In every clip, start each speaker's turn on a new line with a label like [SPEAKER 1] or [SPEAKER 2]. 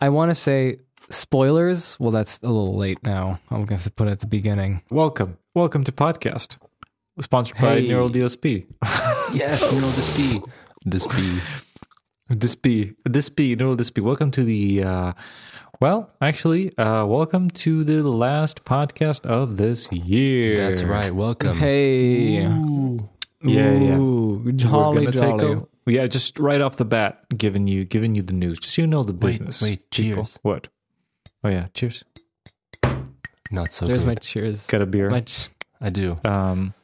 [SPEAKER 1] I want to say spoilers. Well, that's a little late now. I'm going to have to put it at the beginning.
[SPEAKER 2] Welcome. Welcome to podcast. Sponsored by
[SPEAKER 1] Hey.
[SPEAKER 2] Neural DSP.
[SPEAKER 1] Yes, Neural Dispy.
[SPEAKER 3] This be
[SPEAKER 2] DSP. DSP. Neural DSP. Welcome to the, uh, well, actually, uh, welcome to the last podcast of this year.
[SPEAKER 3] that's right.
[SPEAKER 2] Um,
[SPEAKER 3] Welcome.
[SPEAKER 1] Hey.
[SPEAKER 2] Yeah, yeah.
[SPEAKER 1] Ooh, Jolly,
[SPEAKER 2] We're gonna
[SPEAKER 1] jolly.
[SPEAKER 2] take o- yeah, just right off the bat, giving you giving you the news, just so you know the
[SPEAKER 3] Wait,
[SPEAKER 2] business.
[SPEAKER 3] wait,
[SPEAKER 2] people.
[SPEAKER 3] cheers.
[SPEAKER 2] What? Oh yeah, cheers.
[SPEAKER 3] Not so
[SPEAKER 1] There's
[SPEAKER 3] good.
[SPEAKER 1] my cheers.
[SPEAKER 2] Got a beer.
[SPEAKER 1] My ch-
[SPEAKER 3] I do.
[SPEAKER 2] um,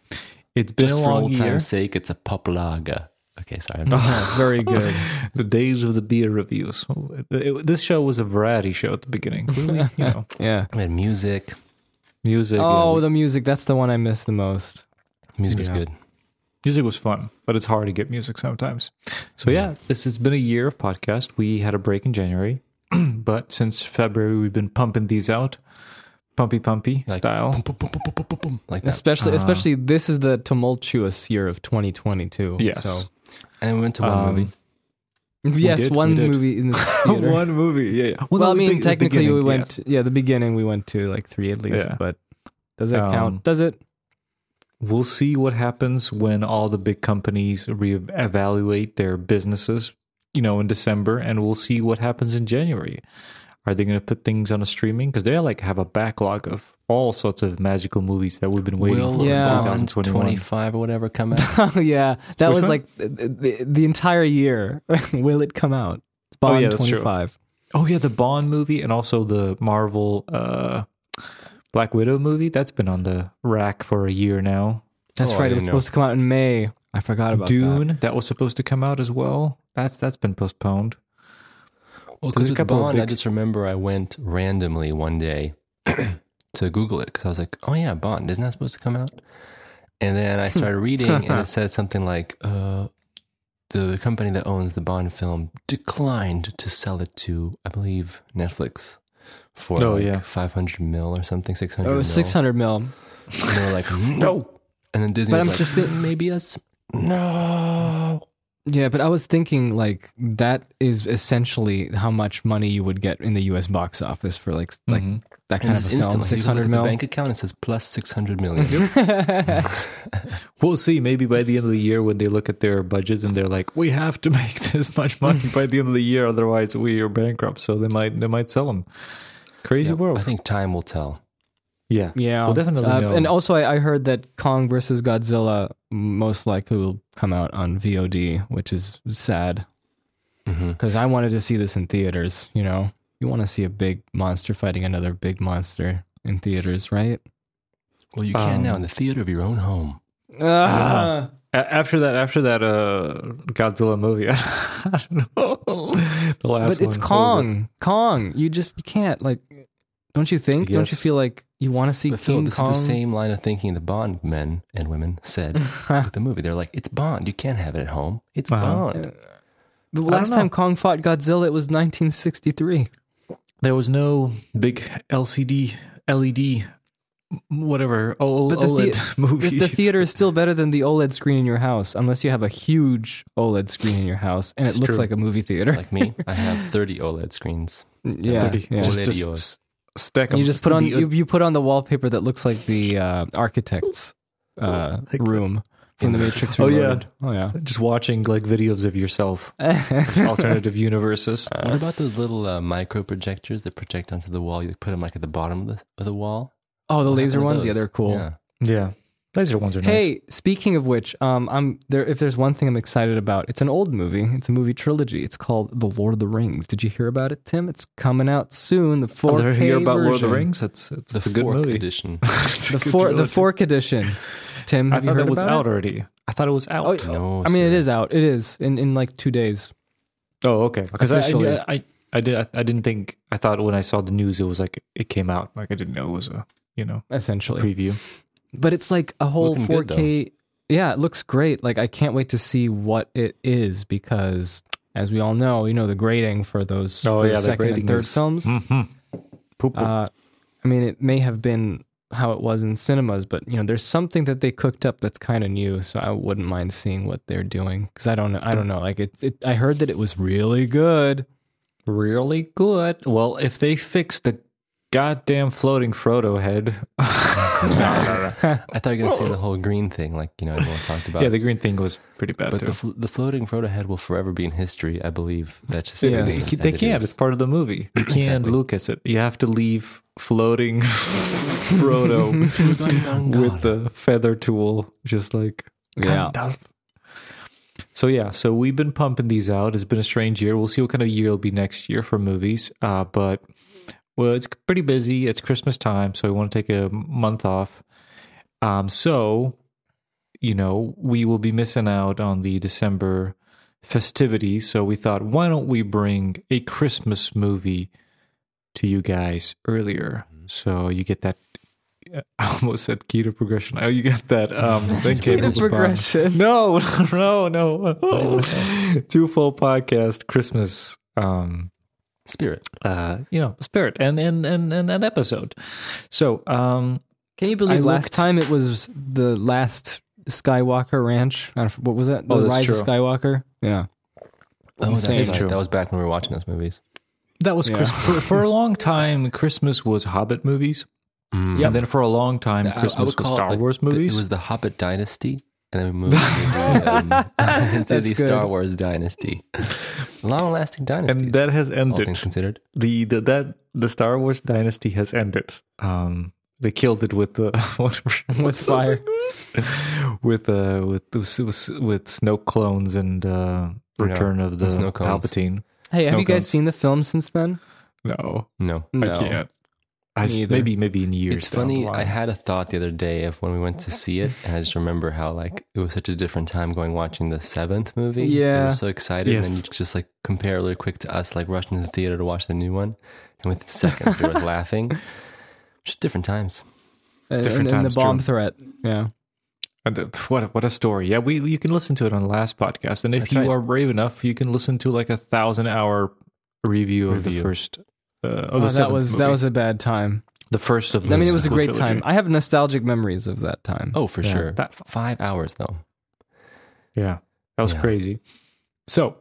[SPEAKER 2] it's been
[SPEAKER 3] Just
[SPEAKER 2] a
[SPEAKER 3] for
[SPEAKER 2] long
[SPEAKER 3] old
[SPEAKER 2] year.
[SPEAKER 3] time's sake, it's a pop lager. Okay, sorry.
[SPEAKER 1] Yeah, oh, very good.
[SPEAKER 2] The days of the beer reviews. It- it- this show was a variety show at the beginning. Really, you know,
[SPEAKER 1] Yeah.
[SPEAKER 3] we had music.
[SPEAKER 2] music. yeah,
[SPEAKER 1] Oh,
[SPEAKER 2] we-
[SPEAKER 1] the music. That's the one I miss the most.
[SPEAKER 3] Music was
[SPEAKER 2] Yeah.
[SPEAKER 3] good.
[SPEAKER 2] music was fun, but it's hard to get music sometimes. So yeah, this has been a year of podcast. We had a break in January, but since February we've been pumping these out, pumpy pumpy
[SPEAKER 3] Like,
[SPEAKER 2] style.
[SPEAKER 3] Boom, boom, boom, boom, boom, boom, boom, like that.
[SPEAKER 2] Uh-huh.
[SPEAKER 1] Especially, especially this is the tumultuous year of 2022.
[SPEAKER 2] Yes.
[SPEAKER 1] So.
[SPEAKER 3] And then we went to one
[SPEAKER 2] Um,
[SPEAKER 3] movie.
[SPEAKER 1] Yes,
[SPEAKER 2] did, we
[SPEAKER 1] one
[SPEAKER 2] did.
[SPEAKER 1] movie in the theater. well,
[SPEAKER 2] movie, yeah. yeah. Well,
[SPEAKER 1] I
[SPEAKER 2] no, the
[SPEAKER 1] mean,
[SPEAKER 2] big- the
[SPEAKER 1] technically we
[SPEAKER 2] beginning,
[SPEAKER 1] went.
[SPEAKER 2] yes.
[SPEAKER 1] yeah, the beginning we went to like three at least.
[SPEAKER 2] Yeah.
[SPEAKER 1] But does that
[SPEAKER 2] Um,
[SPEAKER 1] count? Does it?
[SPEAKER 2] We'll see what happens when all the big companies reevaluate their businesses, you know, in December, and we'll see what happens in January. Are they going to put things on a streaming? Because they like have a backlog of all sorts of magical movies that we've been waiting
[SPEAKER 3] Will
[SPEAKER 2] for
[SPEAKER 1] Yeah.
[SPEAKER 2] in
[SPEAKER 3] Bond
[SPEAKER 2] 2021.
[SPEAKER 3] 25 or whatever come out?
[SPEAKER 1] Oh yeah, that
[SPEAKER 2] Which
[SPEAKER 1] was
[SPEAKER 2] one?
[SPEAKER 1] like the, the, the entire year. Will it come out? It's Bond
[SPEAKER 2] yeah, that's true.
[SPEAKER 1] 25.
[SPEAKER 2] Oh yeah, the Bond movie and also the Marvel uh, Black Widow movie that's been on the rack for a year now.
[SPEAKER 1] That's
[SPEAKER 3] Oh, I
[SPEAKER 1] right. It was
[SPEAKER 3] didn't know.
[SPEAKER 1] supposed to come out in May. I forgot about that.
[SPEAKER 2] Dune that. was supposed to come out as well. That's that's been postponed.
[SPEAKER 3] Well,
[SPEAKER 2] There's
[SPEAKER 3] because
[SPEAKER 2] a
[SPEAKER 3] with
[SPEAKER 2] couple of
[SPEAKER 3] Bond, I
[SPEAKER 2] big-
[SPEAKER 3] just remember I went randomly one day to Google it because I was like, oh yeah, Bond, isn't that supposed to come out? And then I started
[SPEAKER 1] Hmm.
[SPEAKER 3] reading and it said something like, uh, the company that owns the Bond film declined to sell it to, I believe, Netflix for
[SPEAKER 2] Oh,
[SPEAKER 3] like
[SPEAKER 2] yeah.
[SPEAKER 3] 500 mil or something, 600
[SPEAKER 1] Oh,
[SPEAKER 3] mil.
[SPEAKER 1] 600 mil.
[SPEAKER 3] And they were like, no. And then Disney
[SPEAKER 1] But
[SPEAKER 3] was
[SPEAKER 1] I'm
[SPEAKER 3] like,
[SPEAKER 1] just
[SPEAKER 3] just
[SPEAKER 1] thinking-
[SPEAKER 3] maybe us. No.
[SPEAKER 1] Yeah, but I was thinking like that is essentially how much money you would get in the U.S. box office for like like
[SPEAKER 2] Mhm.
[SPEAKER 1] that
[SPEAKER 3] And
[SPEAKER 1] kind of
[SPEAKER 3] it's
[SPEAKER 1] a film.
[SPEAKER 3] instantly.
[SPEAKER 1] Six
[SPEAKER 3] 600
[SPEAKER 1] hundred
[SPEAKER 3] mil.
[SPEAKER 1] mil.
[SPEAKER 3] The bank account and it says plus 600 million.
[SPEAKER 2] We'll see. Maybe by the end of the year, when they look at their budgets and they're like, "We have to make this much money by the end of the year, otherwise we are bankrupt." So they might they might sell them. Crazy
[SPEAKER 3] Yeah,
[SPEAKER 2] world.
[SPEAKER 3] I think time will tell.
[SPEAKER 2] yeah,
[SPEAKER 1] Yeah, Um,
[SPEAKER 2] We'll definitely know.
[SPEAKER 1] And also, I, I heard that Kong versus Godzilla most likely will come out on VOD, which is sad
[SPEAKER 3] Mhm.
[SPEAKER 1] because I wanted to see this in theaters. You know, you want to see a big monster fighting another big monster in theaters, right?
[SPEAKER 3] Well, you can now
[SPEAKER 2] Um,
[SPEAKER 3] in the theater of your own home.
[SPEAKER 2] Ah. A- after that, after that uh, Godzilla movie, I don't know the last.
[SPEAKER 1] but it's
[SPEAKER 2] one. What was it?
[SPEAKER 1] Kong. Kong. You just you can't like. Don't you think? Don't you
[SPEAKER 2] Yes.
[SPEAKER 1] feel like you want to see
[SPEAKER 3] But Phil,
[SPEAKER 1] King
[SPEAKER 3] this
[SPEAKER 1] Kong?
[SPEAKER 3] is the same line of thinking the Bond men and women said with the movie. They're like, it's Bond. You can't have it at home. It's
[SPEAKER 2] Uh-huh.
[SPEAKER 3] Bond.
[SPEAKER 1] The
[SPEAKER 2] don't
[SPEAKER 1] last time
[SPEAKER 2] know.
[SPEAKER 1] Kong fought Godzilla, it was 1963.
[SPEAKER 2] There was no big LCD,
[SPEAKER 1] E
[SPEAKER 2] LED, whatever O-
[SPEAKER 1] But the
[SPEAKER 2] OLED
[SPEAKER 1] thea-
[SPEAKER 2] movies.
[SPEAKER 1] If the theater is still better than the OLED screen in your house, unless you have a huge OLED screen in your house and it
[SPEAKER 2] It's
[SPEAKER 1] looks
[SPEAKER 2] true.
[SPEAKER 1] like a movie theater.
[SPEAKER 3] Like me, I have 30 OLED E screens.
[SPEAKER 1] yeah,
[SPEAKER 2] Dirty.
[SPEAKER 1] yeah.
[SPEAKER 2] Just,
[SPEAKER 3] Just-
[SPEAKER 2] just stack 'em.
[SPEAKER 1] And you just put on
[SPEAKER 2] The-
[SPEAKER 1] you, you put on the wallpaper that looks like the uh, architect's uh, room from the Matrix.
[SPEAKER 2] Oh, yeah.
[SPEAKER 1] Reloaded. oh yeah.
[SPEAKER 2] just watching like videos of yourself, alternative universes.
[SPEAKER 3] What about those little uh, micro projectors that project onto the wall? You put them like at the bottom of the, of the wall.
[SPEAKER 1] Oh, the
[SPEAKER 3] What
[SPEAKER 1] laser
[SPEAKER 3] happened to
[SPEAKER 1] ones. Yeah,
[SPEAKER 3] those?
[SPEAKER 1] they're cool.
[SPEAKER 3] Yeah.
[SPEAKER 2] Yeah, laser ones are nice.
[SPEAKER 1] Hey, speaking of which, um, I'm there. If there's one thing I'm excited about, it's an old movie. It's a movie trilogy. It's called The Lord of the Rings. Did you hear about it, Tim? It's coming out soon. The 4K
[SPEAKER 2] Although Oh, hear about
[SPEAKER 1] version.
[SPEAKER 2] Lord of the Rings? It's it's,
[SPEAKER 3] The
[SPEAKER 2] it's a good
[SPEAKER 3] fork
[SPEAKER 2] movie.
[SPEAKER 3] edition.
[SPEAKER 2] It's a
[SPEAKER 1] the
[SPEAKER 2] good
[SPEAKER 1] fork, the
[SPEAKER 2] trilogy.
[SPEAKER 1] fork edition. Tim,
[SPEAKER 2] I
[SPEAKER 1] have you
[SPEAKER 2] thought
[SPEAKER 1] heard
[SPEAKER 2] that was
[SPEAKER 1] about
[SPEAKER 2] out
[SPEAKER 1] it?
[SPEAKER 2] already. I thought it was out.
[SPEAKER 1] Oh,
[SPEAKER 3] No,
[SPEAKER 1] I mean, it
[SPEAKER 3] sir.
[SPEAKER 1] is out. It is in, in like two days.
[SPEAKER 2] Oh, okay. Because
[SPEAKER 1] Officially.
[SPEAKER 2] I, I, I did. I, I didn't think. I thought when I saw the news, it was like it came out. Like I didn't know it was a you know
[SPEAKER 1] Essentially,
[SPEAKER 2] preview.
[SPEAKER 1] but it's like a whole
[SPEAKER 3] Looking good,
[SPEAKER 1] 4K. yeah, it looks great. Like I can't wait to see what it is because, as we all know, you know the grading for those
[SPEAKER 2] Oh,
[SPEAKER 1] for
[SPEAKER 2] yeah,
[SPEAKER 1] the
[SPEAKER 2] the
[SPEAKER 1] second
[SPEAKER 2] grading
[SPEAKER 1] and third
[SPEAKER 2] is- mm.
[SPEAKER 1] films.
[SPEAKER 2] Mm-hmm. Poop.
[SPEAKER 1] Uh, I mean, it may have been how it was in cinemas, but you know, there's something that they cooked up that's kind of new. So I wouldn't mind seeing what they're doing because I don't know. I don't know. Like it's. It, I heard that it was really good.
[SPEAKER 2] really good. Well, if they fix the goddamn floating Frodo head,
[SPEAKER 3] I thought you were going to say the
[SPEAKER 1] Oh.
[SPEAKER 3] whole green thing, like, you know, everyone talked about.
[SPEAKER 2] yeah, the green thing was pretty bad
[SPEAKER 3] but
[SPEAKER 2] too.
[SPEAKER 3] the, fl- the floating Frodo head will forever be in history, I believe. That's just
[SPEAKER 1] Yes.
[SPEAKER 3] everything
[SPEAKER 2] They,
[SPEAKER 3] as
[SPEAKER 2] they
[SPEAKER 3] it
[SPEAKER 2] can't.
[SPEAKER 3] is.
[SPEAKER 2] It's part of the movie. You can't
[SPEAKER 3] Exactly.
[SPEAKER 2] look at it. You have to leave floating Frodo with the feather tool, just like
[SPEAKER 1] Yeah.
[SPEAKER 2] Gandalf. So yeah, so we've been pumping these out. It's been a strange year. We'll see what kind of year it'll be next year for movies. Uh, but well, it's pretty busy. It's Christmas time, so we want to take a month off. Um, so you know we will be missing out on the December festivities. So we thought, why don't we bring a Christmas movie to you guys earlier?
[SPEAKER 1] Mm-hmm.
[SPEAKER 2] So you get that. I almost said keto progression. Oh, you get that. Um,
[SPEAKER 1] Keto progression.
[SPEAKER 2] No, no, no. Two full podcast Christmas. Um,
[SPEAKER 3] spirit.
[SPEAKER 2] uh, you know, spirit and and and and an episode. So, um,
[SPEAKER 1] Can you believe
[SPEAKER 2] I
[SPEAKER 1] last
[SPEAKER 2] looked-
[SPEAKER 1] time it was the last Skywalker Ranch? I don't, what was that? The
[SPEAKER 2] Oh, that's
[SPEAKER 1] Rise
[SPEAKER 2] true.
[SPEAKER 1] of Skywalker? Yeah.
[SPEAKER 3] Oh, that's
[SPEAKER 1] Insane.
[SPEAKER 3] right.
[SPEAKER 2] True.
[SPEAKER 3] That was back when we were watching those movies.
[SPEAKER 2] That was
[SPEAKER 1] Yeah.
[SPEAKER 2] Chris- for, for a long time. Christmas was Hobbit movies. Yeah, and then for a long time,
[SPEAKER 3] I- I
[SPEAKER 2] Christmas
[SPEAKER 3] would
[SPEAKER 2] was
[SPEAKER 3] call it,
[SPEAKER 2] Star
[SPEAKER 3] like,
[SPEAKER 2] Wars
[SPEAKER 3] the-
[SPEAKER 2] movies.
[SPEAKER 3] it was the Hobbit Dynasty, and then we moved into, the, um, into
[SPEAKER 1] That's
[SPEAKER 3] the
[SPEAKER 1] good.
[SPEAKER 3] Star Wars Dynasty. Long-lasting dynasties.
[SPEAKER 2] and that has
[SPEAKER 3] all
[SPEAKER 2] ended.
[SPEAKER 3] things considered.
[SPEAKER 2] The, the that the Star Wars dynasty has ended. Um, they killed it with the
[SPEAKER 1] With fire.
[SPEAKER 2] with uh with with, with snow clones and uh,
[SPEAKER 3] Yeah,
[SPEAKER 2] Return of the
[SPEAKER 3] snow cones.
[SPEAKER 2] Palpatine.
[SPEAKER 1] Hey, have
[SPEAKER 2] Snow
[SPEAKER 1] you guys
[SPEAKER 2] cones.
[SPEAKER 1] seen the film since then?
[SPEAKER 2] No,
[SPEAKER 3] No,
[SPEAKER 1] No.
[SPEAKER 2] I can't. I s-
[SPEAKER 1] Neither.
[SPEAKER 2] maybe maybe in years.
[SPEAKER 3] it's
[SPEAKER 2] down the
[SPEAKER 3] funny. I
[SPEAKER 2] line.
[SPEAKER 3] had a thought the other day of when we went to see it, and I just remember how like it was such a different time going watching the seventh movie. we
[SPEAKER 1] Yeah.
[SPEAKER 3] were so excited, and
[SPEAKER 2] Yes.
[SPEAKER 3] then you just like compare really quick to us like rushing to the theater to watch the new one, and within seconds we were laughing. Just different times.
[SPEAKER 1] Uh,
[SPEAKER 2] Different
[SPEAKER 1] and, and the
[SPEAKER 2] times, true.
[SPEAKER 1] bomb threat. Yeah.
[SPEAKER 2] And the- what a, what a story! Yeah, we you can listen to it on the last podcast, and if
[SPEAKER 3] That's
[SPEAKER 2] you
[SPEAKER 3] right.
[SPEAKER 2] are brave enough, you can listen to like a thousand hour review, of the
[SPEAKER 3] Review.
[SPEAKER 2] first. Uh, of
[SPEAKER 1] Oh,
[SPEAKER 2] the
[SPEAKER 1] that
[SPEAKER 2] seventh
[SPEAKER 1] was that
[SPEAKER 2] movie.
[SPEAKER 1] was a bad time.
[SPEAKER 2] the first of.
[SPEAKER 1] I
[SPEAKER 2] the
[SPEAKER 1] mean, it was a
[SPEAKER 2] sequel
[SPEAKER 1] great
[SPEAKER 2] trilogy.
[SPEAKER 1] time. I have nostalgic memories of that time.
[SPEAKER 3] Oh, for
[SPEAKER 2] Yeah,
[SPEAKER 3] sure.
[SPEAKER 2] that-
[SPEAKER 3] Five hours though.
[SPEAKER 2] Yeah, that was
[SPEAKER 3] Yeah.
[SPEAKER 2] crazy. So,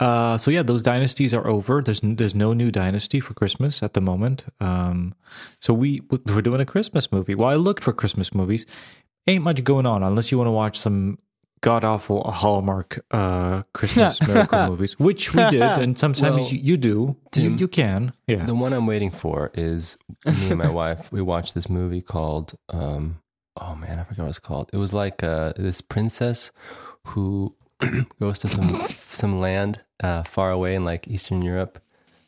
[SPEAKER 2] uh, so yeah, those dynasties are over. There's n- there's no new dynasty for Christmas at the moment. Um, so we we're doing a Christmas movie. Well, I looked for Christmas movies. Ain't much going on unless you want to watch some god awful Hallmark uh, Christmas miracle movies, which we did, and sometimes
[SPEAKER 3] Well,
[SPEAKER 2] you, you do. you
[SPEAKER 3] Tim,
[SPEAKER 2] you can. Yeah.
[SPEAKER 3] The one I'm waiting for is me and my wife. We watched this movie called, um, oh man, I forgot what it's called. It was like uh, this princess who goes to some some land uh, far away in like Eastern Europe,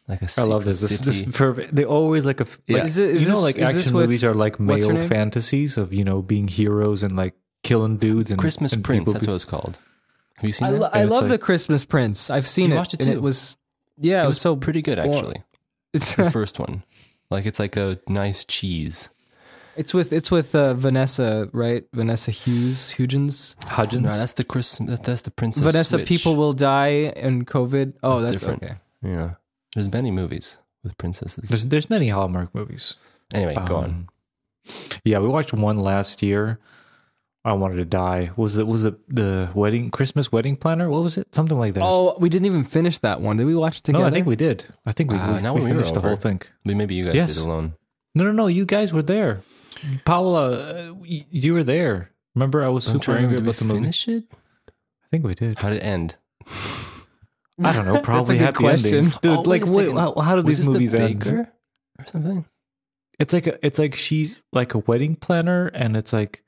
[SPEAKER 3] like a
[SPEAKER 2] I love
[SPEAKER 3] secret
[SPEAKER 2] this. This, this
[SPEAKER 3] city.
[SPEAKER 2] perfect. They always like a. f-
[SPEAKER 3] Yeah.
[SPEAKER 2] Like,
[SPEAKER 1] Is it- is
[SPEAKER 2] you know,
[SPEAKER 1] this-
[SPEAKER 2] like
[SPEAKER 1] is this
[SPEAKER 2] action
[SPEAKER 1] with-
[SPEAKER 2] movies are like
[SPEAKER 1] what's her
[SPEAKER 2] male
[SPEAKER 1] name?
[SPEAKER 2] fantasies of you know being heroes and like killing dudes and
[SPEAKER 3] Christmas
[SPEAKER 2] and
[SPEAKER 3] Prince.
[SPEAKER 2] people
[SPEAKER 3] That's
[SPEAKER 2] be-
[SPEAKER 3] what it's called. Have you seen
[SPEAKER 1] I,
[SPEAKER 3] that?
[SPEAKER 1] lo- I
[SPEAKER 2] it's
[SPEAKER 1] love
[SPEAKER 2] like-
[SPEAKER 1] the Christmas Prince. I've seen
[SPEAKER 3] You
[SPEAKER 1] it.
[SPEAKER 3] watched it
[SPEAKER 1] and
[SPEAKER 3] too?
[SPEAKER 1] it was yeah, it, was, so
[SPEAKER 3] pretty good
[SPEAKER 1] boring.
[SPEAKER 3] actually.
[SPEAKER 1] It's
[SPEAKER 3] The first one, like it's like a nice cheese.
[SPEAKER 1] it's with it's with uh, Vanessa, right? Vanessa Hughes, Hugins.
[SPEAKER 2] Hudgens.
[SPEAKER 3] No, that's the Christmas. That's the princess.
[SPEAKER 1] Vanessa,
[SPEAKER 3] Switch.
[SPEAKER 1] people will die and COVID. Oh,
[SPEAKER 3] That's
[SPEAKER 1] that's,
[SPEAKER 3] different.
[SPEAKER 1] okay.
[SPEAKER 3] Yeah, there's many movies with princesses.
[SPEAKER 2] there's there's many Hallmark movies.
[SPEAKER 3] anyway, go on.
[SPEAKER 2] Um, Yeah, we watched one last year. I wanted to die. Was it was it the wedding Christmas wedding planner? What was it? Something like that.
[SPEAKER 1] Oh, we didn't even finish that one. Did we watch it
[SPEAKER 2] no,
[SPEAKER 1] together?
[SPEAKER 2] I think we did. I think we,
[SPEAKER 3] Wow,
[SPEAKER 2] we,
[SPEAKER 3] Ah, now
[SPEAKER 2] we
[SPEAKER 3] when we were
[SPEAKER 2] finished the whole
[SPEAKER 3] over.
[SPEAKER 2] thing.
[SPEAKER 3] But maybe you guys
[SPEAKER 2] Yes.
[SPEAKER 3] did alone.
[SPEAKER 2] No, no, no. You guys were there. Paola, uh, y- you were there. Remember, I was
[SPEAKER 3] I'm
[SPEAKER 2] super
[SPEAKER 3] trying to
[SPEAKER 2] angry about the movie.
[SPEAKER 3] finish it.
[SPEAKER 2] I think we did.
[SPEAKER 3] How did it end?
[SPEAKER 2] I don't know. Probably
[SPEAKER 1] good
[SPEAKER 2] happy ending.
[SPEAKER 1] question.
[SPEAKER 2] dude.
[SPEAKER 3] Oh,
[SPEAKER 2] like,
[SPEAKER 3] wait a
[SPEAKER 2] wait,
[SPEAKER 3] second.
[SPEAKER 2] how, how do
[SPEAKER 3] Was
[SPEAKER 2] these
[SPEAKER 3] this the
[SPEAKER 2] movies end?
[SPEAKER 3] baker or something?
[SPEAKER 2] It's like a, it's like she's like a wedding planner, and it's like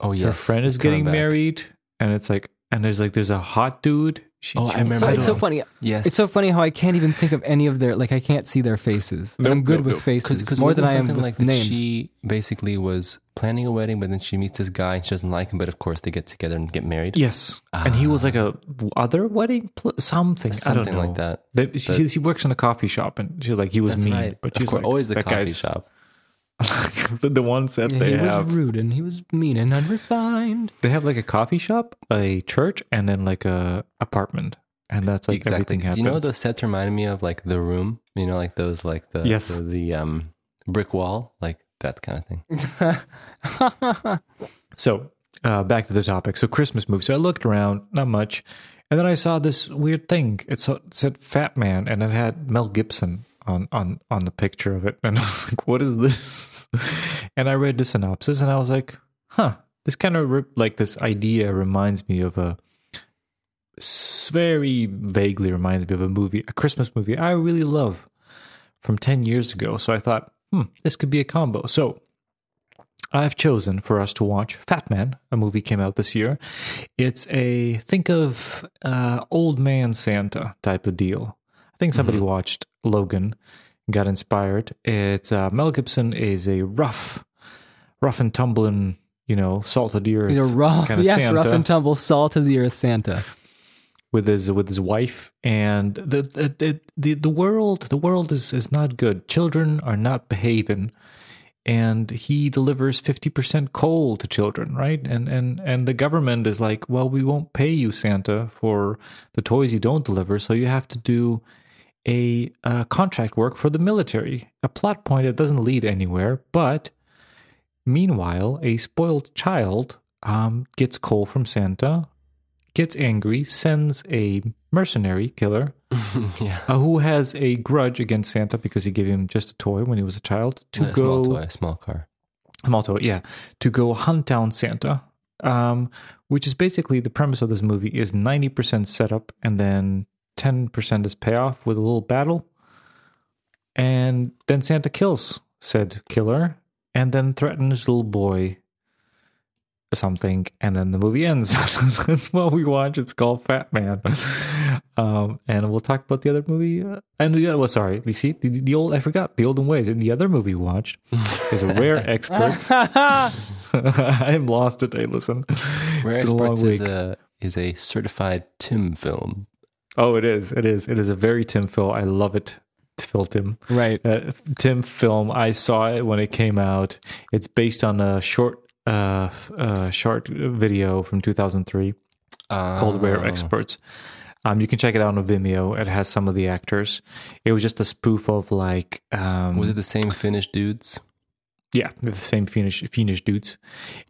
[SPEAKER 3] Oh yes,
[SPEAKER 2] her friend
[SPEAKER 3] it's
[SPEAKER 2] is getting
[SPEAKER 3] coming back.
[SPEAKER 2] married, and it's like and there's like there's a hot dude. She,
[SPEAKER 3] Oh,
[SPEAKER 2] she-
[SPEAKER 3] I remember
[SPEAKER 1] So
[SPEAKER 3] I
[SPEAKER 1] it's so
[SPEAKER 3] don't-
[SPEAKER 1] funny.
[SPEAKER 3] Yes,
[SPEAKER 1] It's so funny how I can't even think of any of their like I can't see their faces. But I'm
[SPEAKER 2] Nope,
[SPEAKER 1] good
[SPEAKER 2] nope,
[SPEAKER 1] with
[SPEAKER 2] nope.
[SPEAKER 1] faces
[SPEAKER 3] because
[SPEAKER 1] more than I am with
[SPEAKER 3] like that
[SPEAKER 1] names.
[SPEAKER 3] She basically was planning a wedding, but then she meets this guy and she doesn't like him. But of course, they get together and get married.
[SPEAKER 2] yes, and he was like a other wedding pl- something, I don't
[SPEAKER 3] something
[SPEAKER 2] know.
[SPEAKER 3] like that.
[SPEAKER 2] But she, she works in a coffee shop, and she like he was
[SPEAKER 3] That's
[SPEAKER 2] mean,
[SPEAKER 3] right.
[SPEAKER 2] but
[SPEAKER 3] Of
[SPEAKER 2] she's
[SPEAKER 3] course,
[SPEAKER 2] like,
[SPEAKER 3] always the
[SPEAKER 2] that
[SPEAKER 3] coffee
[SPEAKER 2] guy's-
[SPEAKER 3] shop.
[SPEAKER 2] the, the ones that
[SPEAKER 1] Yeah,
[SPEAKER 2] they
[SPEAKER 1] he
[SPEAKER 2] have.
[SPEAKER 1] was rude and he was mean and unrefined.
[SPEAKER 2] They have like a coffee shop, a church, and then like a apartment, and that's like
[SPEAKER 3] exactly.
[SPEAKER 2] everything happens.
[SPEAKER 3] Do you know what those sets reminded me of like the room? You know, like those like the
[SPEAKER 2] Yes.
[SPEAKER 3] the, the, um brick wall, like that kind of thing.
[SPEAKER 2] So uh, back to the topic. So Christmas movies. So I looked around, not much, And then I saw this weird thing. It saw- it said Fat Man, and it had Mel Gibson on on on the picture of it. And I was like, "What is this?" And I read the synopsis, and I was like, "Huh, this kind of re- like this idea reminds me of a." s- Very vaguely reminds me of a movie, a Christmas movie I really love from 10 years ago. So I thought, hmm, this could be a combo. So I've chosen for us to watch Fat Man, a movie came out this year. It's a think of uh, old man Santa type of deal. I think somebody
[SPEAKER 1] Mm-hmm.
[SPEAKER 2] watched Logan, got inspired. It's uh, Mel Gibson is a rough, rough and tumbling, you know, salt of the earth.
[SPEAKER 1] He's a rough,
[SPEAKER 2] kinda
[SPEAKER 1] yes, rough
[SPEAKER 2] Santa
[SPEAKER 1] and tumble, salt of the earth Santa.
[SPEAKER 2] with his with his wife and the the the, the, the world the world is, is not good children are not behaving and he delivers 50% coal to children right and and and the government is like well we won't pay you santa for the toys you don't deliver so you have to do a uh, contract work for the military a plot point that doesn't lead anywhere but meanwhile a spoiled child um, gets coal from santa gets angry, sends a mercenary killer
[SPEAKER 3] yeah.
[SPEAKER 2] uh, who has a grudge against Santa because he gave him just a toy when he was a child to
[SPEAKER 3] A
[SPEAKER 2] go
[SPEAKER 3] small toy, a small car.
[SPEAKER 2] small toy, yeah, to go hunt down Santa. Um, which is basically the premise of this movie is ninety percent setup and then ten percent is payoff with a little battle, and then Santa kills said killer and then threatens little boy something, and then the movie ends. That's what we watch. It's called Fat Man, um, and we'll talk about the other movie. uh, And the other, well, sorry, you see the, the old I forgot the olden ways. And the other movie we watched is a rare expert. I am lost today. Listen,
[SPEAKER 3] Rare
[SPEAKER 2] been a long
[SPEAKER 3] Exports is
[SPEAKER 2] week.
[SPEAKER 3] a, is a certified Tim film.
[SPEAKER 2] oh, it is, it is, it is a very Tim Phil. I love it, Phil Tim.
[SPEAKER 1] Right.
[SPEAKER 2] Uh, Tim film. I saw it when it came out. It's based on a short, uh, f- uh, short video from 2003 called Rare
[SPEAKER 3] Oh.
[SPEAKER 2] Experts. Um, you can check it out on Vimeo. It has some of the actors. It was just a spoof of like um,
[SPEAKER 3] Was it the same Finnish dudes?
[SPEAKER 2] Yeah, with the same Finnish Finnish dudes,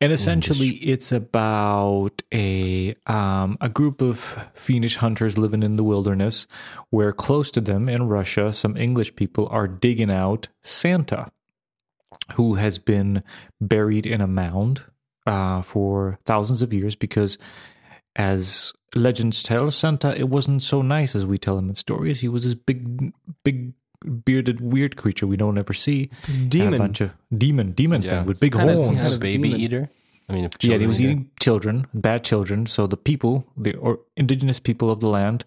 [SPEAKER 2] and essentially it's about a um, a group of Finnish hunters living in the wilderness, where close to them in Russia, some English people are digging out Santa, who has been buried in a mound uh, for thousands of years because. As legends tell, Santa it wasn't so nice as we tell him in stories. He was this big, big bearded weird creature we don't ever see and a
[SPEAKER 1] Demon.
[SPEAKER 2] bunch of demon, demon thing with big
[SPEAKER 1] Kind of-
[SPEAKER 2] horns.
[SPEAKER 1] yeah,
[SPEAKER 3] Kind of baby
[SPEAKER 1] demon.
[SPEAKER 3] eater. I mean, if
[SPEAKER 2] yeah, he was
[SPEAKER 3] children-
[SPEAKER 2] eating children, bad children. So the people, the or indigenous people of the land,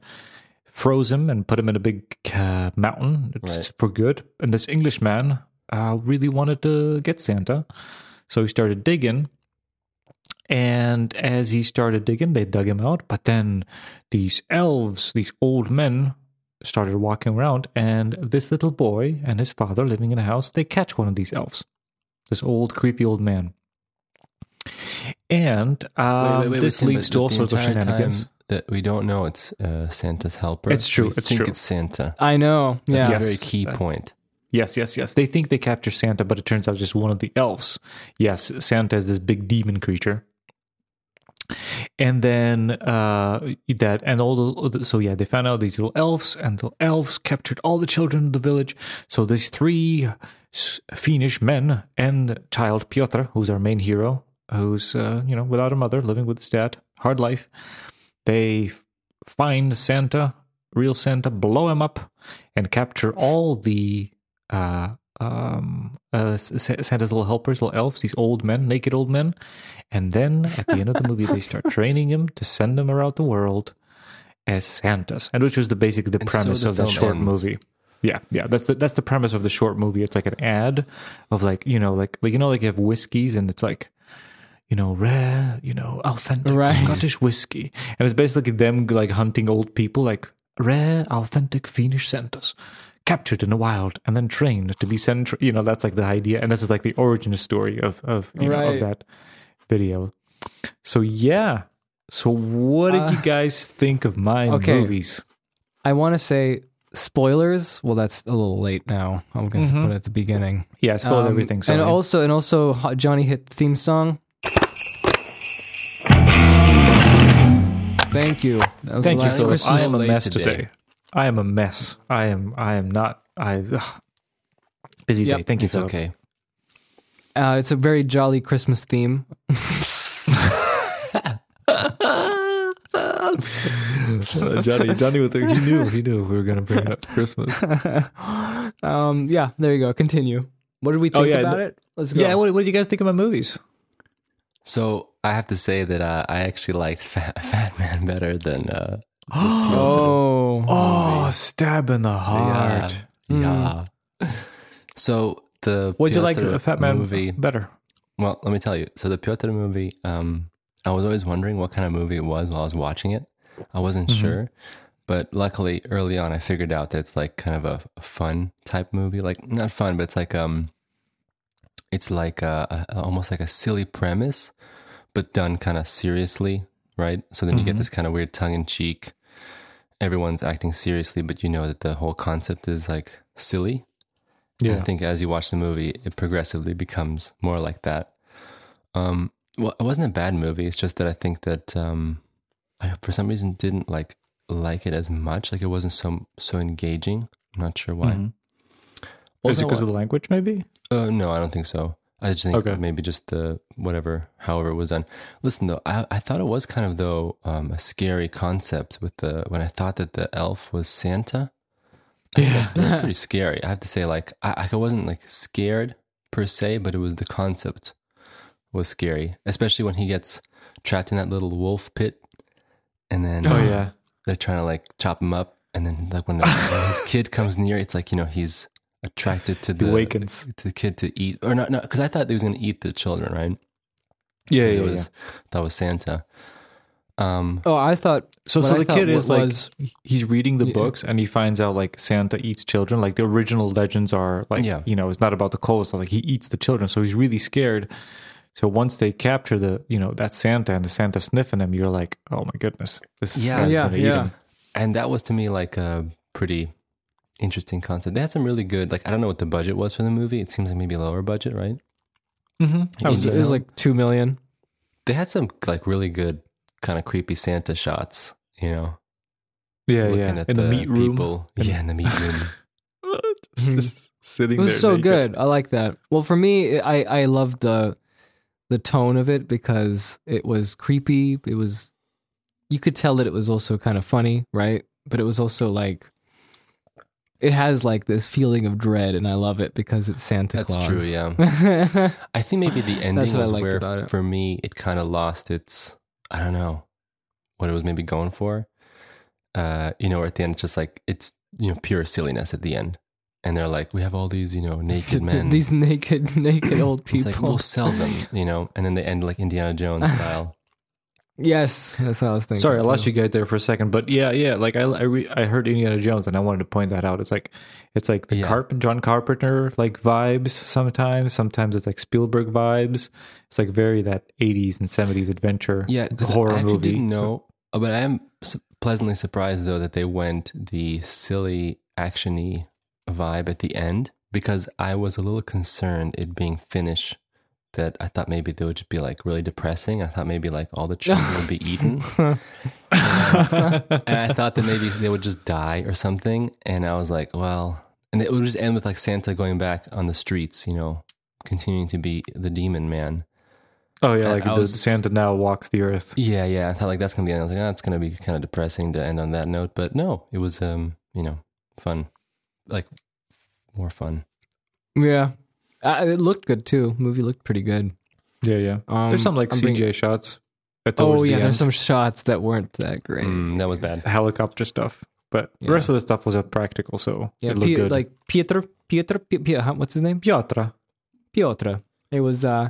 [SPEAKER 2] froze him and put him in a big uh, mountain just
[SPEAKER 3] Right.
[SPEAKER 2] for good. And this Englishman uh, really wanted to get Santa, so he started digging. And as he started digging, they dug him out. But then these elves, these old men, started walking around, and this little boy and his father living in a house, they catch one of these elves, this old creepy old man. And um,
[SPEAKER 3] Wait, wait, wait,
[SPEAKER 2] this
[SPEAKER 3] Tim,
[SPEAKER 2] leads
[SPEAKER 3] but
[SPEAKER 2] to
[SPEAKER 3] the
[SPEAKER 2] all sorts of
[SPEAKER 3] entire time
[SPEAKER 2] shenanigans.
[SPEAKER 3] That we don't know it's uh, Santa's helper.
[SPEAKER 2] It's true,
[SPEAKER 3] We
[SPEAKER 2] it's
[SPEAKER 3] think
[SPEAKER 2] true.
[SPEAKER 3] it's Santa.
[SPEAKER 1] I know.
[SPEAKER 3] That's
[SPEAKER 1] Yeah.
[SPEAKER 3] a very
[SPEAKER 2] Yes.
[SPEAKER 3] key point.
[SPEAKER 2] Yes, yes, yes. They think they capture Santa, but it turns out just one of the elves. Yes, Santa is this big demon creature. And then uh, that, and all the so yeah, they found out these little elves, and the elves captured all the children of the village. So these three s- Finnish men and child Piotr, who's our main hero, who's uh, you know without a mother, living with his dad, hard life. They f- find Santa, real Santa, blow him up, and capture all the uh, um, uh, S- S- Santa's little helpers, little elves, these old men, naked old men. And then at the end of the movie, they start training him to send him around the world as Santas, and which was the basic the
[SPEAKER 3] And so
[SPEAKER 2] premise
[SPEAKER 3] the
[SPEAKER 2] of the
[SPEAKER 3] film
[SPEAKER 2] short
[SPEAKER 3] ends.
[SPEAKER 2] movie. Yeah, yeah, that's the that's the premise of the short movie. It's like an ad of like you know like like you know like you have whiskeys and it's like you know rare you know authentic
[SPEAKER 1] Right.
[SPEAKER 2] Scottish whiskey, and it's basically them like hunting old people like rare authentic Finnish Santas captured in the wild and then trained to be sent. You know that's like the idea, and this is like the origin story of of you know
[SPEAKER 1] Right.
[SPEAKER 2] of that video. So yeah. So what did you guys think of my
[SPEAKER 1] Uh, okay.
[SPEAKER 2] movies?
[SPEAKER 1] I want to say spoilers. Well, that's a little late now. I'm going to put it at the beginning.
[SPEAKER 2] Yeah, I spoiled
[SPEAKER 1] Um,
[SPEAKER 2] everything. Sorry.
[SPEAKER 1] And also, and also, ho- Johnny hit theme song. Thank you. That was
[SPEAKER 2] Thank
[SPEAKER 1] the
[SPEAKER 2] you,
[SPEAKER 1] last
[SPEAKER 2] Philip.
[SPEAKER 1] Christmas
[SPEAKER 2] I am a
[SPEAKER 3] late
[SPEAKER 2] mess
[SPEAKER 3] today.
[SPEAKER 2] today. I am a mess. I am. I am not. I ugh. busy
[SPEAKER 1] Yep.
[SPEAKER 2] day. Thank you,
[SPEAKER 3] It's
[SPEAKER 2] Philip.
[SPEAKER 3] okay.
[SPEAKER 1] Uh, it's a very jolly Christmas theme.
[SPEAKER 2] Uh, Johnny, Johnny, with the, he knew. He knew we were going to bring it up to Christmas.
[SPEAKER 1] Um, yeah, there you go. Continue. What did we think
[SPEAKER 2] Oh, yeah,
[SPEAKER 1] about
[SPEAKER 2] the-
[SPEAKER 1] it? Let's go.
[SPEAKER 2] yeah. What, what do you guys think of my movies?
[SPEAKER 3] So I have to say that uh, I actually liked Fat, Fat Man better than uh,
[SPEAKER 1] oh,
[SPEAKER 2] Oh, stab in the
[SPEAKER 3] the, uh,
[SPEAKER 2] heart.
[SPEAKER 3] Yeah. So the
[SPEAKER 2] Mm. What'd you like,
[SPEAKER 3] Piotr
[SPEAKER 2] the Fat Man
[SPEAKER 3] movie?
[SPEAKER 2] better?
[SPEAKER 3] Well, let me tell you. So the Piotr movie, um, I was always wondering what kind of movie it was while I was watching it. I wasn't sure, but luckily early on I figured out that it's like kind of a, a fun type movie. Like not fun, but it's like um, it's like a, a, almost like a silly premise, but done kind of seriously, right? So then you get this kind of weird tongue in cheek. Everyone's acting seriously, but you know that the whole concept is like silly. And I think as you watch the movie, it progressively becomes more like that. Um, well, it wasn't a bad movie. It's just that I think that um, I for some reason didn't like like it as much. Like it wasn't so so engaging. I'm not sure why.
[SPEAKER 2] Mhm. Is
[SPEAKER 3] Also,
[SPEAKER 2] it because of the language? Maybe.
[SPEAKER 3] uh, no, I don't think so. I just think
[SPEAKER 2] Okay.
[SPEAKER 3] maybe just the whatever, however it was done. Listen though, I, I thought it was kind of though um, a scary concept with the when I thought that the elf was Santa. Yeah, that was pretty scary. I have to say, like I, I wasn't like scared per se, but it was the concept was scary, especially when he gets trapped in that little wolf pit, and then
[SPEAKER 2] Oh yeah.
[SPEAKER 3] they're trying to like chop him up, and then like when, when his kid comes near, it's like you know he's attracted to
[SPEAKER 2] He
[SPEAKER 3] the
[SPEAKER 2] awakens.
[SPEAKER 3] to the kid to eat or not no because i thought they was going to eat the children right
[SPEAKER 2] Yeah,
[SPEAKER 3] 'Cause
[SPEAKER 2] yeah,
[SPEAKER 3] it was that was santa um
[SPEAKER 1] oh, I thought.
[SPEAKER 2] So,
[SPEAKER 1] what
[SPEAKER 2] so
[SPEAKER 1] I
[SPEAKER 2] the
[SPEAKER 1] thought
[SPEAKER 2] kid
[SPEAKER 1] wa-
[SPEAKER 2] is like
[SPEAKER 1] was-
[SPEAKER 2] he's reading the
[SPEAKER 1] Yeah.
[SPEAKER 2] books and he finds out like Santa eats children. Like the original legends are like
[SPEAKER 3] Yeah.
[SPEAKER 2] you know it's not about the cold stuff. Like he eats the children, so he's really scared. So once they capture the you know that Santa and the Santa sniffing him, you're like, oh my goodness, this is
[SPEAKER 3] Yeah.
[SPEAKER 2] Santa's
[SPEAKER 1] Yeah,
[SPEAKER 2] gonna eat
[SPEAKER 1] yeah.
[SPEAKER 2] him.
[SPEAKER 3] and that was to me like a pretty interesting concept they had some really good like i don't know what the budget was for the movie it seems like maybe lower budget right
[SPEAKER 2] Mm-hmm. That
[SPEAKER 1] It
[SPEAKER 2] was
[SPEAKER 1] was, it was like two million.
[SPEAKER 3] they had some like really good kind of creepy santa shots you know
[SPEAKER 2] yeah,
[SPEAKER 3] looking
[SPEAKER 2] yeah.
[SPEAKER 3] at
[SPEAKER 2] In the,
[SPEAKER 3] the,
[SPEAKER 2] meat room,
[SPEAKER 3] people yeah in the meat room
[SPEAKER 2] just, just sitting.
[SPEAKER 1] It was
[SPEAKER 2] there
[SPEAKER 1] so
[SPEAKER 2] naked.
[SPEAKER 1] good. I like that. Well, for me, I I loved the the tone of it because it was creepy. It was you could tell that it was also kind of funny, right? But it was also like it has like this feeling of dread, and I love it because it's Santa
[SPEAKER 3] that's
[SPEAKER 1] Claus.
[SPEAKER 3] true yeah
[SPEAKER 1] yeah.
[SPEAKER 3] I think maybe the ending
[SPEAKER 1] what I
[SPEAKER 3] was
[SPEAKER 1] liked
[SPEAKER 3] where,
[SPEAKER 1] about it.
[SPEAKER 3] for me, it kind of lost its, I don't know, what it was maybe going for. Uh, you know, or at the end, it's just like, it's, you know, pure silliness at the end. And they're like, we have all these, you know, naked men.
[SPEAKER 1] These naked, naked old
[SPEAKER 3] it's
[SPEAKER 1] people.
[SPEAKER 3] like, we'll sell them, you know? And then they end like Indiana Jones style.
[SPEAKER 1] yes, that's what I was thinking.
[SPEAKER 2] Sorry, I lost
[SPEAKER 1] too.
[SPEAKER 2] you guys there for a second, but yeah, yeah. Like I, I, re- I heard Indiana Jones, and I wanted to point that out. It's like, it's like the
[SPEAKER 3] Yeah.
[SPEAKER 2] Carp- John Carpenter like vibes sometimes. Sometimes it's like Spielberg vibes. It's like very that '80s and '70s adventure.
[SPEAKER 3] Yeah, because I
[SPEAKER 2] horror
[SPEAKER 3] actually
[SPEAKER 2] movie.
[SPEAKER 3] didn't know, uh, but I am su- pleasantly surprised though that they went the silly actiony vibe at the end because I was a little concerned it being Finnish. That I thought maybe they would just be like really depressing. I thought maybe like all the children would be eaten, and I thought that maybe they would just die or something. And I was like, well, and it would just end with like Santa going back on the streets, you know, continuing to be the demon man.
[SPEAKER 2] Oh yeah,
[SPEAKER 3] I-
[SPEAKER 2] like
[SPEAKER 3] I
[SPEAKER 2] the
[SPEAKER 3] was-
[SPEAKER 2] Santa now walks the earth.
[SPEAKER 3] Yeah, yeah. I thought like that's gonna be. I was like, oh, it's gonna be kind of depressing to end on that note. But no, it was um, you know, fun, like more fun.
[SPEAKER 1] Yeah, uh, it looked good too. Movie looked pretty good.
[SPEAKER 2] Yeah, yeah.
[SPEAKER 1] Um,
[SPEAKER 2] there's some like
[SPEAKER 1] I'm
[SPEAKER 2] CJ
[SPEAKER 1] bringing-
[SPEAKER 2] shots. At
[SPEAKER 1] Oh
[SPEAKER 2] towards the
[SPEAKER 1] yeah,
[SPEAKER 2] end.
[SPEAKER 1] there's some shots that weren't that great.
[SPEAKER 3] Mm, that was bad.
[SPEAKER 2] helicopter stuff, but the
[SPEAKER 3] Yeah.
[SPEAKER 2] rest of the stuff was uh, practical, so
[SPEAKER 1] Yeah,
[SPEAKER 2] it looked
[SPEAKER 1] Pi-
[SPEAKER 2] good.
[SPEAKER 1] like Pietro, Pietro, Pi- Pi- huh, what's his name?
[SPEAKER 2] Piotr.
[SPEAKER 1] Piotr. It was uh,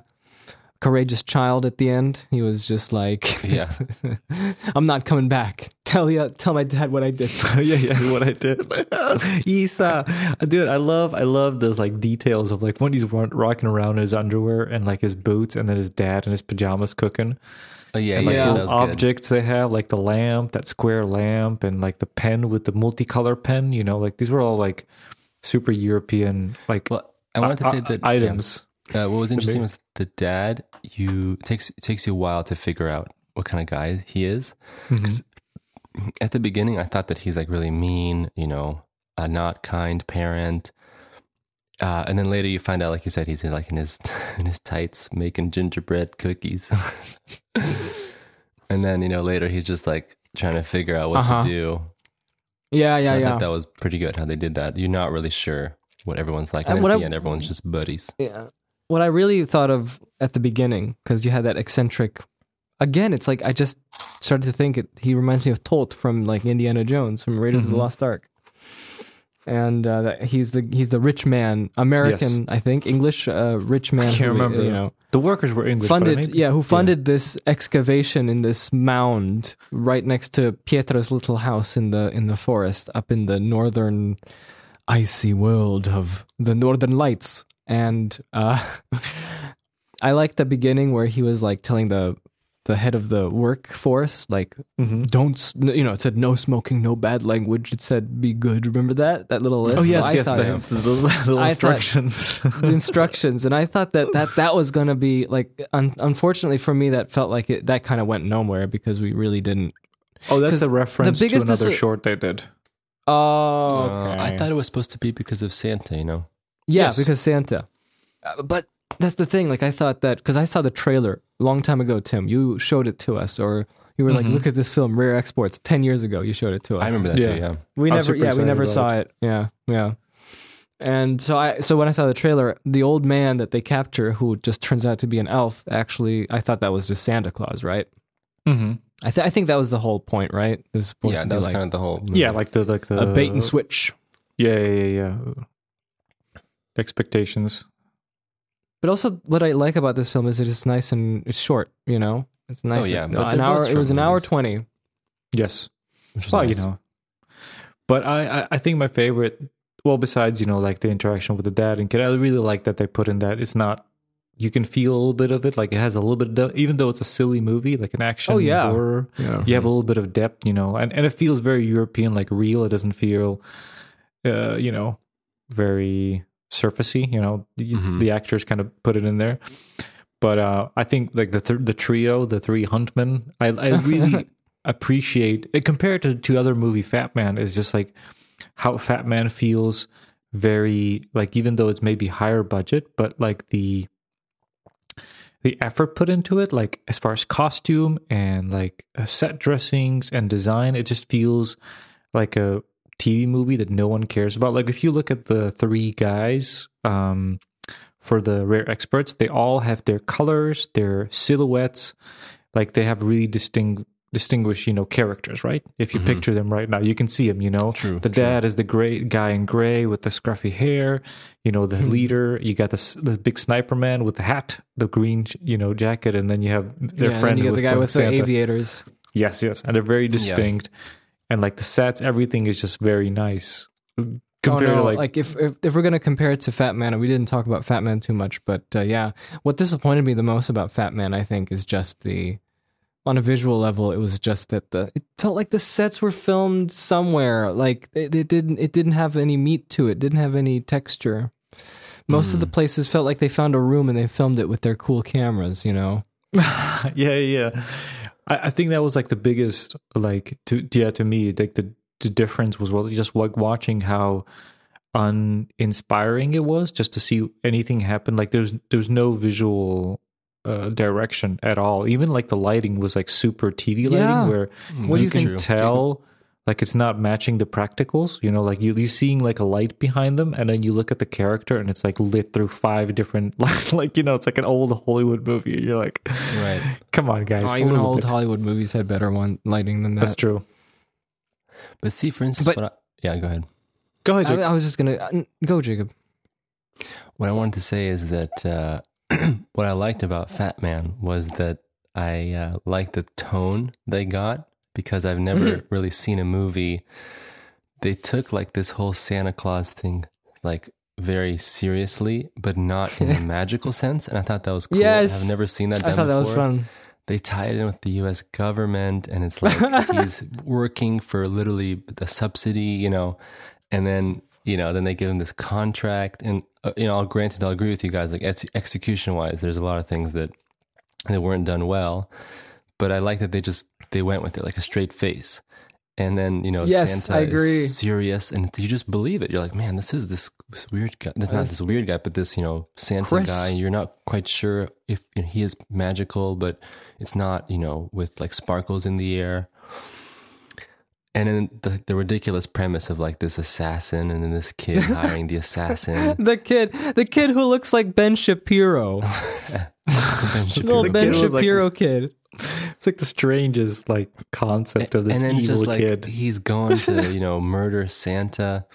[SPEAKER 1] courageous child at the end. He was just like,
[SPEAKER 3] Yeah,
[SPEAKER 1] "I'm not coming back. Tell you, tell my dad what I did."
[SPEAKER 2] yeah, yeah, what I did. Isa, dude, I love, I love those like details of like when he's ro- rocking around in his underwear and like his boots, and then his dad in his pajamas cooking.
[SPEAKER 3] oh, yeah,
[SPEAKER 2] Like
[SPEAKER 3] yeah.
[SPEAKER 1] Yeah.
[SPEAKER 3] That
[SPEAKER 2] little
[SPEAKER 3] was good.
[SPEAKER 2] objects they have, like the lamp, that square lamp, and like the pen with the multicolor pen. You know, like these were all like super European, like
[SPEAKER 3] Well, I wanted to
[SPEAKER 2] uh,
[SPEAKER 3] say
[SPEAKER 2] uh,
[SPEAKER 3] that
[SPEAKER 2] items.
[SPEAKER 3] yeah, uh, what was interesting was the
[SPEAKER 1] Mm-hmm.
[SPEAKER 3] dad. You it takes it takes you a while to figure out what kind of guy he is. 'Cause at the beginning, I thought that he's like really mean, you know, a not kind parent. Uh, and then later you find out, like you said, he's in, like in his in his tights making gingerbread cookies. and then you know later he's just like trying to figure out what
[SPEAKER 1] Uh-huh.
[SPEAKER 3] to do.
[SPEAKER 1] Yeah, yeah,
[SPEAKER 3] so I
[SPEAKER 1] yeah.
[SPEAKER 3] thought that was pretty good how they did that. You're not really sure what everyone's like, and
[SPEAKER 1] And
[SPEAKER 3] then
[SPEAKER 1] Uh, what
[SPEAKER 3] at
[SPEAKER 1] I-
[SPEAKER 3] the end everyone's just buddies.
[SPEAKER 1] Yeah. What I really thought of at the beginning, because you had that eccentric. Again, it's like I just started to think it, he reminds me of Tolt from like Indiana Jones from Raiders of the
[SPEAKER 2] Mhm.
[SPEAKER 1] Lost Ark, and uh, that he's the he's the rich man, American, I think, English uh, rich man.
[SPEAKER 2] can't
[SPEAKER 1] who,
[SPEAKER 2] remember.
[SPEAKER 1] You know,
[SPEAKER 2] The workers were English. but I
[SPEAKER 1] funded
[SPEAKER 2] may be-
[SPEAKER 1] yeah who funded this excavation in this mound right next to pietra's little house in the in the forest up in the northern icy world of the northern lights and uh i like the beginning where he was like telling the the head of the workforce like
[SPEAKER 2] Mhm.
[SPEAKER 1] don't s- you know it said no smoking no bad language it said be good remember that that little list
[SPEAKER 2] Oh yes,
[SPEAKER 1] So I
[SPEAKER 2] yes,
[SPEAKER 1] thought-
[SPEAKER 2] the, the, little
[SPEAKER 1] I thought-
[SPEAKER 2] instructions.
[SPEAKER 1] the instructions and i thought that that, that was going to be like un- unfortunately for me that felt like it that kind of went nowhere because we really didn't 'Cause
[SPEAKER 2] oh, that's
[SPEAKER 1] the
[SPEAKER 2] a reference to
[SPEAKER 1] biggest
[SPEAKER 2] another
[SPEAKER 1] dis-
[SPEAKER 2] short they did.
[SPEAKER 1] oh
[SPEAKER 3] Uh, I
[SPEAKER 2] Okay.
[SPEAKER 3] thought it was supposed to be because of Santa, you know.
[SPEAKER 1] yeah
[SPEAKER 2] yes.
[SPEAKER 1] because santa Uh, but that's the thing like i thought that because i saw the trailer a long time ago tim you showed it to us or you were like
[SPEAKER 2] Mhm.
[SPEAKER 1] look at this film rare exports 10 years ago you showed it to us
[SPEAKER 3] I remember that
[SPEAKER 2] Yeah.
[SPEAKER 3] too. Yeah.
[SPEAKER 1] we
[SPEAKER 2] I was
[SPEAKER 1] never
[SPEAKER 2] super
[SPEAKER 1] yeah we
[SPEAKER 2] excited
[SPEAKER 1] never
[SPEAKER 2] about
[SPEAKER 1] saw it. yeah yeah and so i so when i saw the trailer the old man that they capture who just turns out to be an elf actually i thought that was just santa claus right
[SPEAKER 2] Mm-hmm.
[SPEAKER 1] I, th- I think that was the whole point, right? It was supposed
[SPEAKER 3] Yeah,
[SPEAKER 1] to
[SPEAKER 3] that
[SPEAKER 1] be
[SPEAKER 3] was
[SPEAKER 1] like
[SPEAKER 3] kind of the whole.
[SPEAKER 2] Yeah, like the like the
[SPEAKER 1] a bait and switch.
[SPEAKER 2] Yeah, yeah, yeah, yeah. Expectations.
[SPEAKER 1] But also, what I like about this film is it is nice and it's short. You know, it's nice.
[SPEAKER 3] yeah,
[SPEAKER 1] uh,
[SPEAKER 3] but they're
[SPEAKER 1] an
[SPEAKER 3] both
[SPEAKER 1] hour. It
[SPEAKER 3] short
[SPEAKER 1] was an hour
[SPEAKER 3] movies.
[SPEAKER 1] twenty.
[SPEAKER 2] Yes.
[SPEAKER 3] which was
[SPEAKER 2] Well, you
[SPEAKER 3] nice.
[SPEAKER 2] know. But I, I, I think my favorite, well, besides you know like the interaction with the dad and kid, I really like that they put in that it's not. You can feel a little bit of it, like it has a little bit, of, even though it's a silly movie, like an action
[SPEAKER 1] Oh, yeah.
[SPEAKER 2] horror.
[SPEAKER 1] Yeah.
[SPEAKER 2] You have a little bit of depth, you know, and, and it feels very European, like real. It doesn't feel, uh, you know, very surfacey. You know, the,
[SPEAKER 3] Mhm.
[SPEAKER 2] the actors kind of put it in there. But uh, I think like the th- the trio, the three huntmen, I, I really appreciate it compared to, to other movie. Fat Man is just like how Fat Man feels very like even though it's maybe higher budget, but like the the effort put into it, like as far as costume and like uh, set dressings and design, it just feels like a TV movie that no one cares about. Like if you look at the three guys um, for the rare experts, they all have their colors, their silhouettes, like they have really distinct distinguished you know characters right if you picture them right now you can see them you know
[SPEAKER 3] Mm-hmm. True,
[SPEAKER 2] the
[SPEAKER 3] true.
[SPEAKER 2] dad is the gray guy in gray with the scruffy hair you know
[SPEAKER 3] Hmm.
[SPEAKER 2] the leader you got this the big sniper man with the hat the green you know jacket and then you have their
[SPEAKER 1] and
[SPEAKER 2] friend
[SPEAKER 1] then you get
[SPEAKER 2] with
[SPEAKER 1] the guy with the
[SPEAKER 2] Santa.
[SPEAKER 1] aviators.
[SPEAKER 2] Yes, yes, and they're very distinct, and like the sets, everything is just very nice. Compared
[SPEAKER 1] oh no!
[SPEAKER 2] to
[SPEAKER 1] Like,
[SPEAKER 2] like,
[SPEAKER 1] if, if if we're gonna compare it to Fat Man, and we didn't talk about Fat Man too much, but uh, yeah, what disappointed me the most about Fat Man, I think, is just the on a visual level, it was just that the it felt like the sets were filmed somewhere. Like it, it didn't it didn't have any meat to it. Didn't have any texture. Most of the places felt like they found a room and they filmed it with their cool cameras. You know.
[SPEAKER 2] yeah, yeah. I, I think that was like the biggest, like to yeah, to me, like the the difference was well, just like watching how uninspiring it was, just to see anything happen. Like there's there's no visual. Uh, direction at all even like the lighting was like super tv lighting
[SPEAKER 1] Yeah.
[SPEAKER 2] where
[SPEAKER 1] What do you
[SPEAKER 2] you can
[SPEAKER 3] Hmm, That's
[SPEAKER 1] think-
[SPEAKER 3] true.
[SPEAKER 2] tell like it's not matching the practicals you know like you, you're seeing like a light behind them and then you look at the character and it's like lit through five different like, you know it's like an old hollywood movie and you're like
[SPEAKER 3] Right.
[SPEAKER 2] come on guys
[SPEAKER 1] Oh,
[SPEAKER 2] a
[SPEAKER 1] even
[SPEAKER 2] little
[SPEAKER 1] old
[SPEAKER 2] bit.
[SPEAKER 1] Hollywood movies had better one lighting than
[SPEAKER 2] that's
[SPEAKER 1] that.
[SPEAKER 2] true
[SPEAKER 3] But see, for instance,
[SPEAKER 1] But-
[SPEAKER 3] what I, yeah, go ahead.
[SPEAKER 2] go ahead
[SPEAKER 1] I,
[SPEAKER 2] Jake.
[SPEAKER 1] I was just gonna uh, go, Jacob.
[SPEAKER 3] What I wanted to say is that uh, what I liked about Fat Man was that I uh, liked the tone they got because I've never
[SPEAKER 1] Mm-hmm.
[SPEAKER 3] really seen a movie. They took like this whole Santa Claus thing like very seriously, but not in a magical sense. And I thought that was cool.
[SPEAKER 1] Yes.
[SPEAKER 3] I've never seen that. Done
[SPEAKER 1] I thought that was
[SPEAKER 3] before.
[SPEAKER 1] fun.
[SPEAKER 3] they tie it in with the U.S. government, and it's like he's working for literally the subsidy, you know, and then you know, then they give him this contract, and uh, you know, I'll granted, I'll agree with you guys, like ex- execution wise, there's a lot of things that that weren't done well, but I like that they just they went with it like a straight face, And then you know,
[SPEAKER 1] Yes,
[SPEAKER 3] Santa
[SPEAKER 1] I agree.
[SPEAKER 3] is serious, and you just believe it. You're like, man, this is this, this weird guy. Not this weird guy, but this you know Santa
[SPEAKER 1] Chris.
[SPEAKER 3] guy. You're not quite sure if you know, he is magical, but it's not. You know, with like sparkles in the air. And then the, the ridiculous premise of like this assassin, and then this kid hiring the assassin.
[SPEAKER 1] The kid, the kid who looks like Ben Shapiro,
[SPEAKER 3] Ben
[SPEAKER 1] little
[SPEAKER 3] Shapiro.
[SPEAKER 2] The
[SPEAKER 1] Ben
[SPEAKER 2] kid was like-
[SPEAKER 1] Shapiro kid.
[SPEAKER 2] It's like the strangest like concept of this
[SPEAKER 3] and then it's
[SPEAKER 2] evil
[SPEAKER 3] just like
[SPEAKER 2] kid.
[SPEAKER 3] he's going to you know murder Santa,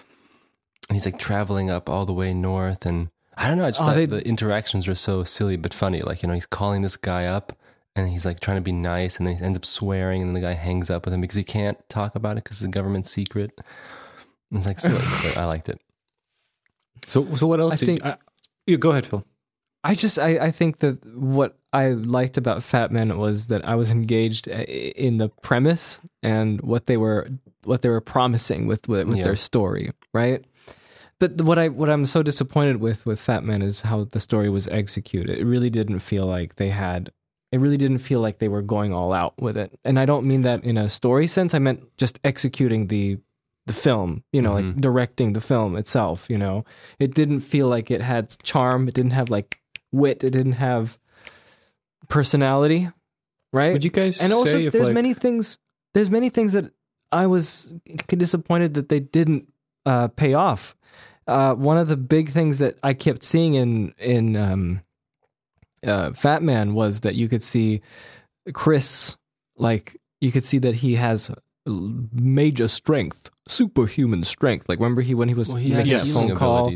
[SPEAKER 3] and he's like traveling up all the way north, and I don't know. I just
[SPEAKER 1] Oh,
[SPEAKER 3] thought
[SPEAKER 1] they-
[SPEAKER 3] the interactions were so silly but funny. Like you know, he's calling this guy up, and he's like trying to be nice, and then he ends up swearing, and then the guy hangs up with him because he can't talk about it because it's a government secret. And It's like silly, but I liked it.
[SPEAKER 2] so so what else?
[SPEAKER 1] I
[SPEAKER 2] did
[SPEAKER 1] think-
[SPEAKER 2] you, I, you go ahead, Phil.
[SPEAKER 1] I just I, I think that what I liked about Fat Man was that I was engaged i- in the premise and what they were what they were promising with with, with
[SPEAKER 3] Yeah.
[SPEAKER 1] their story, right? But what I what I'm so disappointed with with Fat Man is how the story was executed. It really didn't feel like they had it really didn't feel like they were going all out with it. And I don't mean that in a story sense. I meant just executing the the film, you know, like directing the film itself, you know. It didn't feel like it had charm, it didn't have like wit, it didn't have personality, right?
[SPEAKER 2] Would you guys
[SPEAKER 1] and also
[SPEAKER 2] say if
[SPEAKER 1] there's
[SPEAKER 2] like
[SPEAKER 1] many things there's many things that I was c- disappointed that they didn't uh, pay off. Uh, one of the big things that I kept seeing in in um, uh, Fat Man was that you could see Chris like you could see that he has l- major strength, superhuman strength. Like remember he when he was making
[SPEAKER 2] has
[SPEAKER 1] a
[SPEAKER 2] healing
[SPEAKER 1] phone call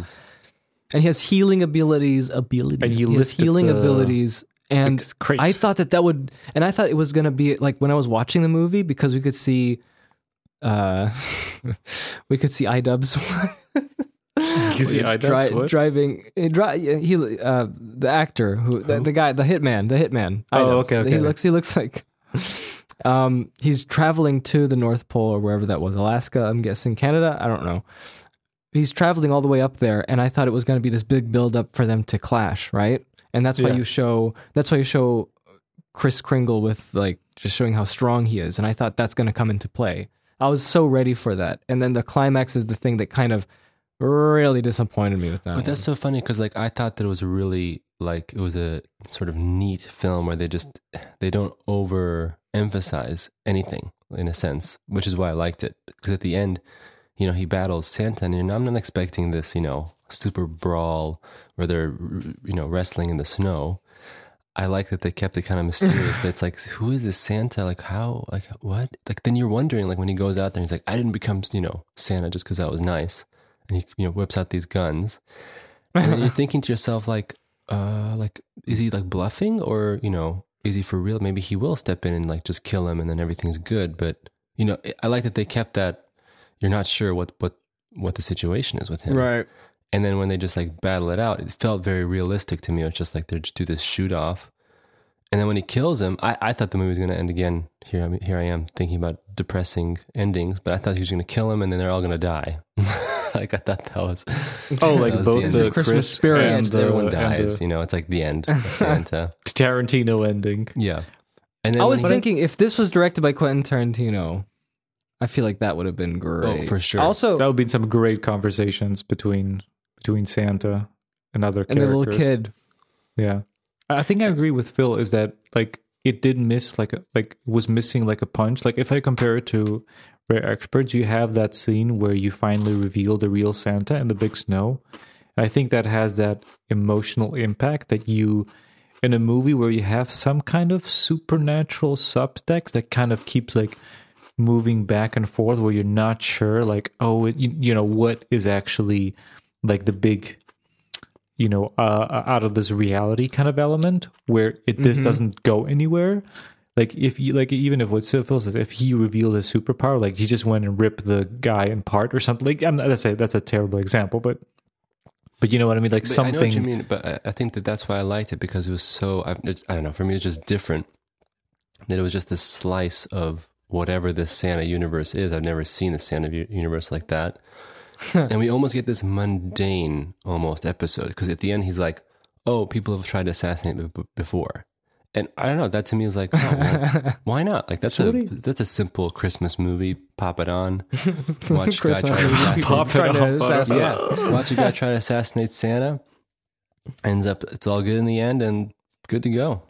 [SPEAKER 1] and he has healing abilities, abilities,
[SPEAKER 2] And you
[SPEAKER 1] he has
[SPEAKER 2] listed
[SPEAKER 1] healing
[SPEAKER 2] the-
[SPEAKER 1] abilities and
[SPEAKER 2] it's great.
[SPEAKER 1] I thought that that would, and I thought it was gonna be like when I was watching the movie because we could see, uh, we could see iDubbbz.
[SPEAKER 2] could see iDubbbz,
[SPEAKER 1] Dri-
[SPEAKER 2] what?
[SPEAKER 1] driving. eh, Dri- he uh, the actor who the, the guy the hitman the hitman.
[SPEAKER 2] Oh,
[SPEAKER 1] iDubbbz.
[SPEAKER 2] okay, okay.
[SPEAKER 1] He looks he looks like. Um, he's traveling to the North Pole or wherever that was, Alaska. I'm guessing Canada. I don't know he's traveling all the way up there and i thought it was going to be this big build up for them to clash right and that's why
[SPEAKER 2] Yeah.
[SPEAKER 1] you show that's why you show chris kringle with like just showing how strong he is and i thought that's going to come into play i was so ready for that and then the climax is the thing that kind of really disappointed me with that
[SPEAKER 3] But that's so funny because like I thought that it was really like it was a sort of neat film where they just they don't overemphasize anything in a sense, which is why I liked it because at the end, you know, he battles Santa, and I'm not expecting this, you know, super brawl where they're you know wrestling in the snow. I like that they kept it kind of mysterious. That's like, who is this Santa? Like, how? Like, what? Like, then you're wondering. Like, when he goes out there, he's like, I didn't become, you know, Santa just because I was nice. And he, you know, whips out these guns, and then you're thinking to yourself like uh like is he like bluffing or you know is he for real maybe he will step in and like just kill him and then everything's good but you know I- i like that they kept that you're not sure what what what the situation is with him
[SPEAKER 1] right
[SPEAKER 3] and then when they just like battle it out it felt very realistic to me it's just like they just do this shoot off and then when he kills him i, I thought the movie was going to end again here I'm, here i am thinking about depressing endings but i thought he was going to kill him and then they're all going to die like i thought that was
[SPEAKER 2] oh
[SPEAKER 3] that
[SPEAKER 2] like
[SPEAKER 3] was
[SPEAKER 2] both
[SPEAKER 3] the
[SPEAKER 2] the,
[SPEAKER 3] end.
[SPEAKER 1] Christmas
[SPEAKER 2] Chris
[SPEAKER 1] spirit.
[SPEAKER 3] yeah,
[SPEAKER 2] and
[SPEAKER 3] just
[SPEAKER 2] the,
[SPEAKER 3] everyone
[SPEAKER 2] and
[SPEAKER 3] dies.
[SPEAKER 2] the
[SPEAKER 3] you know, it's like the end of Santa.
[SPEAKER 2] Tarantino ending.
[SPEAKER 3] yeah. And then
[SPEAKER 1] i was
[SPEAKER 3] when he-
[SPEAKER 1] thinking if this was directed by quentin tarantino i feel like that would have been great
[SPEAKER 3] Oh, for sure.
[SPEAKER 1] also
[SPEAKER 2] That would be some great conversations between between Santa and other
[SPEAKER 1] and the
[SPEAKER 2] characters.
[SPEAKER 1] little kid
[SPEAKER 2] Yeah, I I think I agree with Phil. Is that like it did miss like a, like it was missing like a punch. Like if I compare it to Rare Experts, you have that scene where you finally reveal the real Santa in the big snow. And I think that has that emotional impact that you in a movie where you have some kind of supernatural subtext that kind of keeps like moving back and forth where you're not sure like oh it, you, you know what is actually like the big you know uh, out of this reality kind of element where it this doesn't go anywhere like if you like even if what Sid Phil says if he revealed his superpower like he just went and ripped the guy in part or something like I'm, that's a that's a terrible example but but you know what I mean like
[SPEAKER 3] But I know
[SPEAKER 2] something
[SPEAKER 3] what you mean, but I, I think that that's why I liked it because it was so. I, it's- I don't know. For me, it's just different. That it was just this slice of whatever this Santa universe is. I've never seen a Santa u- universe like that, and we almost get this mundane almost episode because at the end he's like, "Oh, people have tried to assassinate me b- before," And I don't know. That to me was like, oh, well, why not? Like that's
[SPEAKER 2] So
[SPEAKER 3] a
[SPEAKER 2] what do you-
[SPEAKER 3] that's a simple Christmas movie. Pop it on. Watch
[SPEAKER 1] Chris Rock
[SPEAKER 3] guy try to
[SPEAKER 1] movie,
[SPEAKER 3] attack
[SPEAKER 1] people
[SPEAKER 2] Pop it
[SPEAKER 1] trying to
[SPEAKER 2] off, pop it
[SPEAKER 1] assassinate-
[SPEAKER 3] yeah, watch a guy try to assassinate Santa. Ends up, it's all good in the end, and good to go.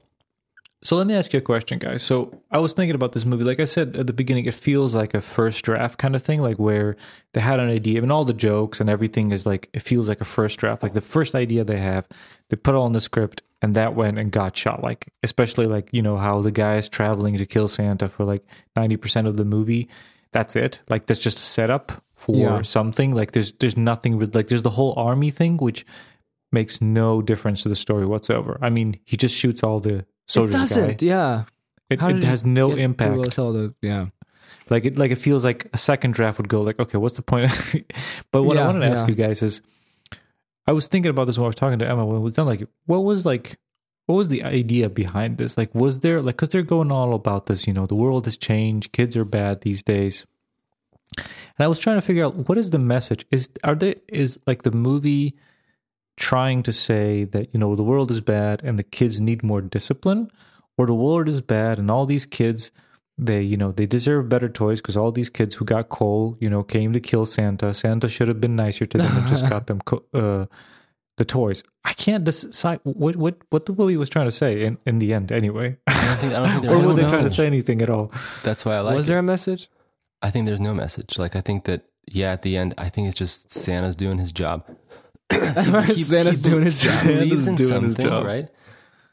[SPEAKER 2] So let me ask you a question, guys. So I was thinking about this movie. Like I said at the beginning, it feels like a first draft kind of thing, like where they had an idea and all the jokes and everything is like it feels like a first draft, like the first idea they have, they put it all in the script and that went and got shot. Like especially like, you know, how the guy is traveling to kill Santa for like ninety percent of the movie. That's it. Like that's just a setup for
[SPEAKER 1] Yeah.
[SPEAKER 2] something. Like there's there's nothing with like there's the whole army thing which makes no difference to the story whatsoever. I mean, he just shoots all the
[SPEAKER 1] It
[SPEAKER 2] soldiers. guy.
[SPEAKER 1] doesn't. Yeah.
[SPEAKER 2] It,
[SPEAKER 1] How
[SPEAKER 2] it
[SPEAKER 1] did you
[SPEAKER 2] has no
[SPEAKER 1] Get-
[SPEAKER 2] impact.
[SPEAKER 1] well, tell the- yeah.
[SPEAKER 2] Like it, like it feels like a second draft would go like, okay, what's the point? but what I
[SPEAKER 1] Yeah,
[SPEAKER 2] wanted to ask
[SPEAKER 1] yeah.
[SPEAKER 2] you guys is, I was thinking about this when I was talking to Emma when it was done. Like, what was like, what was the idea behind this? Like, was there like, because they're going all about this, you know, the world has changed, kids are bad these days, and I was trying to figure out what is the message? Is are they is like the movie trying to say that you know the world is bad and the kids need more discipline or the world is bad and all these kids they you know they deserve better toys because all these kids who got coal you know came to kill santa santa should have been nicer to them and just got them co- uh, the toys i can't decide what what what the movie was trying to say in, in the end anyway
[SPEAKER 3] I don't think, I don't think
[SPEAKER 2] or
[SPEAKER 3] there's
[SPEAKER 2] were
[SPEAKER 3] no
[SPEAKER 2] they trying to
[SPEAKER 3] message.
[SPEAKER 2] say anything at all
[SPEAKER 3] That's why I like
[SPEAKER 1] was
[SPEAKER 3] it.
[SPEAKER 1] there a message?
[SPEAKER 3] I think there's no message. Like I think that yeah, at the end, I think it's just Santa's doing his job. He-
[SPEAKER 1] Santa's
[SPEAKER 3] he
[SPEAKER 1] doing his
[SPEAKER 3] believes-
[SPEAKER 1] job.
[SPEAKER 3] he
[SPEAKER 2] Santa's
[SPEAKER 3] believes in
[SPEAKER 2] doing his
[SPEAKER 3] something,
[SPEAKER 2] job.
[SPEAKER 3] right?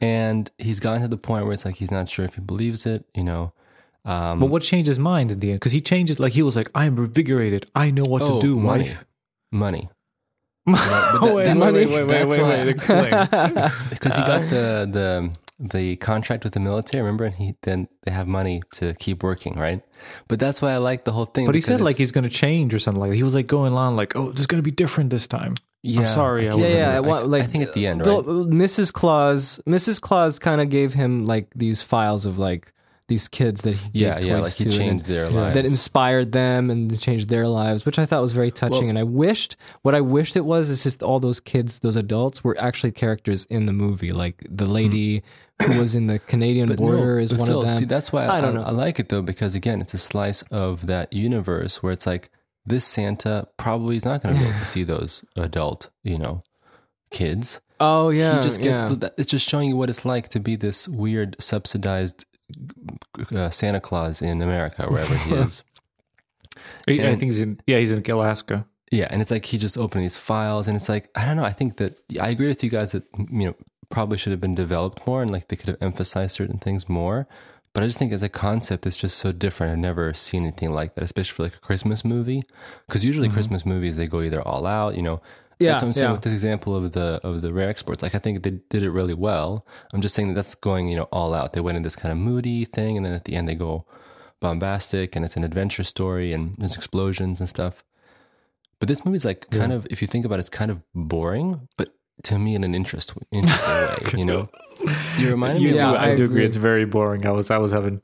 [SPEAKER 3] And he's gotten to the point where it's like he's not sure if he believes it. You know, um,
[SPEAKER 2] but what changed his mind in the end because he changes like he was like i'm revigorated i know what to do
[SPEAKER 3] money,
[SPEAKER 2] wife
[SPEAKER 3] money.
[SPEAKER 2] Oh, wait,
[SPEAKER 3] Oh, that-
[SPEAKER 2] wait, wait,
[SPEAKER 3] money-
[SPEAKER 2] wait, wait,
[SPEAKER 3] that's
[SPEAKER 2] wait,
[SPEAKER 3] why-
[SPEAKER 2] wait, explain.
[SPEAKER 3] because he got the the the contract with the military. Remember, and he then they have money to keep working, right? But that's why I like the whole thing.
[SPEAKER 2] But he
[SPEAKER 3] because
[SPEAKER 2] said like
[SPEAKER 3] it's-
[SPEAKER 2] he's going to change or something like that. He was like going on like, oh, this is going to be different this time.
[SPEAKER 3] yeah, uh,
[SPEAKER 2] sorry, I
[SPEAKER 3] can't
[SPEAKER 2] wasn't-
[SPEAKER 3] remember.
[SPEAKER 1] Yeah, yeah, I want,
[SPEAKER 3] I
[SPEAKER 1] like,
[SPEAKER 3] think at the end,
[SPEAKER 1] Bill-
[SPEAKER 3] right?
[SPEAKER 1] Mrs. Claus, Mrs. Claus kind of gave him like these files of like these kids that he gave
[SPEAKER 3] Yeah, yeah,
[SPEAKER 1] toys
[SPEAKER 3] like he
[SPEAKER 1] to and
[SPEAKER 3] changed their
[SPEAKER 1] that-
[SPEAKER 3] lives.
[SPEAKER 1] that inspired them and changed their lives, which I thought was very touching.
[SPEAKER 3] Well-
[SPEAKER 1] and I wished what I wished it was is if all those kids, those adults, were actually characters in the movie, like the lady who was in the Canadian
[SPEAKER 3] Hmm. But
[SPEAKER 1] border
[SPEAKER 3] no,
[SPEAKER 1] is
[SPEAKER 3] but
[SPEAKER 1] one
[SPEAKER 3] Phil,
[SPEAKER 1] of them.
[SPEAKER 3] See, that's why I,
[SPEAKER 1] I don't
[SPEAKER 3] I-
[SPEAKER 1] know.
[SPEAKER 3] I like it though because again, it's a slice of that universe where it's like this Santa probably is not going to be able to see those adult, you know, kids.
[SPEAKER 1] oh yeah,
[SPEAKER 3] he just gets
[SPEAKER 1] yeah.
[SPEAKER 3] the, that- it's just showing you what it's like to be this weird subsidized uh, Santa Claus in America, wherever he is.
[SPEAKER 2] I- I
[SPEAKER 3] And-
[SPEAKER 2] think he's in. Yeah, he's in Alaska.
[SPEAKER 3] Yeah, and it's like he just opened these files, and it's like I don't know. I think that I agree with you guys that you know probably should have been developed more, and like they could have emphasized certain things more. But I just think as a concept, it's just so different. I've never seen anything like that, especially for like a Christmas movie, because usually Christmas movies they go either all out, you know.
[SPEAKER 1] Mm-hmm. Yeah,
[SPEAKER 3] that's what I'm saying
[SPEAKER 1] yeah.
[SPEAKER 3] with this example of the of the rare exports. Like I think they did it really well. I'm just saying that that's going you know all out. They went in this kind of moody thing, and then at the end they go bombastic, and it's an adventure story, and there's explosions and stuff. But this movie's like kind of, if you think about it, it's kind of boring, but to me in an interest, interesting way, you know? You reminded me
[SPEAKER 2] You
[SPEAKER 3] of
[SPEAKER 1] Yeah,
[SPEAKER 2] do. I,
[SPEAKER 1] I agree.
[SPEAKER 2] do agree. It's very boring. I was. I was having.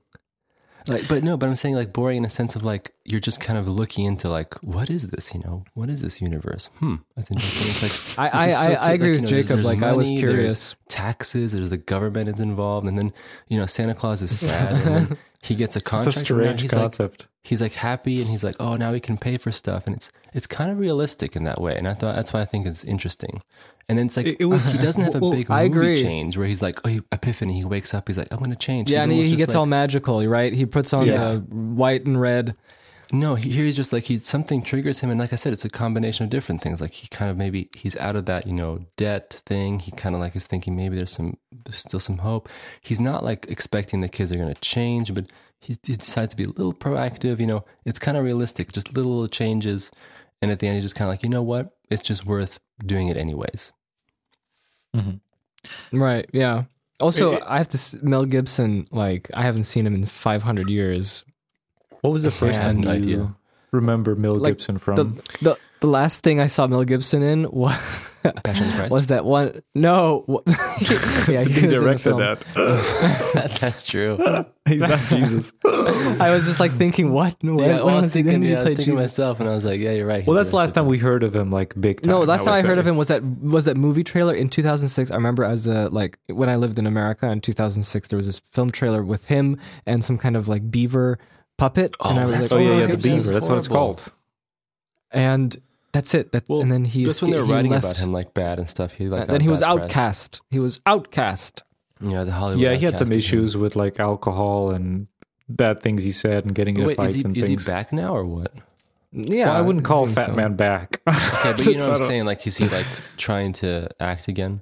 [SPEAKER 3] like, but no, but I'm saying like boring in a sense of like, you're just kind of looking into like, what is this, you know? What is this universe? Hmm, that's interesting. It's like,
[SPEAKER 1] I- I-
[SPEAKER 3] this is
[SPEAKER 1] I-
[SPEAKER 3] typ-
[SPEAKER 1] I agree with
[SPEAKER 3] you there's-
[SPEAKER 1] Jacob,
[SPEAKER 3] there's
[SPEAKER 1] like, I was
[SPEAKER 3] there's
[SPEAKER 1] curious.
[SPEAKER 3] Taxes, there's the government is involved, and then, you know, Santa Claus is sad, and then he gets a
[SPEAKER 2] It's a
[SPEAKER 3] contract. and now
[SPEAKER 2] strange
[SPEAKER 3] he's like,
[SPEAKER 2] concept.
[SPEAKER 3] he's like happy and he's like oh now we can pay for stuff and it's it's kind of realistic in that way and i thought that's why i think it's interesting and then it's like
[SPEAKER 2] It- it was-
[SPEAKER 3] he doesn't have a
[SPEAKER 2] well,
[SPEAKER 3] big
[SPEAKER 1] I
[SPEAKER 3] movie
[SPEAKER 1] agree.
[SPEAKER 3] change where he's like oh he- epiphany he wakes up he's like i'm gonna change
[SPEAKER 1] yeah,
[SPEAKER 3] He's
[SPEAKER 1] and he,
[SPEAKER 3] almost
[SPEAKER 1] he
[SPEAKER 3] just
[SPEAKER 1] gets all
[SPEAKER 3] like-
[SPEAKER 1] magical, right? He puts on
[SPEAKER 3] Yes.
[SPEAKER 1] the white and red.
[SPEAKER 3] no he, here he's just like he something triggers him and like i said it's a combination of different things like he kind of maybe he's out of that you know debt thing he kind of like is thinking maybe there's some there's still some hope he's not like expecting the kids are gonna change but he, he decides to be a little proactive you know it's kind of realistic just little changes And at the end, you're just kind of like, you know what? It's just worth doing it anyways.
[SPEAKER 1] Right. Yeah. Also,
[SPEAKER 2] It- it-
[SPEAKER 1] I have to s- Mel Gibson. Like, I haven't seen him in 500 years.
[SPEAKER 2] What was the first
[SPEAKER 3] had
[SPEAKER 2] time
[SPEAKER 3] no
[SPEAKER 2] you
[SPEAKER 3] idea.
[SPEAKER 2] remember Mel
[SPEAKER 1] Like,
[SPEAKER 3] Um,
[SPEAKER 2] Gibson from?
[SPEAKER 1] The the the last thing I saw Mel Gibson in was
[SPEAKER 3] Passion of the Christ.
[SPEAKER 1] was that one? No, wha- yeah, he
[SPEAKER 2] He
[SPEAKER 1] was in the
[SPEAKER 2] directed
[SPEAKER 1] film.
[SPEAKER 2] that.
[SPEAKER 3] That's true.
[SPEAKER 2] He's not Jesus.
[SPEAKER 1] I was just like thinking, what? When,
[SPEAKER 3] Yeah, well,
[SPEAKER 1] when
[SPEAKER 3] I was
[SPEAKER 1] was he- when
[SPEAKER 3] thinking,
[SPEAKER 1] did
[SPEAKER 3] yeah,
[SPEAKER 1] you
[SPEAKER 3] I was
[SPEAKER 1] play
[SPEAKER 3] thinking to
[SPEAKER 1] Jesus?
[SPEAKER 3] myself, and I was like, "Yeah, you're right."
[SPEAKER 2] Well, that's the last time we heord of him, like big time.
[SPEAKER 1] No, last time I
[SPEAKER 2] would
[SPEAKER 1] heard
[SPEAKER 2] say.
[SPEAKER 1] of him was that was that movie trailer in 2006. I remember as a like when I lived in America in 2006, there was this film trailer with him and some kind of like beaver puppet.
[SPEAKER 3] Oh,
[SPEAKER 1] and I
[SPEAKER 3] that's
[SPEAKER 1] was
[SPEAKER 2] Oh
[SPEAKER 1] like,
[SPEAKER 3] what
[SPEAKER 2] yeah, yeah,
[SPEAKER 3] okay,
[SPEAKER 2] the
[SPEAKER 3] so
[SPEAKER 2] beaver.
[SPEAKER 3] it's
[SPEAKER 2] That's what it's
[SPEAKER 3] horrible.
[SPEAKER 2] called.
[SPEAKER 1] and that's it. That,
[SPEAKER 3] Well,
[SPEAKER 1] and then he
[SPEAKER 3] Just when they were
[SPEAKER 1] esca- he
[SPEAKER 3] writing
[SPEAKER 1] left.
[SPEAKER 3] about him like bad and stuff, he like
[SPEAKER 1] And then
[SPEAKER 3] got
[SPEAKER 1] he was
[SPEAKER 3] bad press.
[SPEAKER 1] outcast. He was outcast.
[SPEAKER 3] Yeah, the Hollywood.
[SPEAKER 2] Yeah, he had some
[SPEAKER 3] outcasted him.
[SPEAKER 2] issues with like alcohol and bad things he said and getting
[SPEAKER 3] But
[SPEAKER 2] into
[SPEAKER 3] Wait,
[SPEAKER 2] fights
[SPEAKER 3] is he
[SPEAKER 2] and
[SPEAKER 3] is he
[SPEAKER 2] things.
[SPEAKER 3] back now or what? Okay,
[SPEAKER 1] Yeah,
[SPEAKER 2] Well, I wouldn't
[SPEAKER 1] it
[SPEAKER 2] call
[SPEAKER 1] seems
[SPEAKER 2] Fat
[SPEAKER 1] so.
[SPEAKER 2] Man back.
[SPEAKER 3] but you
[SPEAKER 2] That's-
[SPEAKER 3] know
[SPEAKER 2] I
[SPEAKER 3] what I'm
[SPEAKER 2] don't-
[SPEAKER 3] saying? Like, is he like trying to act again?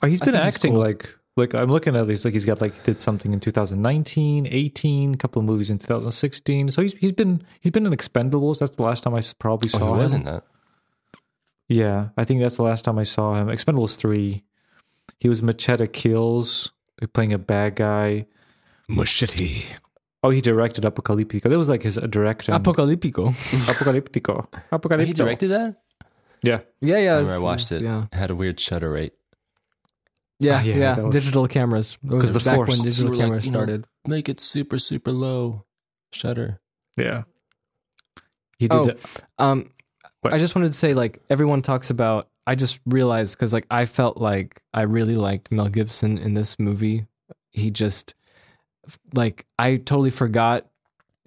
[SPEAKER 2] Oh, he's
[SPEAKER 1] I
[SPEAKER 2] been
[SPEAKER 1] think he's
[SPEAKER 2] acting
[SPEAKER 1] cool.
[SPEAKER 2] like like I'm looking at this like he's got like he did something in 2019, 18, a couple of movies in 2016. So he's he's been he's been in Expendables. That's the last time I s- probably
[SPEAKER 3] Oh,
[SPEAKER 2] saw
[SPEAKER 3] he
[SPEAKER 2] him.
[SPEAKER 3] wasn't that.
[SPEAKER 2] Yeah, I think that's the last time I saw him. Expendables three. He was Machete Kills, playing a bad guy.
[SPEAKER 1] Machete.
[SPEAKER 2] Oh, he directed Apocalyptico. That was like his director.
[SPEAKER 1] Apocalyptico.
[SPEAKER 2] Apocalyptico.
[SPEAKER 1] Oh,
[SPEAKER 2] Apocalyptico.
[SPEAKER 3] He directed that.
[SPEAKER 2] Yeah.
[SPEAKER 1] Yeah, yeah.
[SPEAKER 3] I remember I
[SPEAKER 1] it's-
[SPEAKER 3] watched it.
[SPEAKER 1] Yeah,
[SPEAKER 3] It had a weird shudder rate.
[SPEAKER 1] yeah,
[SPEAKER 2] Ah, yeah,
[SPEAKER 1] yeah.
[SPEAKER 2] that was-
[SPEAKER 1] digital cameras. It was
[SPEAKER 2] 'Cause the
[SPEAKER 1] back
[SPEAKER 2] force,
[SPEAKER 1] when digital
[SPEAKER 3] you were like,
[SPEAKER 1] cameras
[SPEAKER 3] you know-
[SPEAKER 1] started.
[SPEAKER 3] Make it super super low shudder.
[SPEAKER 2] Yeah. He did.
[SPEAKER 1] Oh.
[SPEAKER 2] it.
[SPEAKER 1] Um,
[SPEAKER 2] What?
[SPEAKER 1] I just wanted to say, like everyone talks about. I just realized because, like, I felt like I really liked Mel Gibson in this movie. He just, like, I totally forgot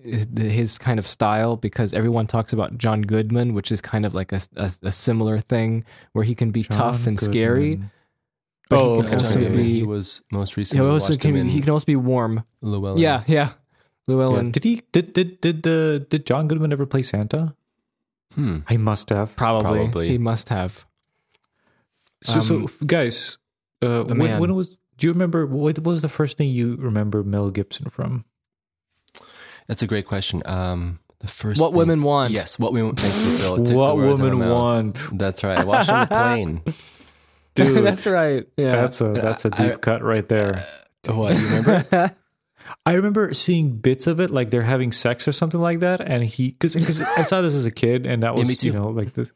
[SPEAKER 1] eh, his kind of style because everyone talks about John Goodman, which is kind of like a, a, a similar thing where he can be tough
[SPEAKER 2] John
[SPEAKER 1] and scary.
[SPEAKER 2] Goodman.
[SPEAKER 1] But he
[SPEAKER 2] Oh,
[SPEAKER 3] Yeah,
[SPEAKER 1] can
[SPEAKER 2] okay.
[SPEAKER 3] John
[SPEAKER 1] also
[SPEAKER 2] Yeah, yeah,
[SPEAKER 3] Goodman,
[SPEAKER 1] be.
[SPEAKER 3] he was most
[SPEAKER 1] he
[SPEAKER 3] recently.
[SPEAKER 1] also
[SPEAKER 3] watched him
[SPEAKER 1] can.
[SPEAKER 3] in
[SPEAKER 1] He can also be warm.
[SPEAKER 3] Llewellyn.
[SPEAKER 1] Yeah, yeah. Llewellyn.
[SPEAKER 2] Yeah. Did he? Did did did uh, did John Goodman ever play Santa?
[SPEAKER 3] Hmm.
[SPEAKER 2] I must have.
[SPEAKER 1] Probably.
[SPEAKER 3] Probably.
[SPEAKER 1] He must have.
[SPEAKER 2] So, so
[SPEAKER 1] Um,
[SPEAKER 2] f- guys, uh,
[SPEAKER 1] the
[SPEAKER 2] when,
[SPEAKER 1] man.
[SPEAKER 2] when was? Do you remember what was the first thing you remember Mel Gibson from?
[SPEAKER 3] That's a great question. Um, the first
[SPEAKER 1] What
[SPEAKER 3] thing-
[SPEAKER 1] women want.
[SPEAKER 3] Yes, what women. Thank you, Phil. Oh, It took the
[SPEAKER 2] what
[SPEAKER 3] words out of
[SPEAKER 2] woman
[SPEAKER 3] my mouth.
[SPEAKER 2] want,
[SPEAKER 3] That's right. I watched on the plane.
[SPEAKER 2] dude?
[SPEAKER 1] that's right. Yeah.
[SPEAKER 2] That's a that's a
[SPEAKER 3] I-
[SPEAKER 2] deep cut right there.
[SPEAKER 3] What you remember?
[SPEAKER 2] I remember seeing bits of it, like they're having sex or something like that, and he because I saw this as a kid, and that was
[SPEAKER 3] me
[SPEAKER 2] you
[SPEAKER 3] too.
[SPEAKER 2] know like the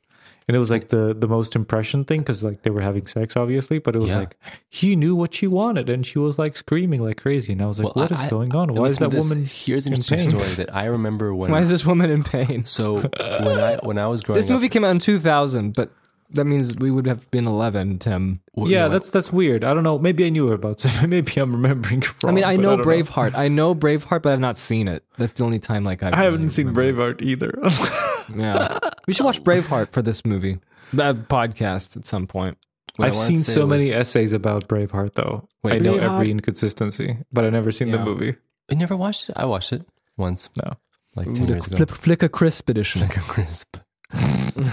[SPEAKER 2] and it was like the the most impression thing because like they were having sex obviously, but it was
[SPEAKER 3] Yeah.
[SPEAKER 2] like he knew what she wanted, and she was like screaming like crazy, and I was like,
[SPEAKER 3] Well,
[SPEAKER 2] what is
[SPEAKER 3] I- I-
[SPEAKER 2] going on? Why is
[SPEAKER 3] Listen
[SPEAKER 2] that
[SPEAKER 3] to this.
[SPEAKER 2] woman?
[SPEAKER 3] Here's an
[SPEAKER 2] in
[SPEAKER 3] interesting
[SPEAKER 2] pain?
[SPEAKER 3] story that I remember when.
[SPEAKER 1] Why is this woman in pain?
[SPEAKER 3] so when I when I was growing
[SPEAKER 1] This movie
[SPEAKER 3] up,
[SPEAKER 1] came out in 2000, but that means we would have been 11, Tim.
[SPEAKER 3] w-
[SPEAKER 2] yeah,
[SPEAKER 3] no, I-
[SPEAKER 2] that's that's weird. I don't know. Maybe I knew about. Something. Maybe I'm remembering
[SPEAKER 1] I
[SPEAKER 2] wrong.
[SPEAKER 1] mean, I
[SPEAKER 2] but
[SPEAKER 1] know
[SPEAKER 2] don't
[SPEAKER 1] Braveheart. I know Braveheart, but I've not seen it. That's the only time like I've
[SPEAKER 2] I haven't
[SPEAKER 1] really
[SPEAKER 2] seen
[SPEAKER 1] remembered.
[SPEAKER 2] Braveheart either.
[SPEAKER 1] Yeah, we should watch Braveheart for this movie, that podcast at some point.
[SPEAKER 3] what I
[SPEAKER 2] I've
[SPEAKER 3] wanted
[SPEAKER 2] seen
[SPEAKER 3] to say
[SPEAKER 2] so many
[SPEAKER 3] was-
[SPEAKER 2] essays about Braveheart, though.
[SPEAKER 3] Wait,
[SPEAKER 2] I know
[SPEAKER 1] Braveheart-
[SPEAKER 2] every inconsistency, but I've never seen the
[SPEAKER 1] Yeah.
[SPEAKER 2] movie.
[SPEAKER 3] You never watched it. I watched it once.
[SPEAKER 2] No.
[SPEAKER 3] like ten
[SPEAKER 1] Flick,
[SPEAKER 3] years ago.
[SPEAKER 1] flip, Flicker Crisp edition.
[SPEAKER 3] Like a crisp.
[SPEAKER 1] It's an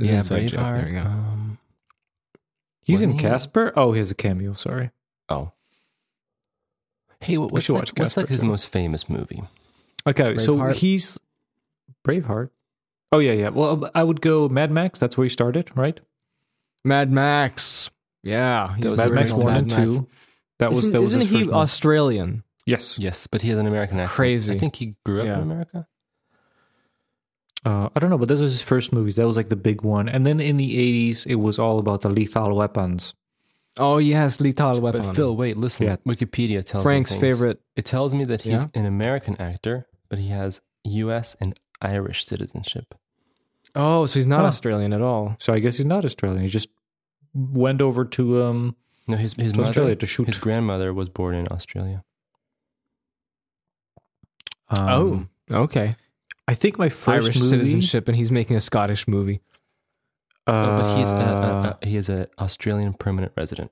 [SPEAKER 3] Yeah,
[SPEAKER 1] inside joke. There we
[SPEAKER 3] Braveheart.
[SPEAKER 1] go.
[SPEAKER 3] Um,
[SPEAKER 2] He's in
[SPEAKER 3] Wasn't he?
[SPEAKER 2] Casper. Oh, he has a cameo. Sorry.
[SPEAKER 3] oh. Hey, what,
[SPEAKER 2] We
[SPEAKER 3] what's
[SPEAKER 2] should
[SPEAKER 3] like,
[SPEAKER 2] watch
[SPEAKER 3] what's
[SPEAKER 2] Casper
[SPEAKER 3] like his
[SPEAKER 2] too.
[SPEAKER 3] most famous movie?
[SPEAKER 2] Okay, so
[SPEAKER 1] Braveheart.
[SPEAKER 2] he's Braveheart. Oh yeah, yeah. Well, I would go Mad Max. That's where he started, right?
[SPEAKER 1] Mad Max. Yeah, he
[SPEAKER 3] That was
[SPEAKER 1] the
[SPEAKER 2] Mad Max
[SPEAKER 1] original
[SPEAKER 2] one
[SPEAKER 1] Mad
[SPEAKER 2] and
[SPEAKER 1] Max.
[SPEAKER 2] two. That was
[SPEAKER 1] Isn't,
[SPEAKER 2] that was
[SPEAKER 1] isn't
[SPEAKER 2] his
[SPEAKER 1] he
[SPEAKER 2] first one.
[SPEAKER 1] Australian?
[SPEAKER 2] yes.
[SPEAKER 3] Yes, but he has an American accent.
[SPEAKER 1] Crazy.
[SPEAKER 3] I think he grew up
[SPEAKER 1] Yeah.
[SPEAKER 3] in America.
[SPEAKER 2] Uh, I don't know, but those were his first movies. That was like the big one. And then in the 80s, it was all about the lethal weapons.
[SPEAKER 1] Oh yes, Lethal Weapon.
[SPEAKER 3] But Phil, wait, listen.
[SPEAKER 2] Yeah.
[SPEAKER 3] Wikipedia tells me
[SPEAKER 1] Frank's
[SPEAKER 3] things.
[SPEAKER 1] favorite.
[SPEAKER 3] It tells me that he's
[SPEAKER 1] Yeah?
[SPEAKER 3] an American actor, but he has U.S. and Irish citizenship.
[SPEAKER 1] Oh, so he's not
[SPEAKER 2] Huh.
[SPEAKER 1] Australian at all.
[SPEAKER 2] So I guess he's not Australian. He just went over to um
[SPEAKER 3] No, his his
[SPEAKER 2] to Australia
[SPEAKER 3] mother,
[SPEAKER 2] to shoot.
[SPEAKER 3] his grandmother was born in Australia.
[SPEAKER 2] Um,
[SPEAKER 1] okay.
[SPEAKER 2] I think my first
[SPEAKER 1] Oh. Irish
[SPEAKER 2] movie,
[SPEAKER 1] citizenship, and he's making a Scottish movie.
[SPEAKER 2] Uh,
[SPEAKER 3] Oh, but he's a, a, a, he is an Australian permanent resident.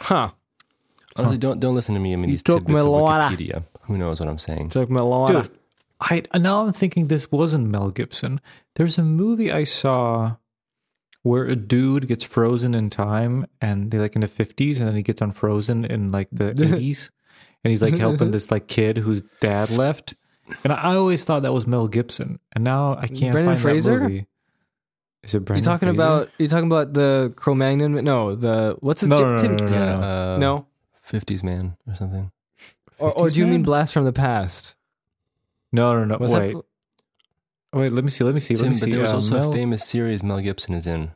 [SPEAKER 1] Huh.
[SPEAKER 3] Honestly, don't don't listen to me. I mean,
[SPEAKER 1] You
[SPEAKER 3] these
[SPEAKER 1] took
[SPEAKER 3] tidbits
[SPEAKER 1] me
[SPEAKER 3] of
[SPEAKER 1] a lot.
[SPEAKER 3] Wikipedia. Who knows what I'm saying?
[SPEAKER 1] Took me a lot.
[SPEAKER 2] dude. I now I'm thinking this wasn't Mel Gibson. There's a movie I saw where a dude gets frozen in time, and they're like in the 50s, and then he gets unfrozen in like the 80s, and he's like helping this like kid whose dad left. And I always thought that was Mel Gibson, and now I can't
[SPEAKER 1] Brendan
[SPEAKER 2] find
[SPEAKER 1] Fraser?
[SPEAKER 2] that movie. Is it
[SPEAKER 1] you
[SPEAKER 2] Brendan?
[SPEAKER 1] talking
[SPEAKER 2] Fraser?
[SPEAKER 1] about you talking about the Cro-Magnon? No, the what's his
[SPEAKER 2] No,
[SPEAKER 1] Ti-
[SPEAKER 2] no, no,
[SPEAKER 1] Tim-
[SPEAKER 2] no, no,
[SPEAKER 3] yeah,
[SPEAKER 2] no.
[SPEAKER 3] uh,
[SPEAKER 1] no?
[SPEAKER 3] fifties man or something.
[SPEAKER 1] Or, or
[SPEAKER 2] 50s
[SPEAKER 1] do you mean
[SPEAKER 2] man?
[SPEAKER 1] Blast from the Past?
[SPEAKER 2] No, no, no.
[SPEAKER 1] What's
[SPEAKER 2] wait,
[SPEAKER 1] that?
[SPEAKER 2] wait. Let me see. Let me see.
[SPEAKER 3] Tim,
[SPEAKER 2] let me
[SPEAKER 3] but
[SPEAKER 2] see.
[SPEAKER 3] there was
[SPEAKER 2] uh,
[SPEAKER 3] also
[SPEAKER 2] Mel-
[SPEAKER 3] a famous series Mel Gibson is in.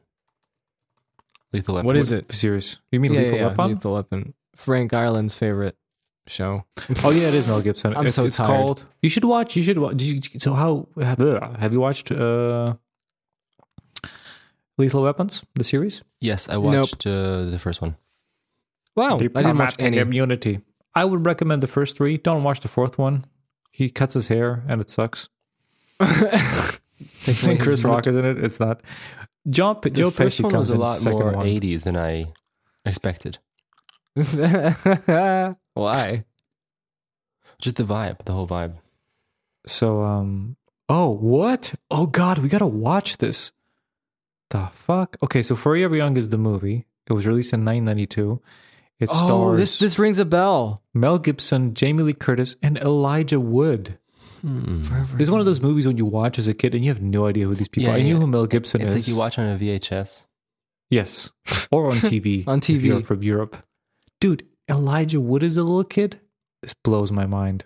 [SPEAKER 3] Lethal Weapon.
[SPEAKER 1] What is it?
[SPEAKER 2] Serious? You mean
[SPEAKER 1] yeah,
[SPEAKER 2] Lethal
[SPEAKER 1] yeah,
[SPEAKER 2] Weapon?
[SPEAKER 1] Lethal Weapon. Frank Ireland's favorite show.
[SPEAKER 2] Oh yeah, it is Mel Gibson.
[SPEAKER 1] I'm
[SPEAKER 2] it's,
[SPEAKER 1] so
[SPEAKER 2] it's
[SPEAKER 1] tired.
[SPEAKER 2] called. You should watch. You should watch. Did you- so how ugh, have you watched uh, Lethal Weapons, the series?
[SPEAKER 3] Yes, I
[SPEAKER 1] Nope.
[SPEAKER 3] watched uh, the first one.
[SPEAKER 1] Wow, I didn't watch
[SPEAKER 2] Diplomatic
[SPEAKER 1] any.
[SPEAKER 2] Immunity. I would recommend the first three. Don't watch the fourth one. He cuts his hair and it sucks.
[SPEAKER 1] Takes away
[SPEAKER 2] When
[SPEAKER 1] his
[SPEAKER 2] Chris
[SPEAKER 1] mood.
[SPEAKER 2] Rock is in it, it's not. John P-
[SPEAKER 3] The
[SPEAKER 2] Joe
[SPEAKER 3] first
[SPEAKER 2] Pesci
[SPEAKER 3] one
[SPEAKER 2] comes
[SPEAKER 3] was a
[SPEAKER 2] in the
[SPEAKER 3] lot
[SPEAKER 2] second
[SPEAKER 3] more
[SPEAKER 2] one.
[SPEAKER 3] 80s than I expected.
[SPEAKER 1] Why?
[SPEAKER 3] Just the vibe, the whole vibe.
[SPEAKER 2] So um oh what? Oh god, we gotta watch this. The fuck? Okay, so Forever Young is the movie. It was released in 992. It
[SPEAKER 1] Oh,
[SPEAKER 2] stars
[SPEAKER 1] this this rings a bell.
[SPEAKER 2] Mel Gibson, Jamie Lee Curtis, and Elijah Wood. Mm.
[SPEAKER 1] Forever.
[SPEAKER 2] This is one of those movies when you watch as a kid and you have no idea who these people
[SPEAKER 3] Yeah,
[SPEAKER 2] are. I knew
[SPEAKER 3] yeah.
[SPEAKER 2] who Mel Gibson
[SPEAKER 3] It's
[SPEAKER 2] is.
[SPEAKER 3] like you watch on a VHS.
[SPEAKER 2] yes, or on TV.
[SPEAKER 1] On
[SPEAKER 2] if you're
[SPEAKER 1] TV.
[SPEAKER 2] from Europe, dude. Elijah Wood is a little kid. This blows my mind.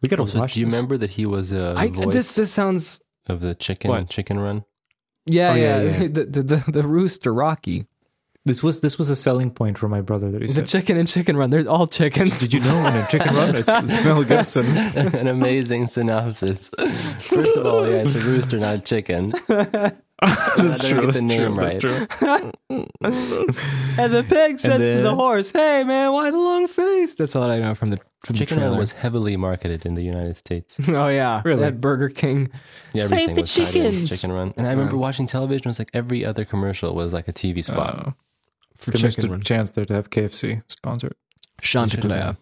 [SPEAKER 2] We gotta
[SPEAKER 3] Also,
[SPEAKER 2] watch.
[SPEAKER 3] do you
[SPEAKER 2] this.
[SPEAKER 3] remember that he was a
[SPEAKER 1] I,
[SPEAKER 3] voice
[SPEAKER 1] this this sounds
[SPEAKER 3] of the chicken
[SPEAKER 1] What?
[SPEAKER 3] chicken run?
[SPEAKER 1] yeah
[SPEAKER 2] Oh,
[SPEAKER 1] yeah,
[SPEAKER 2] yeah, yeah.
[SPEAKER 1] The, the the the rooster Rocky
[SPEAKER 2] This was this was a selling point for my brother that he
[SPEAKER 1] the
[SPEAKER 2] said.
[SPEAKER 1] chicken and chicken run they're all chickens
[SPEAKER 2] Did you know in a chicken run it's, it's Mel Gibson?
[SPEAKER 3] An amazing synopsis. First of all, yeah, it's a rooster, not a chicken.
[SPEAKER 2] that's
[SPEAKER 3] I didn't get the name right.
[SPEAKER 1] and the pig says to the
[SPEAKER 2] then-
[SPEAKER 1] horse hey man why the long face that's all I know from the from
[SPEAKER 3] Chicken
[SPEAKER 1] the
[SPEAKER 3] Run
[SPEAKER 1] trailer.
[SPEAKER 3] was heavily marketed in the United States.
[SPEAKER 1] oh yeah
[SPEAKER 2] Really?
[SPEAKER 1] that Burger King
[SPEAKER 3] Yeah,
[SPEAKER 1] Save
[SPEAKER 3] everything
[SPEAKER 1] the
[SPEAKER 3] was tied in with
[SPEAKER 1] chickens.
[SPEAKER 3] Chicken Run. And I remember watching television. It was like every other commercial was like a TV spot.
[SPEAKER 2] Uh,
[SPEAKER 1] for
[SPEAKER 2] they missed
[SPEAKER 1] chicken
[SPEAKER 2] a
[SPEAKER 1] run
[SPEAKER 2] chance there to have KFC sponsored.
[SPEAKER 1] Chanticleer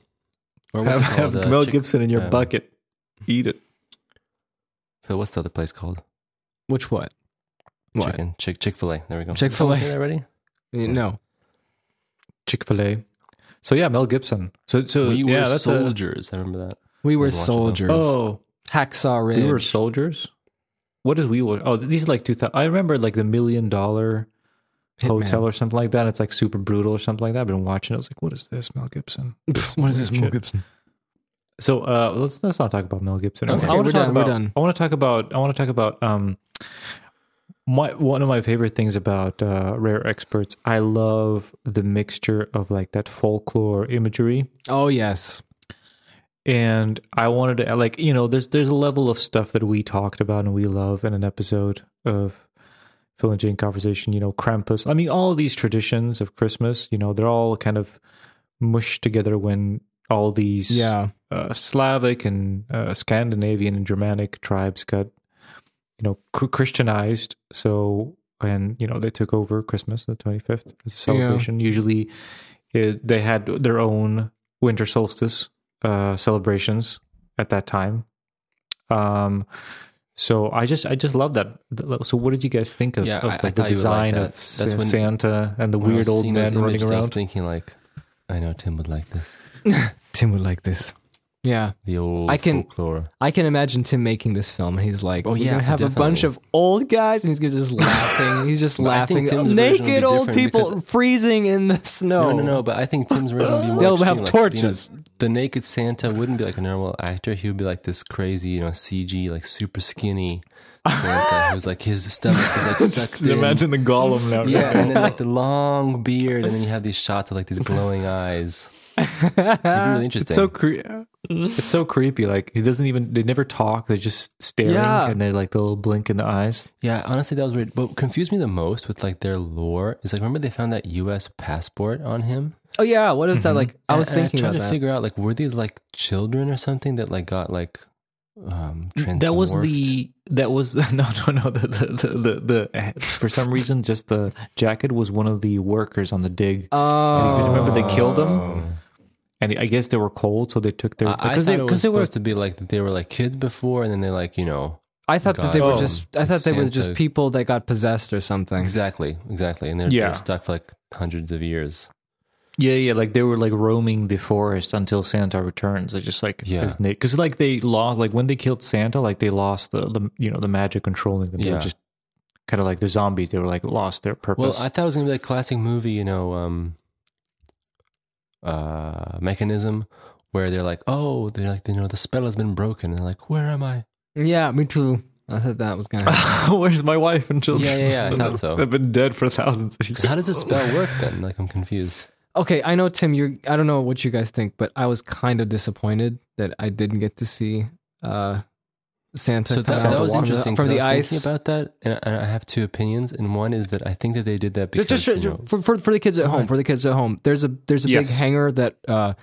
[SPEAKER 3] Or what's
[SPEAKER 2] Have,
[SPEAKER 3] it called?
[SPEAKER 2] have
[SPEAKER 3] Uh,
[SPEAKER 2] Mel
[SPEAKER 3] Chick-
[SPEAKER 2] Gibson in your
[SPEAKER 3] um,
[SPEAKER 2] bucket. Eat it.
[SPEAKER 3] So what's the other place called?
[SPEAKER 1] which what What?
[SPEAKER 3] Chicken Chick Chick Fil A. There we go.
[SPEAKER 1] Chick-fil-A.
[SPEAKER 3] Did I say that already?
[SPEAKER 1] Eh, no
[SPEAKER 2] Chick Fil A. So yeah, Mel Gibson. So so
[SPEAKER 3] we were
[SPEAKER 2] Uh, yeah, that's a-
[SPEAKER 3] soldiers. I remember that.
[SPEAKER 1] we were
[SPEAKER 3] We'd watch it, though.
[SPEAKER 1] soldiers
[SPEAKER 2] oh,
[SPEAKER 1] hacksaw ridge
[SPEAKER 2] we were soldiers. What is we were? Oh, these are like two thousand. I remember like the million dollar
[SPEAKER 1] Hitman.
[SPEAKER 2] hotel or something like that. It's like super brutal or something like that. I've been watching. it. I was like, what is this, Mel Gibson?
[SPEAKER 1] Pff, what is this Mel
[SPEAKER 2] Shit.
[SPEAKER 1] Gibson
[SPEAKER 2] So uh, let's let's not talk about Mel Gibson.
[SPEAKER 3] Okay.
[SPEAKER 2] I want
[SPEAKER 1] We're
[SPEAKER 2] to talk
[SPEAKER 1] done, we're
[SPEAKER 2] about.
[SPEAKER 1] done.
[SPEAKER 2] I want to talk about. I want to talk about. Um, my one of my favorite things about uh, rare experts. I love the mixture of like that folklore imagery,
[SPEAKER 1] oh yes
[SPEAKER 2] and I wanted to like you know there's there's a level of stuff that we talked about and we love in an episode of Phil and Jane conversation. You know, Krampus. I mean, all these traditions of Christmas. You know, they're all kind of mushed together when all these
[SPEAKER 1] yeah
[SPEAKER 2] uh, Slavic and uh, Scandinavian and Germanic tribes got, you know, cr- Christianized. So, and you know, they took over Christmas, the twenty fifth, as a celebration. Usually, it, they had their own winter solstice uh, celebrations at that time. Um, so I just I just love that. So, what did you guys think of,
[SPEAKER 3] Yeah,
[SPEAKER 2] of
[SPEAKER 3] I- I
[SPEAKER 2] like, the
[SPEAKER 3] thought you would like
[SPEAKER 2] design
[SPEAKER 3] that.
[SPEAKER 2] of
[SPEAKER 3] That's
[SPEAKER 2] Sa-
[SPEAKER 3] when-
[SPEAKER 2] Santa and the
[SPEAKER 3] When I
[SPEAKER 2] weird
[SPEAKER 3] was
[SPEAKER 2] old
[SPEAKER 3] seeing those
[SPEAKER 2] man running
[SPEAKER 3] images, I was
[SPEAKER 2] around?
[SPEAKER 3] thinking like, I know Tim would like this.
[SPEAKER 1] Tim would like this yeah
[SPEAKER 3] The old
[SPEAKER 1] I can-
[SPEAKER 3] folklore.
[SPEAKER 1] I can imagine Tim making this film, and he's like,
[SPEAKER 3] Oh,
[SPEAKER 1] "Oh yeah,
[SPEAKER 3] yeah,
[SPEAKER 1] gonna have a bunch of
[SPEAKER 3] definitely.
[SPEAKER 1] old guys," and he's gonna just laughing. He's just
[SPEAKER 3] But I
[SPEAKER 1] laughing.
[SPEAKER 3] think Tim's version would
[SPEAKER 1] Naked
[SPEAKER 3] be
[SPEAKER 1] old
[SPEAKER 3] different
[SPEAKER 1] people
[SPEAKER 3] because-
[SPEAKER 1] freezing in the snow.
[SPEAKER 3] No, no, no. But I think Tim's version would be more.
[SPEAKER 1] They'll
[SPEAKER 3] interesting,
[SPEAKER 1] have
[SPEAKER 3] like,
[SPEAKER 1] torches.
[SPEAKER 3] you know, the naked Santa wouldn't be like a normal actor. He would be like this crazy, you know, CG, like super skinny Santa who's like his stomach is like sucked in.
[SPEAKER 2] Imagine the golem now.
[SPEAKER 3] Yeah, and then like the long beard, and then you have these shots of like these glowing eyes. It'd be really
[SPEAKER 2] It's
[SPEAKER 3] interesting.
[SPEAKER 2] so cre- it's so creepy. Like he doesn't even. They never talk. They're just staring,
[SPEAKER 1] Yeah.
[SPEAKER 2] and they like the little blink in the eyes.
[SPEAKER 3] Yeah, honestly, that was weird. What confused me the most with like their lore is like, remember they found that U.S. passport on him.
[SPEAKER 1] Oh yeah, what is that like? I was
[SPEAKER 3] And
[SPEAKER 1] thinking
[SPEAKER 3] trying
[SPEAKER 1] about
[SPEAKER 3] to
[SPEAKER 1] that.
[SPEAKER 3] figure out like, were these like children or something that like got like um transformed?
[SPEAKER 2] That was the. That was no, no, no. The the, the the the for some reason, just the jacket was one of the workers on the dig,
[SPEAKER 1] oh,
[SPEAKER 2] Because remember they killed him?
[SPEAKER 3] Oh.
[SPEAKER 2] and I guess they were cold, so they took their
[SPEAKER 3] I, I
[SPEAKER 2] because
[SPEAKER 3] thought
[SPEAKER 2] they
[SPEAKER 3] it was
[SPEAKER 2] because they were
[SPEAKER 3] supposed to be like that they were like kids before, and then they like you know
[SPEAKER 1] I thought that they
[SPEAKER 2] God.
[SPEAKER 1] were just. I
[SPEAKER 3] Oh,
[SPEAKER 1] thought they were
[SPEAKER 3] Santa.
[SPEAKER 1] just people that got possessed or something.
[SPEAKER 3] exactly, exactly, and they're,
[SPEAKER 2] Yeah.
[SPEAKER 3] they're stuck for like hundreds of years.
[SPEAKER 2] yeah yeah like they were like roaming the forest until Santa returns. They just like
[SPEAKER 3] Yeah.
[SPEAKER 2] because like they lost like when they killed Santa, like they lost the, the you know the magic controlling them. They were
[SPEAKER 3] Yeah.
[SPEAKER 2] just kind of like the zombies. They were like lost their
[SPEAKER 3] Well,
[SPEAKER 2] purpose.
[SPEAKER 3] I thought it was gonna be like classic movie, you know, um, uh, mechanism where they're like, oh, they're like, you know, the spell has been broken. And they're like, where am I?
[SPEAKER 1] Yeah, me too. I thought that was gonna. Happen.
[SPEAKER 2] Where's my wife and children?
[SPEAKER 3] Yeah, yeah, yeah, I thought so.
[SPEAKER 2] They've been dead for thousands of years.
[SPEAKER 3] So how does the spell work then? Like I'm confused.
[SPEAKER 1] Okay, I know Tim. You're. I don't know what you guys think, but I was kind of disappointed that I didn't get to see uh, Santa.
[SPEAKER 3] So
[SPEAKER 1] come out
[SPEAKER 3] that,
[SPEAKER 1] of
[SPEAKER 3] that
[SPEAKER 1] the
[SPEAKER 3] was
[SPEAKER 1] water-
[SPEAKER 3] interesting.
[SPEAKER 1] from
[SPEAKER 3] 'cause
[SPEAKER 1] the
[SPEAKER 3] I was
[SPEAKER 1] ice.
[SPEAKER 3] thinking about that, and I, and I have two opinions. And one is that I think that they did that because
[SPEAKER 1] Just- just-
[SPEAKER 3] you know,
[SPEAKER 1] just for, for for the kids at home. For the kids at home, there's a there's a
[SPEAKER 2] Yes.
[SPEAKER 1] big hanger that uh,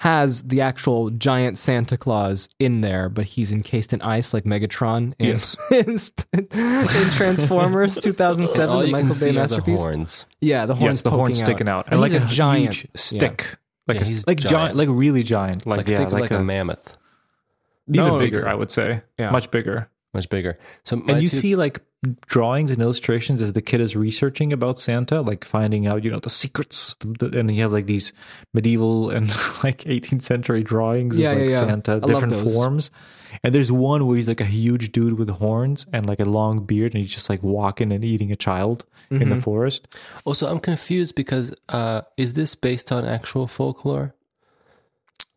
[SPEAKER 1] has the actual giant Santa Claus in there, but he's encased in ice like Megatron in,
[SPEAKER 2] Yes.
[SPEAKER 1] in, in Transformers 2007,
[SPEAKER 3] all
[SPEAKER 1] the
[SPEAKER 3] you
[SPEAKER 1] Michael
[SPEAKER 3] can
[SPEAKER 1] Bay
[SPEAKER 3] see are the
[SPEAKER 1] masterpiece.
[SPEAKER 3] horns.
[SPEAKER 1] Yeah, the horns
[SPEAKER 2] yes, the horn's
[SPEAKER 1] poking
[SPEAKER 2] sticking out,
[SPEAKER 1] And
[SPEAKER 2] like
[SPEAKER 1] he's a giant
[SPEAKER 2] huge
[SPEAKER 1] yeah.
[SPEAKER 2] stick, like
[SPEAKER 3] Yeah,
[SPEAKER 2] a,
[SPEAKER 3] he's
[SPEAKER 2] like giant.
[SPEAKER 3] giant.
[SPEAKER 2] like really giant, like
[SPEAKER 3] Like,
[SPEAKER 2] yeah,
[SPEAKER 3] think
[SPEAKER 2] like,
[SPEAKER 3] like, a, mammoth,
[SPEAKER 2] even
[SPEAKER 1] No,
[SPEAKER 2] bigger. I would say,
[SPEAKER 1] Yeah.
[SPEAKER 2] much bigger.
[SPEAKER 3] much bigger. So my
[SPEAKER 2] and you
[SPEAKER 3] two-
[SPEAKER 2] see like drawings and illustrations as the kid is researching about Santa, like finding out you know the secrets, the, the- and you have like these medieval and like 18th century drawings
[SPEAKER 1] Yeah,
[SPEAKER 2] of like
[SPEAKER 1] yeah, yeah.
[SPEAKER 2] Santa,
[SPEAKER 1] I love
[SPEAKER 2] different
[SPEAKER 1] those.
[SPEAKER 2] forms. And there's one where he's like a huge dude with horns and like a long beard, and he's just like walking and eating a child in
[SPEAKER 1] Mm-hmm.
[SPEAKER 2] the forest.
[SPEAKER 3] also I'm confused because uh, is this based on actual folklore?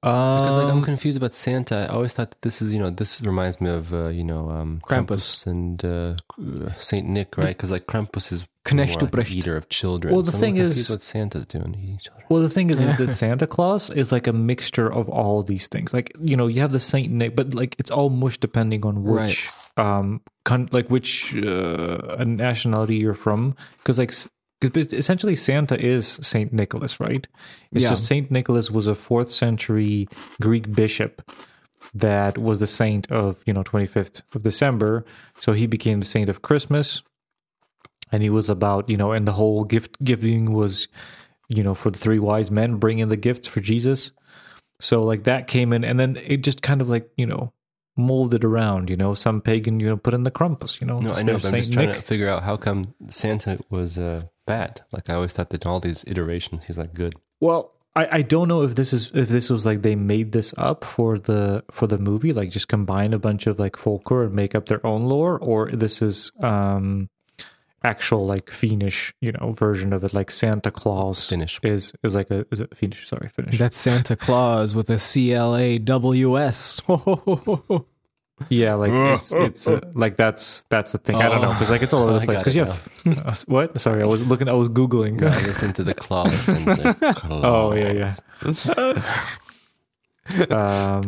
[SPEAKER 3] Because like I'm
[SPEAKER 2] Um,
[SPEAKER 3] confused about Santa. I always thought that this is you know this reminds me of uh, you know um,
[SPEAKER 1] Krampus.
[SPEAKER 3] Krampus and uh, Saint Nick, right? Because like Krampus is
[SPEAKER 1] Knecht
[SPEAKER 3] more like an
[SPEAKER 1] Ruprecht.
[SPEAKER 3] eater of children.
[SPEAKER 2] Well, the
[SPEAKER 3] So I'm
[SPEAKER 2] thing
[SPEAKER 3] confused
[SPEAKER 2] is-
[SPEAKER 3] what Santa's doing to each other.
[SPEAKER 2] Well, the thing is, is that Santa Claus is like a mixture of all these things. Like you know, you have the Saint Nick, but like it's all mush depending on which um con- like which uh, nationality you're from. Because like because essentially Santa is Saint Nicholas, right? It's
[SPEAKER 1] Yeah.
[SPEAKER 2] just Saint Nicholas was a fourth century Greek bishop that was the saint of you know 25th of December. So he became the saint of Christmas and he was about you know and the whole gift giving was you know for the three wise men bringing the gifts for jesus so like that came in and then it just kind of like you know molded around you know some pagan you know put in the crumpus you know
[SPEAKER 3] No, I
[SPEAKER 2] Saint-
[SPEAKER 3] know, but I'm just
[SPEAKER 2] Saint
[SPEAKER 3] trying
[SPEAKER 2] Nick.
[SPEAKER 3] to figure out how come Santa was uh, bad. Like I always thought that in all these iterations, he's like good.
[SPEAKER 2] Well, I, I don't know if this is if this was like they made this up for the for the movie, like just combine a bunch of like folklore and make up their own lore, or this is um actual like Finnish, you know, version of it, like Santa Claus
[SPEAKER 3] Finnish.
[SPEAKER 2] is is like a is it Finnish, sorry, Finnish.
[SPEAKER 1] That's Santa Claus with a C L A W S.
[SPEAKER 2] yeah, like it's it's uh, like that's that's the thing. I don't know because like it's all over the
[SPEAKER 3] Oh, I
[SPEAKER 2] place.
[SPEAKER 3] got
[SPEAKER 2] Because
[SPEAKER 3] it
[SPEAKER 2] you have what? Sorry, I was looking, I was googling.
[SPEAKER 3] I listened to the Claus Santa.
[SPEAKER 2] oh yeah, yeah. um,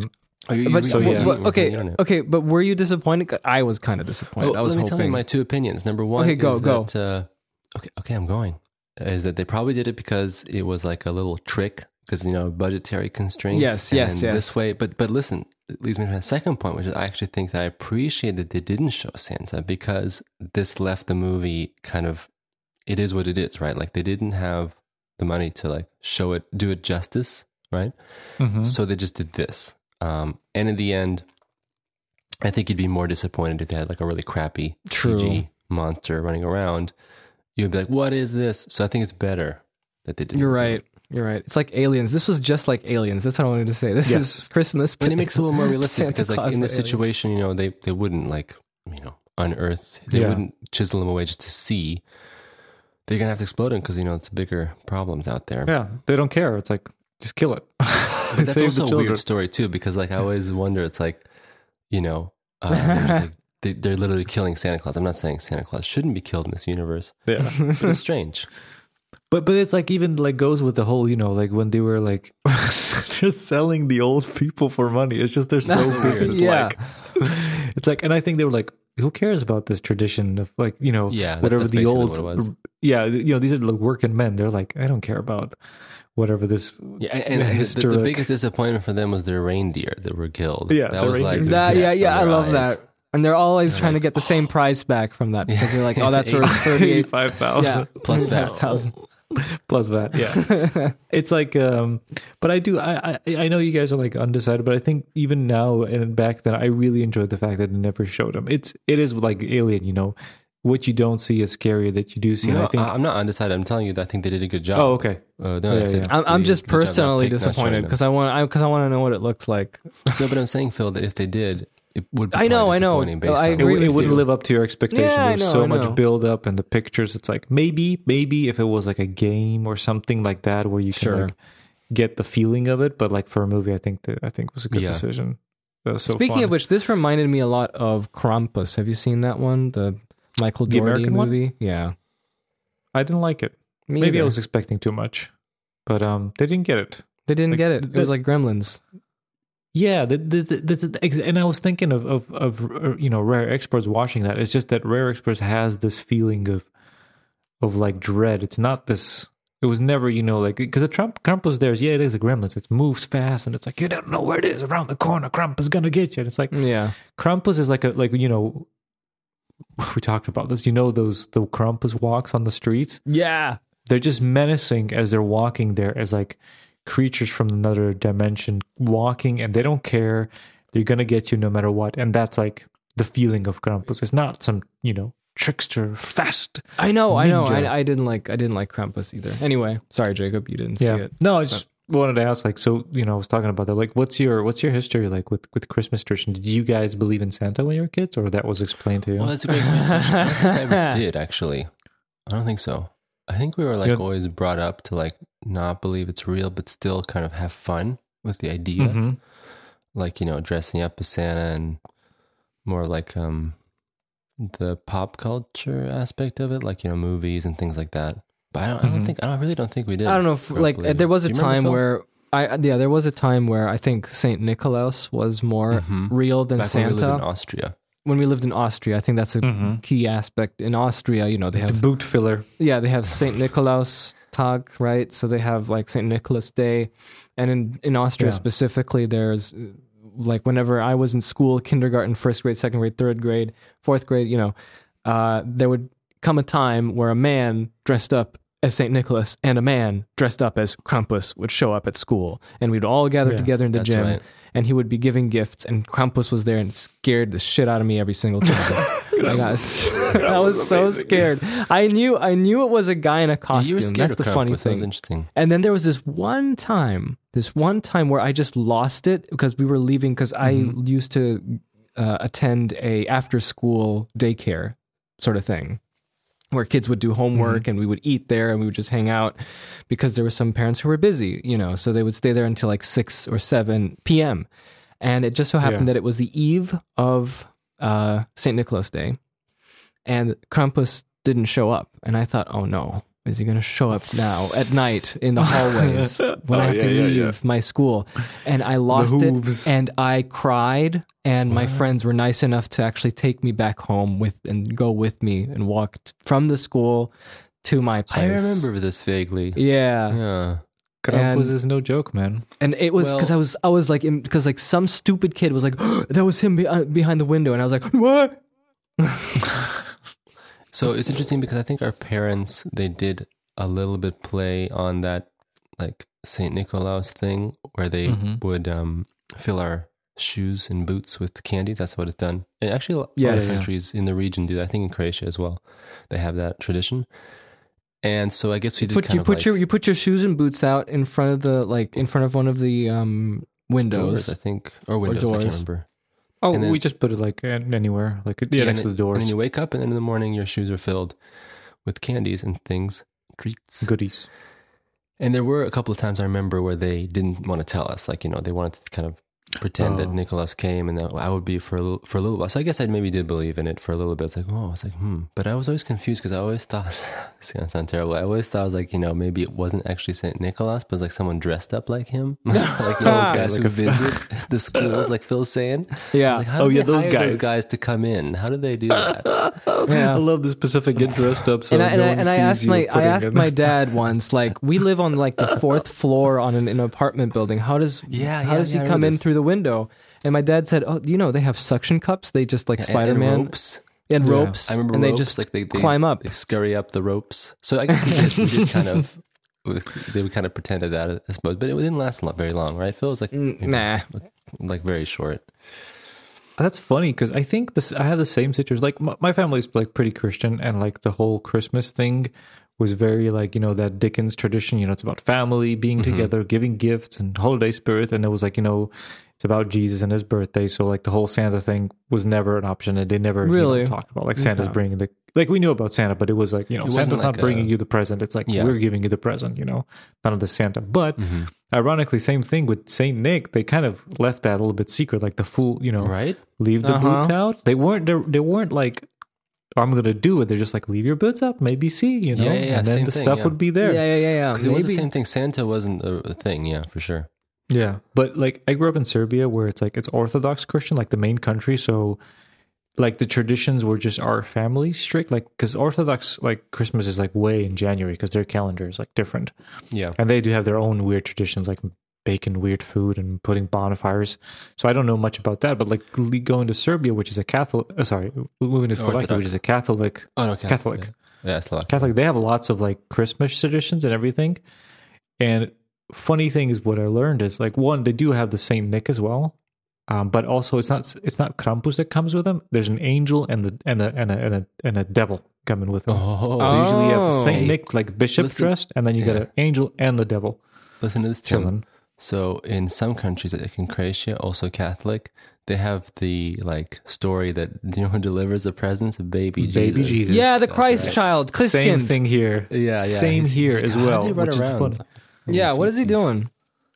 [SPEAKER 3] Are you,
[SPEAKER 1] But,
[SPEAKER 3] you-
[SPEAKER 2] so,
[SPEAKER 3] you-
[SPEAKER 2] yeah.
[SPEAKER 3] you-
[SPEAKER 1] but-
[SPEAKER 3] you-
[SPEAKER 1] okay,
[SPEAKER 3] you on it.
[SPEAKER 1] okay, but were you disappointed? I was kind of disappointed.
[SPEAKER 3] Oh,
[SPEAKER 1] I was
[SPEAKER 3] let me
[SPEAKER 1] hoping.
[SPEAKER 3] tell you my two opinions. Number one,
[SPEAKER 1] Okay, go,
[SPEAKER 3] is
[SPEAKER 1] go.
[SPEAKER 3] That, uh, okay, okay, I'm going. Is that they probably did it because it was like a little trick because you know budgetary constraints.
[SPEAKER 1] Yes, yes,
[SPEAKER 3] and
[SPEAKER 1] yes.
[SPEAKER 3] This way, but but listen, it leads me to my second point, which is I actually think that I appreciate that they didn't show Santa because this left the movie kind of it is what it is, right? Like they didn't have the money to like show it, do it justice, right?
[SPEAKER 2] mhm.
[SPEAKER 1] Mm-hmm.
[SPEAKER 3] So they just did this. Um, and in the end, I think you'd be more disappointed if they had like a really crappy
[SPEAKER 1] True.
[SPEAKER 3] CG monster running around. You'd be like, what is this? So I think it's better that they did
[SPEAKER 1] You're right. You're right. It's like aliens. This was just like aliens. That's what I wanted to say. This
[SPEAKER 2] Yes.
[SPEAKER 1] is Christmas.
[SPEAKER 3] And it makes it a little more realistic
[SPEAKER 1] Santa
[SPEAKER 3] because like
[SPEAKER 1] Claus
[SPEAKER 3] in
[SPEAKER 1] for
[SPEAKER 3] this
[SPEAKER 1] aliens.
[SPEAKER 3] situation, you know, they, they wouldn't like, you know, unearth, they
[SPEAKER 2] Yeah.
[SPEAKER 3] wouldn't chisel him away just to see. They're going to have to explode him because, you know, it's bigger problems out there.
[SPEAKER 2] Yeah, they don't care. It's like just kill it.
[SPEAKER 3] But that's
[SPEAKER 2] Save
[SPEAKER 3] also
[SPEAKER 2] the
[SPEAKER 3] a
[SPEAKER 2] children.
[SPEAKER 3] weird story too, because like I always wonder, it's like, you know, uh, they're, just, like, they, they're literally killing Santa Claus. I'm not saying Santa Claus shouldn't be killed in this universe,
[SPEAKER 2] Yeah,
[SPEAKER 3] but it's strange.
[SPEAKER 2] but but it's like even like goes with the whole you know like when they were like they're selling the old people for money. It's just they're so
[SPEAKER 3] weird.
[SPEAKER 2] business
[SPEAKER 1] Yeah.
[SPEAKER 2] like. It's like, and I think they were like, who cares about this tradition of like you know
[SPEAKER 3] Yeah, that-
[SPEAKER 2] whatever
[SPEAKER 3] that's
[SPEAKER 2] the
[SPEAKER 3] basically
[SPEAKER 2] old
[SPEAKER 3] what it was.
[SPEAKER 2] yeah you know these are like working men. They're like, I don't care about whatever this
[SPEAKER 3] Yeah, and, and the, the- the
[SPEAKER 2] Historic.
[SPEAKER 3] biggest disappointment for them was their reindeer that were killed.
[SPEAKER 2] Yeah,
[SPEAKER 3] that
[SPEAKER 2] the
[SPEAKER 3] was like,
[SPEAKER 2] reindeer.
[SPEAKER 3] the
[SPEAKER 1] That,
[SPEAKER 3] death
[SPEAKER 1] yeah, yeah.
[SPEAKER 3] on
[SPEAKER 1] I
[SPEAKER 3] their
[SPEAKER 1] love
[SPEAKER 3] eyes.
[SPEAKER 1] that. And they're always trying to get the same price back from that because they're like, oh, that's worth thirty-eight
[SPEAKER 2] five thousand.
[SPEAKER 1] yeah,
[SPEAKER 3] Plus that.
[SPEAKER 1] thousand.
[SPEAKER 2] plus that yeah it's like um but i do I, I i know you guys are like undecided but i think even now and back then i really enjoyed the fact that it never showed them it's it is like alien you know what you don't see is scarier that you do see and
[SPEAKER 3] No,
[SPEAKER 2] i
[SPEAKER 1] uh,
[SPEAKER 2] think
[SPEAKER 3] I, am not undecided. I'm telling you that I think they did a good job.
[SPEAKER 2] oh okay
[SPEAKER 3] Uh, no, I
[SPEAKER 2] Yeah,
[SPEAKER 3] said
[SPEAKER 2] yeah.
[SPEAKER 1] I'm, I'm
[SPEAKER 3] they
[SPEAKER 1] just
[SPEAKER 3] did a good job not
[SPEAKER 1] personally
[SPEAKER 3] pick- not showing
[SPEAKER 1] disappointed
[SPEAKER 3] them.
[SPEAKER 1] because I want because I, want to know what it looks like.
[SPEAKER 3] no, but I'm saying Phil that if they did, it would. Be
[SPEAKER 1] I know,
[SPEAKER 3] probably
[SPEAKER 1] I know.
[SPEAKER 3] disappointing Based
[SPEAKER 1] I
[SPEAKER 3] on
[SPEAKER 2] it,
[SPEAKER 1] agree
[SPEAKER 3] what
[SPEAKER 2] would-
[SPEAKER 3] they
[SPEAKER 2] it wouldn't
[SPEAKER 3] do.
[SPEAKER 2] live up to your expectations.
[SPEAKER 1] Yeah, I
[SPEAKER 2] there was
[SPEAKER 1] know,
[SPEAKER 2] so
[SPEAKER 1] I know.
[SPEAKER 2] much build up and the pictures. It's like maybe, maybe if it was like a game or something like that where you can
[SPEAKER 1] Sure.
[SPEAKER 2] like get the feeling of it. But like for a movie, I think that I think was a good
[SPEAKER 3] Yeah.
[SPEAKER 2] decision. That was so
[SPEAKER 1] Speaking
[SPEAKER 2] fun.
[SPEAKER 1] of which, this reminded me a lot of Krampus. Have you seen that one? The Michael
[SPEAKER 2] The
[SPEAKER 1] Doherty
[SPEAKER 2] American one?
[SPEAKER 1] movie? Yeah.
[SPEAKER 2] I didn't like it.
[SPEAKER 1] Me
[SPEAKER 2] Maybe I
[SPEAKER 1] either.
[SPEAKER 2] was expecting too much, but um, they didn't get it.
[SPEAKER 1] They didn't
[SPEAKER 2] like,
[SPEAKER 1] get it. It was
[SPEAKER 2] the-
[SPEAKER 1] like Gremlins.
[SPEAKER 2] Yeah, th th th that's ex- and I was thinking of of of uh, you know rare experts watching that. It's just that rare experts has this feeling of of like dread. It's not this. It was never you know like because the Trump Krampus there is yeah it is a Gremlins. It moves fast and it's like you don't know where it is around the corner. Krampus is gonna get you. And it's like
[SPEAKER 1] Yeah.
[SPEAKER 2] Krampus is like a like you know we talked about this. You know those the Krampus walks on the streets
[SPEAKER 1] Yeah.
[SPEAKER 2] they're just menacing as they're walking there as like creatures from another dimension walking and they don't care they're gonna get you no matter what and that's like the feeling of krampus it's not some you know trickster fast
[SPEAKER 1] I know, I know.
[SPEAKER 2] Ninja.
[SPEAKER 1] I, I didn't like I didn't like Krampus either. Anyway, sorry Jacob, you didn't see it.
[SPEAKER 2] no i just wanted to ask like so you know i was talking about that like what's your what's your history like with with christmas tradition did you guys believe in santa when you were kids or that was explained to you
[SPEAKER 3] Well, that's a great question. I don't think I ever did actually. I don't think so. I think we were like
[SPEAKER 2] You're-
[SPEAKER 3] always brought up to like not believe it's real, but still kind of have fun with the idea,
[SPEAKER 1] Mm-hmm.
[SPEAKER 2] Mhm.
[SPEAKER 3] like you know, dressing up as Santa and more like um the pop culture aspect of it, like you know, movies and things like that. But I don't, I don't
[SPEAKER 2] Mhm.
[SPEAKER 3] think I don't, I really don't think we did.
[SPEAKER 1] Mm-hmm. I don't know if
[SPEAKER 3] grow up
[SPEAKER 1] like
[SPEAKER 3] believing.
[SPEAKER 1] there was
[SPEAKER 3] Do
[SPEAKER 1] a
[SPEAKER 3] you remember,
[SPEAKER 1] time
[SPEAKER 3] Phil?
[SPEAKER 1] where I yeah, there was a time where I think Saint Nicholas was more
[SPEAKER 3] Mhm.
[SPEAKER 1] real than
[SPEAKER 3] Back when we
[SPEAKER 1] Santa.
[SPEAKER 3] lived in Mm-hmm. Austria.
[SPEAKER 1] when we lived in Austria, I think that's a
[SPEAKER 2] Mhm.
[SPEAKER 1] key aspect. In Austria, you know, they
[SPEAKER 2] the
[SPEAKER 1] have
[SPEAKER 2] boot filler
[SPEAKER 1] yeah, they have Saint Nicholas Tag, right? So they have like Saint Nicholas Day, and in in Austria
[SPEAKER 2] Yeah.
[SPEAKER 1] specifically, there's uh, like whenever I was in school, kindergarten, first grade, second grade, third grade, fourth grade, you know, uh, there would come a time where a man dressed up as Saint Nicholas and a man dressed up as Krampus would show up at school, and we'd all gather
[SPEAKER 2] Yeah,
[SPEAKER 1] together in the
[SPEAKER 3] that's
[SPEAKER 1] gym,
[SPEAKER 3] right.
[SPEAKER 1] and he would be giving gifts, and Krampus was there and scared the shit out of me every single time. And I was, I was so scared. I knew I knew it was a guy in a costume.
[SPEAKER 3] You were scared
[SPEAKER 1] That's
[SPEAKER 3] of
[SPEAKER 1] the
[SPEAKER 3] Krampus.
[SPEAKER 1] funny
[SPEAKER 3] That was
[SPEAKER 1] thing.
[SPEAKER 3] interesting.
[SPEAKER 1] and then there was this one time, this one time where I just lost it because we were leaving because
[SPEAKER 3] Mm-hmm.
[SPEAKER 1] I used to uh, attend a after school daycare sort of thing where kids would do
[SPEAKER 3] Mm-hmm.
[SPEAKER 1] homework and we would eat there and we would just hang out because there were some parents who were busy, you know, so they would stay there until like 6 or 7 p.m. And it just so happened
[SPEAKER 2] Yeah.
[SPEAKER 1] that it was the eve of uh, St. Nicholas Day and Krampus didn't show up. And I thought, oh no, is he going to show up now at night in the hallways when
[SPEAKER 2] Oh,
[SPEAKER 1] I have to
[SPEAKER 2] yeah, yeah,
[SPEAKER 1] leave
[SPEAKER 2] yeah.
[SPEAKER 1] my school? And I lost it
[SPEAKER 2] hooves.
[SPEAKER 1] and I cried. And my friends were nice enough to actually take me back home with and go with me and walk t- from the school to my
[SPEAKER 3] I
[SPEAKER 1] place.
[SPEAKER 3] remember this vaguely.
[SPEAKER 1] Yeah.
[SPEAKER 3] Yeah.
[SPEAKER 2] krampus
[SPEAKER 1] And-
[SPEAKER 2] is no joke man
[SPEAKER 1] And it was because
[SPEAKER 3] Well-
[SPEAKER 1] I was I was like because like some stupid kid was like that was him be- uh, behind the window and I was like what
[SPEAKER 3] So it's interesting because I think our parents they did a little bit play on that like Saint Nicholas thing where they
[SPEAKER 1] Mm-hmm.
[SPEAKER 2] Mhm.
[SPEAKER 3] would um, fill our shoes and boots with candies. That's what it's done. And actually, a lot
[SPEAKER 1] Yes.
[SPEAKER 3] of countries in the region do that. I think in Croatia as well, they have that tradition. And so I guess we did
[SPEAKER 1] put
[SPEAKER 3] kind
[SPEAKER 1] you
[SPEAKER 3] of
[SPEAKER 1] put
[SPEAKER 3] like
[SPEAKER 1] your you put your shoes and boots out in front of the like in front of one of the um windows
[SPEAKER 3] doors, I think, or windows. I
[SPEAKER 1] doors.
[SPEAKER 3] can't remember.
[SPEAKER 2] oh
[SPEAKER 3] And then-
[SPEAKER 2] we just put it like an- anywhere like yeah, next to the
[SPEAKER 3] and then- And
[SPEAKER 2] doors
[SPEAKER 3] then you wake up, and then in the morning your shoes are filled with candies and things, treats.
[SPEAKER 2] goodies
[SPEAKER 3] And there were a couple of times I remember where they didn't want to tell us, like you know, they wanted to kind of pretend that
[SPEAKER 2] Oh.
[SPEAKER 3] Nicholas came, and that I would be for a little, for a little while. So I guess I maybe did believe in it for a little bit. It's like, oh, it's like, hmm. But I was always confused because I always thought this gonna sound terrible. I always thought it was like, you know, maybe it wasn't actually Saint Nicholas, but it was like someone dressed up like him, like you know, those guys
[SPEAKER 2] Ah, Like
[SPEAKER 3] who
[SPEAKER 2] a-
[SPEAKER 3] visit the schools, like Phil's saying. I
[SPEAKER 1] yeah
[SPEAKER 3] was like, how
[SPEAKER 2] Oh,
[SPEAKER 3] did
[SPEAKER 2] yeah,
[SPEAKER 3] they
[SPEAKER 2] those
[SPEAKER 3] hire
[SPEAKER 2] guys.
[SPEAKER 3] guys to come in. How did they do that?
[SPEAKER 1] yeah
[SPEAKER 2] I love this Pacific get dressed up. So
[SPEAKER 1] and I, and,
[SPEAKER 2] no
[SPEAKER 1] I,
[SPEAKER 2] one
[SPEAKER 1] and I
[SPEAKER 2] sees
[SPEAKER 1] asked
[SPEAKER 2] you
[SPEAKER 1] my I
[SPEAKER 2] putting
[SPEAKER 1] asked
[SPEAKER 2] in-
[SPEAKER 1] my dad once like we live on like the fourth floor on an, an apartment building how does
[SPEAKER 3] Yeah,
[SPEAKER 1] how
[SPEAKER 3] yeah,
[SPEAKER 1] does
[SPEAKER 3] yeah, I
[SPEAKER 1] he come
[SPEAKER 3] remember
[SPEAKER 1] in
[SPEAKER 3] this.
[SPEAKER 1] through the window and my dad said oh you know they have suction cups they just like
[SPEAKER 3] And- and
[SPEAKER 1] Spider Man
[SPEAKER 3] ropes.
[SPEAKER 1] and
[SPEAKER 2] Yeah.
[SPEAKER 1] ropes
[SPEAKER 3] I remember
[SPEAKER 1] and
[SPEAKER 3] ropes,
[SPEAKER 1] they just
[SPEAKER 3] like they, they
[SPEAKER 1] climb up
[SPEAKER 3] they scurry up the ropes. So I guess we did, we did kind of they would kind of pretended that I suppose, but it didn't last lo- very long, right? Phil it was like
[SPEAKER 1] Mm,
[SPEAKER 3] maybe,
[SPEAKER 1] nah
[SPEAKER 3] like very short.
[SPEAKER 2] That's funny because I think this. I had the same situation. Like my, my family's like pretty Christian, and like the whole Christmas thing was very like you know that
[SPEAKER 3] Mm-hmm.
[SPEAKER 2] Dickens tradition. You know, it's about family being together, giving gifts, and holiday spirit. And it was like you know, It's about Jesus and his birthday. So like the whole Santa thing was never an option, and they never you know,
[SPEAKER 1] Really?
[SPEAKER 2] talked about like Santa's
[SPEAKER 1] Okay.
[SPEAKER 2] bringing the like we knew about Santa, but it was like you know
[SPEAKER 3] It wasn't
[SPEAKER 2] Santa's not
[SPEAKER 3] like
[SPEAKER 2] bringing
[SPEAKER 3] a-
[SPEAKER 2] you the present. It's like
[SPEAKER 3] Yeah.
[SPEAKER 2] we're giving you the present. You know, not the Santa, but.
[SPEAKER 3] Mhm.
[SPEAKER 2] Ironically, same thing with Saint Nick. They kind of left that a little bit secret, like the fool, you know,
[SPEAKER 3] Right?
[SPEAKER 2] leave the
[SPEAKER 1] Uh-huh.
[SPEAKER 2] boots out. They weren't. They, they weren't like, I'm gonna do it. They're just like, leave your boots up. Maybe see, you know,
[SPEAKER 3] Yeah, yeah, yeah,
[SPEAKER 2] and then
[SPEAKER 3] same
[SPEAKER 2] the
[SPEAKER 3] thing,
[SPEAKER 2] stuff
[SPEAKER 3] yeah.
[SPEAKER 2] would be
[SPEAKER 1] Yeah,
[SPEAKER 2] there. Yeah.
[SPEAKER 1] yeah, yeah,
[SPEAKER 3] Because
[SPEAKER 1] yeah.
[SPEAKER 3] it was the
[SPEAKER 1] Maybe
[SPEAKER 3] same thing. Santa wasn't a a thing. Yeah, for sure.
[SPEAKER 2] but like I grew up in Serbia, where it's like it's Orthodox Christian, like the main country. So, like the traditions were just our family strict, like because Orthodox like Christmas is like way in January because their calendar is like different.
[SPEAKER 3] Yeah.
[SPEAKER 2] and they do have their own weird traditions like baking weird food and putting bonfires so i don't know much about that but like le- going to serbia which is a catholic uh, sorry moving to slovakia
[SPEAKER 3] Oh, Orthodox.
[SPEAKER 2] which is a catholic
[SPEAKER 3] Oh, no. Catholic.
[SPEAKER 2] Catholic.
[SPEAKER 3] Yeah, yeah Slovak.
[SPEAKER 2] catholic they have lots of like christmas traditions and everything and funny thing is what i learned is like one they do have the saint nick as well um, but also it's not it's not krampus that comes with them there's an angel and the and a and a and a, and a devil coming with them
[SPEAKER 3] Oh,
[SPEAKER 2] So usually you have
[SPEAKER 1] Oh.
[SPEAKER 2] Saint Nick, like bishop
[SPEAKER 3] Listen.
[SPEAKER 2] dressed, and then you
[SPEAKER 3] Yeah.
[SPEAKER 2] got an angel and the devil
[SPEAKER 3] listen to this, Tim.
[SPEAKER 2] chilling.
[SPEAKER 3] So in some countries, like in Croatia, also Catholic, they have the like story that you know who delivers the presents, baby Jesus.
[SPEAKER 2] Baby Jesus.
[SPEAKER 1] yeah, the
[SPEAKER 3] That's
[SPEAKER 1] Christ
[SPEAKER 3] right.
[SPEAKER 1] child,
[SPEAKER 2] Same
[SPEAKER 1] Kliskind.
[SPEAKER 2] thing here.
[SPEAKER 3] Yeah, yeah.
[SPEAKER 2] Same
[SPEAKER 3] He's-
[SPEAKER 2] here as
[SPEAKER 3] he's like, "How does
[SPEAKER 2] well,
[SPEAKER 3] he run
[SPEAKER 2] which is
[SPEAKER 3] around?"
[SPEAKER 2] fun.
[SPEAKER 1] Yeah, what is he doing?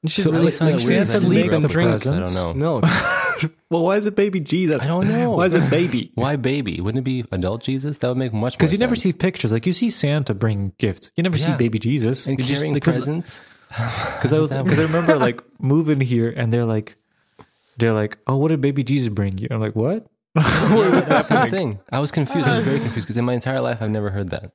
[SPEAKER 1] You should
[SPEAKER 2] So
[SPEAKER 3] I
[SPEAKER 1] really
[SPEAKER 3] always
[SPEAKER 2] Like-
[SPEAKER 3] found
[SPEAKER 1] like
[SPEAKER 3] it
[SPEAKER 1] Santa
[SPEAKER 3] weird that
[SPEAKER 2] Santa
[SPEAKER 3] they
[SPEAKER 2] makes
[SPEAKER 1] make
[SPEAKER 3] grew
[SPEAKER 2] them
[SPEAKER 3] up
[SPEAKER 1] them drink
[SPEAKER 2] present.
[SPEAKER 3] with presents. I don't know.
[SPEAKER 1] milk.
[SPEAKER 2] Well, why is it baby Jesus?
[SPEAKER 3] I don't know.
[SPEAKER 2] Why is it baby?
[SPEAKER 3] Why baby? Wouldn't it be adult Jesus? That would make much
[SPEAKER 2] Because
[SPEAKER 3] because
[SPEAKER 2] you never see pictures. Like you see Santa bring gifts. You never see
[SPEAKER 3] Yeah.
[SPEAKER 2] baby Jesus.
[SPEAKER 3] and
[SPEAKER 2] You just-
[SPEAKER 3] carrying
[SPEAKER 2] because
[SPEAKER 3] presents.
[SPEAKER 2] because I was because I remember like moving here and they're like they're like oh what did baby Jesus bring you? I'm like what?
[SPEAKER 3] That's the same thing. I was confused. I was very confused because in my entire life I've never heard that.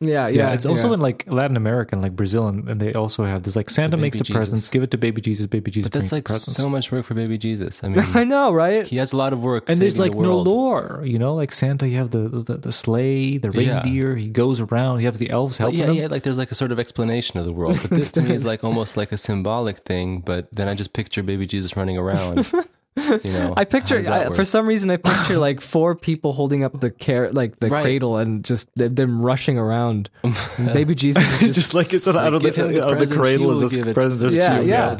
[SPEAKER 1] Yeah, yeah.
[SPEAKER 2] Yeah, it's also
[SPEAKER 1] yeah.
[SPEAKER 2] in like Latin America and like Brazil and, and they also have this like Santa
[SPEAKER 3] baby
[SPEAKER 2] makes the
[SPEAKER 3] Jesus.
[SPEAKER 2] presents, give it to baby Jesus, baby Jesus.
[SPEAKER 3] But that's
[SPEAKER 2] brings
[SPEAKER 3] like
[SPEAKER 2] presents.
[SPEAKER 3] so much work for baby Jesus. I mean,
[SPEAKER 1] I know, right?
[SPEAKER 3] he has a lot of work.
[SPEAKER 2] and there's
[SPEAKER 3] saving
[SPEAKER 2] like
[SPEAKER 3] the
[SPEAKER 2] no
[SPEAKER 3] world.
[SPEAKER 2] lore, you know, like Santa, you have the the, the sleigh, the
[SPEAKER 3] Yeah.
[SPEAKER 2] reindeer. He goes around. He has the elves helping
[SPEAKER 3] yeah,
[SPEAKER 2] him.
[SPEAKER 3] yeah, like there's like a sort of explanation of the world. But this to me is like almost like a symbolic thing, but then I just picture baby Jesus running around. You know,
[SPEAKER 1] I
[SPEAKER 3] How
[SPEAKER 1] picture
[SPEAKER 3] does that
[SPEAKER 1] I,
[SPEAKER 3] work?
[SPEAKER 1] for some reason I picture like four people holding up the care like the
[SPEAKER 3] Right.
[SPEAKER 1] cradle and just th- them rushing around. And Baby Jesus is just,
[SPEAKER 2] just like it's out of
[SPEAKER 3] give him the
[SPEAKER 2] the, out of the
[SPEAKER 3] present, he
[SPEAKER 2] cradle
[SPEAKER 3] will
[SPEAKER 2] is
[SPEAKER 3] give
[SPEAKER 2] this
[SPEAKER 3] it.
[SPEAKER 2] present. There's
[SPEAKER 1] yeah,
[SPEAKER 2] two,
[SPEAKER 1] yeah,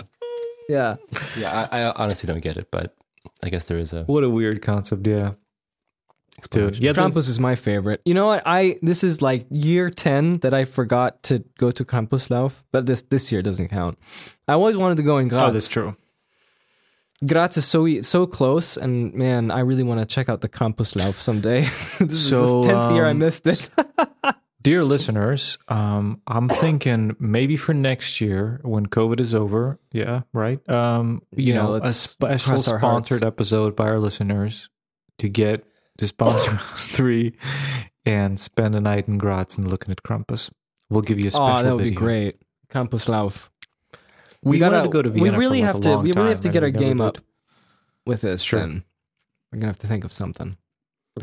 [SPEAKER 1] yeah.
[SPEAKER 3] yeah, I, I honestly don't get it, but I guess there is a
[SPEAKER 2] What a weird concept. Yeah. Dude,
[SPEAKER 3] explanation.
[SPEAKER 2] yeah, the-
[SPEAKER 1] Krampus is my favorite. You know what? I this is like year ten that I forgot to go to Krampuslauf, but this this year doesn't count. I always wanted to go in Graz.
[SPEAKER 2] oh, that's true.
[SPEAKER 1] Graz is so e- so close, and man, I really want to check out the Krampuslauf someday. this
[SPEAKER 2] So,
[SPEAKER 1] is the tenth year I
[SPEAKER 2] um,
[SPEAKER 1] missed it.
[SPEAKER 2] Dear listeners, um, I'm thinking maybe for next year when COVID is over, yeah, right. Um, you
[SPEAKER 1] Yeah,
[SPEAKER 2] know, a
[SPEAKER 1] let's
[SPEAKER 2] special
[SPEAKER 1] cross our hearts.
[SPEAKER 2] sponsored episode by our listeners to get to sponsor us three and spend a night in Graz and looking at Krampus. We'll give you a special.
[SPEAKER 1] Oh, that would be
[SPEAKER 2] video.
[SPEAKER 1] great. Krampuslauf.
[SPEAKER 2] We wanted to go to Vienna
[SPEAKER 1] We
[SPEAKER 2] for,
[SPEAKER 1] really
[SPEAKER 2] like,
[SPEAKER 1] have
[SPEAKER 2] a
[SPEAKER 1] to.
[SPEAKER 2] long
[SPEAKER 1] We really have
[SPEAKER 2] time,
[SPEAKER 1] to
[SPEAKER 2] and
[SPEAKER 1] get
[SPEAKER 2] we
[SPEAKER 1] our
[SPEAKER 2] never
[SPEAKER 1] game
[SPEAKER 2] did.
[SPEAKER 1] up with this.
[SPEAKER 2] Sure.
[SPEAKER 1] Then we're gonna have to think of something.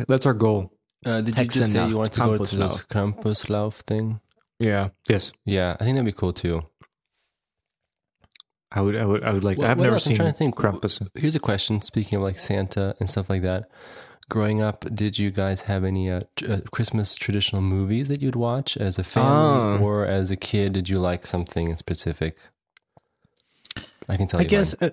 [SPEAKER 2] That's our goal.
[SPEAKER 3] Uh, did you just say
[SPEAKER 1] Hexennacht,
[SPEAKER 3] you want to go to this
[SPEAKER 1] Krampuslauf.
[SPEAKER 3] Krampuslauf thing?
[SPEAKER 1] Yeah.
[SPEAKER 2] Yes,
[SPEAKER 3] Yeah, I think that'd be cool too.
[SPEAKER 2] I would. I would. I would like.
[SPEAKER 3] What-
[SPEAKER 2] I've
[SPEAKER 3] what
[SPEAKER 2] never
[SPEAKER 3] else? I'm
[SPEAKER 2] seen
[SPEAKER 3] trying to think.
[SPEAKER 2] Krampus.
[SPEAKER 3] Here's a question. Speaking of like Santa and stuff like that, growing up, did you guys have any uh, tr- uh, Christmas traditional movies that you'd watch as a family
[SPEAKER 1] Ah.
[SPEAKER 3] or as a kid? Did you like something in specific? I can tell
[SPEAKER 2] I
[SPEAKER 3] you.
[SPEAKER 2] guess. Uh,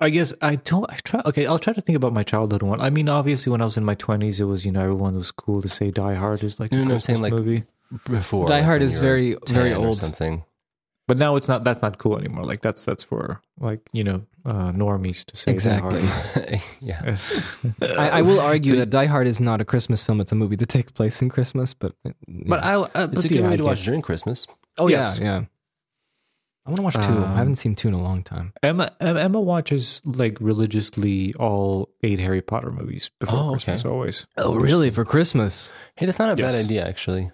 [SPEAKER 2] I guess I don't. I try. Okay, I'll try to think about my childhood one. I mean, obviously, when I was in my twenties, it was you know everyone was cool to say Die Hard is like
[SPEAKER 3] No,
[SPEAKER 2] a
[SPEAKER 3] no, no, I'm
[SPEAKER 2] Christmas
[SPEAKER 3] saying, like-
[SPEAKER 2] movie,
[SPEAKER 3] mine. before
[SPEAKER 1] Die
[SPEAKER 3] like,
[SPEAKER 1] Hard
[SPEAKER 3] when
[SPEAKER 1] is
[SPEAKER 3] you were
[SPEAKER 1] very, very
[SPEAKER 3] 10 or
[SPEAKER 1] old.
[SPEAKER 3] Something.
[SPEAKER 2] but now it's not. That's not cool anymore. Like that's that's for like you know uh, normies to say
[SPEAKER 1] Exactly.
[SPEAKER 2] Die Hard.
[SPEAKER 3] yeah.
[SPEAKER 2] Is, yes.
[SPEAKER 1] I, I will argue
[SPEAKER 3] So-
[SPEAKER 1] that Die Hard is not a Christmas film. It's a movie that takes place in Christmas. But
[SPEAKER 2] But I. Uh,
[SPEAKER 3] It's
[SPEAKER 2] but
[SPEAKER 3] a
[SPEAKER 2] yeah,
[SPEAKER 3] good
[SPEAKER 2] I
[SPEAKER 3] movie to
[SPEAKER 2] guess.
[SPEAKER 3] watch during Christmas.
[SPEAKER 1] oh
[SPEAKER 2] yes.
[SPEAKER 1] yeah, yeah. I want to watch two.
[SPEAKER 2] Um,
[SPEAKER 1] I haven't seen two in a long time.
[SPEAKER 2] Emma Em- Emma watches like religiously all eight Harry Potter movies before
[SPEAKER 3] Oh, okay.
[SPEAKER 2] Christmas always.
[SPEAKER 1] Oh really? For Christmas?
[SPEAKER 3] Hey, that's not a bad
[SPEAKER 2] Yes.
[SPEAKER 3] idea, actually.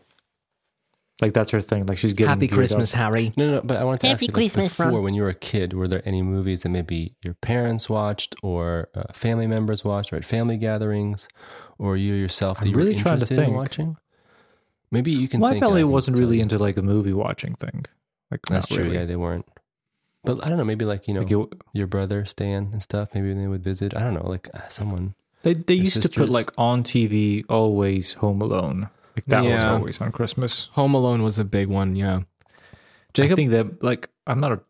[SPEAKER 2] Like that's her thing. Like she's getting
[SPEAKER 1] Happy
[SPEAKER 2] geared up.
[SPEAKER 1] Christmas, Harry.
[SPEAKER 3] No, no, but I wanted to ask
[SPEAKER 4] Happy
[SPEAKER 3] you, like,
[SPEAKER 4] Christmas,
[SPEAKER 3] before,
[SPEAKER 4] Ron.
[SPEAKER 3] when you were a kid, were there any movies that maybe your parents watched or uh, family members watched or at family gatherings or you yourself that
[SPEAKER 2] I'm
[SPEAKER 3] you
[SPEAKER 2] really
[SPEAKER 3] were
[SPEAKER 2] trying to
[SPEAKER 3] interested in
[SPEAKER 2] think.
[SPEAKER 3] watching? Maybe you can
[SPEAKER 2] My
[SPEAKER 3] think. and I
[SPEAKER 2] family
[SPEAKER 3] can
[SPEAKER 2] wasn't
[SPEAKER 3] tell
[SPEAKER 2] really
[SPEAKER 3] you.
[SPEAKER 2] into like a movie watching thing. Like
[SPEAKER 3] That's
[SPEAKER 2] not
[SPEAKER 3] true.
[SPEAKER 2] really.
[SPEAKER 3] Yeah, they weren't. But I don't know. Maybe like, you know,
[SPEAKER 2] Like it,
[SPEAKER 3] your brother, Stan, and stuff. Maybe they would visit. I don't know. Like uh, someone.
[SPEAKER 2] they they
[SPEAKER 3] Your
[SPEAKER 2] used to put
[SPEAKER 3] sisters?
[SPEAKER 2] like on TV always Home Alone. Like that was
[SPEAKER 1] Yeah.
[SPEAKER 2] always on Christmas.
[SPEAKER 1] Home Alone was a big one. Yeah.
[SPEAKER 2] I
[SPEAKER 1] Jacob,
[SPEAKER 2] think that like I'm not a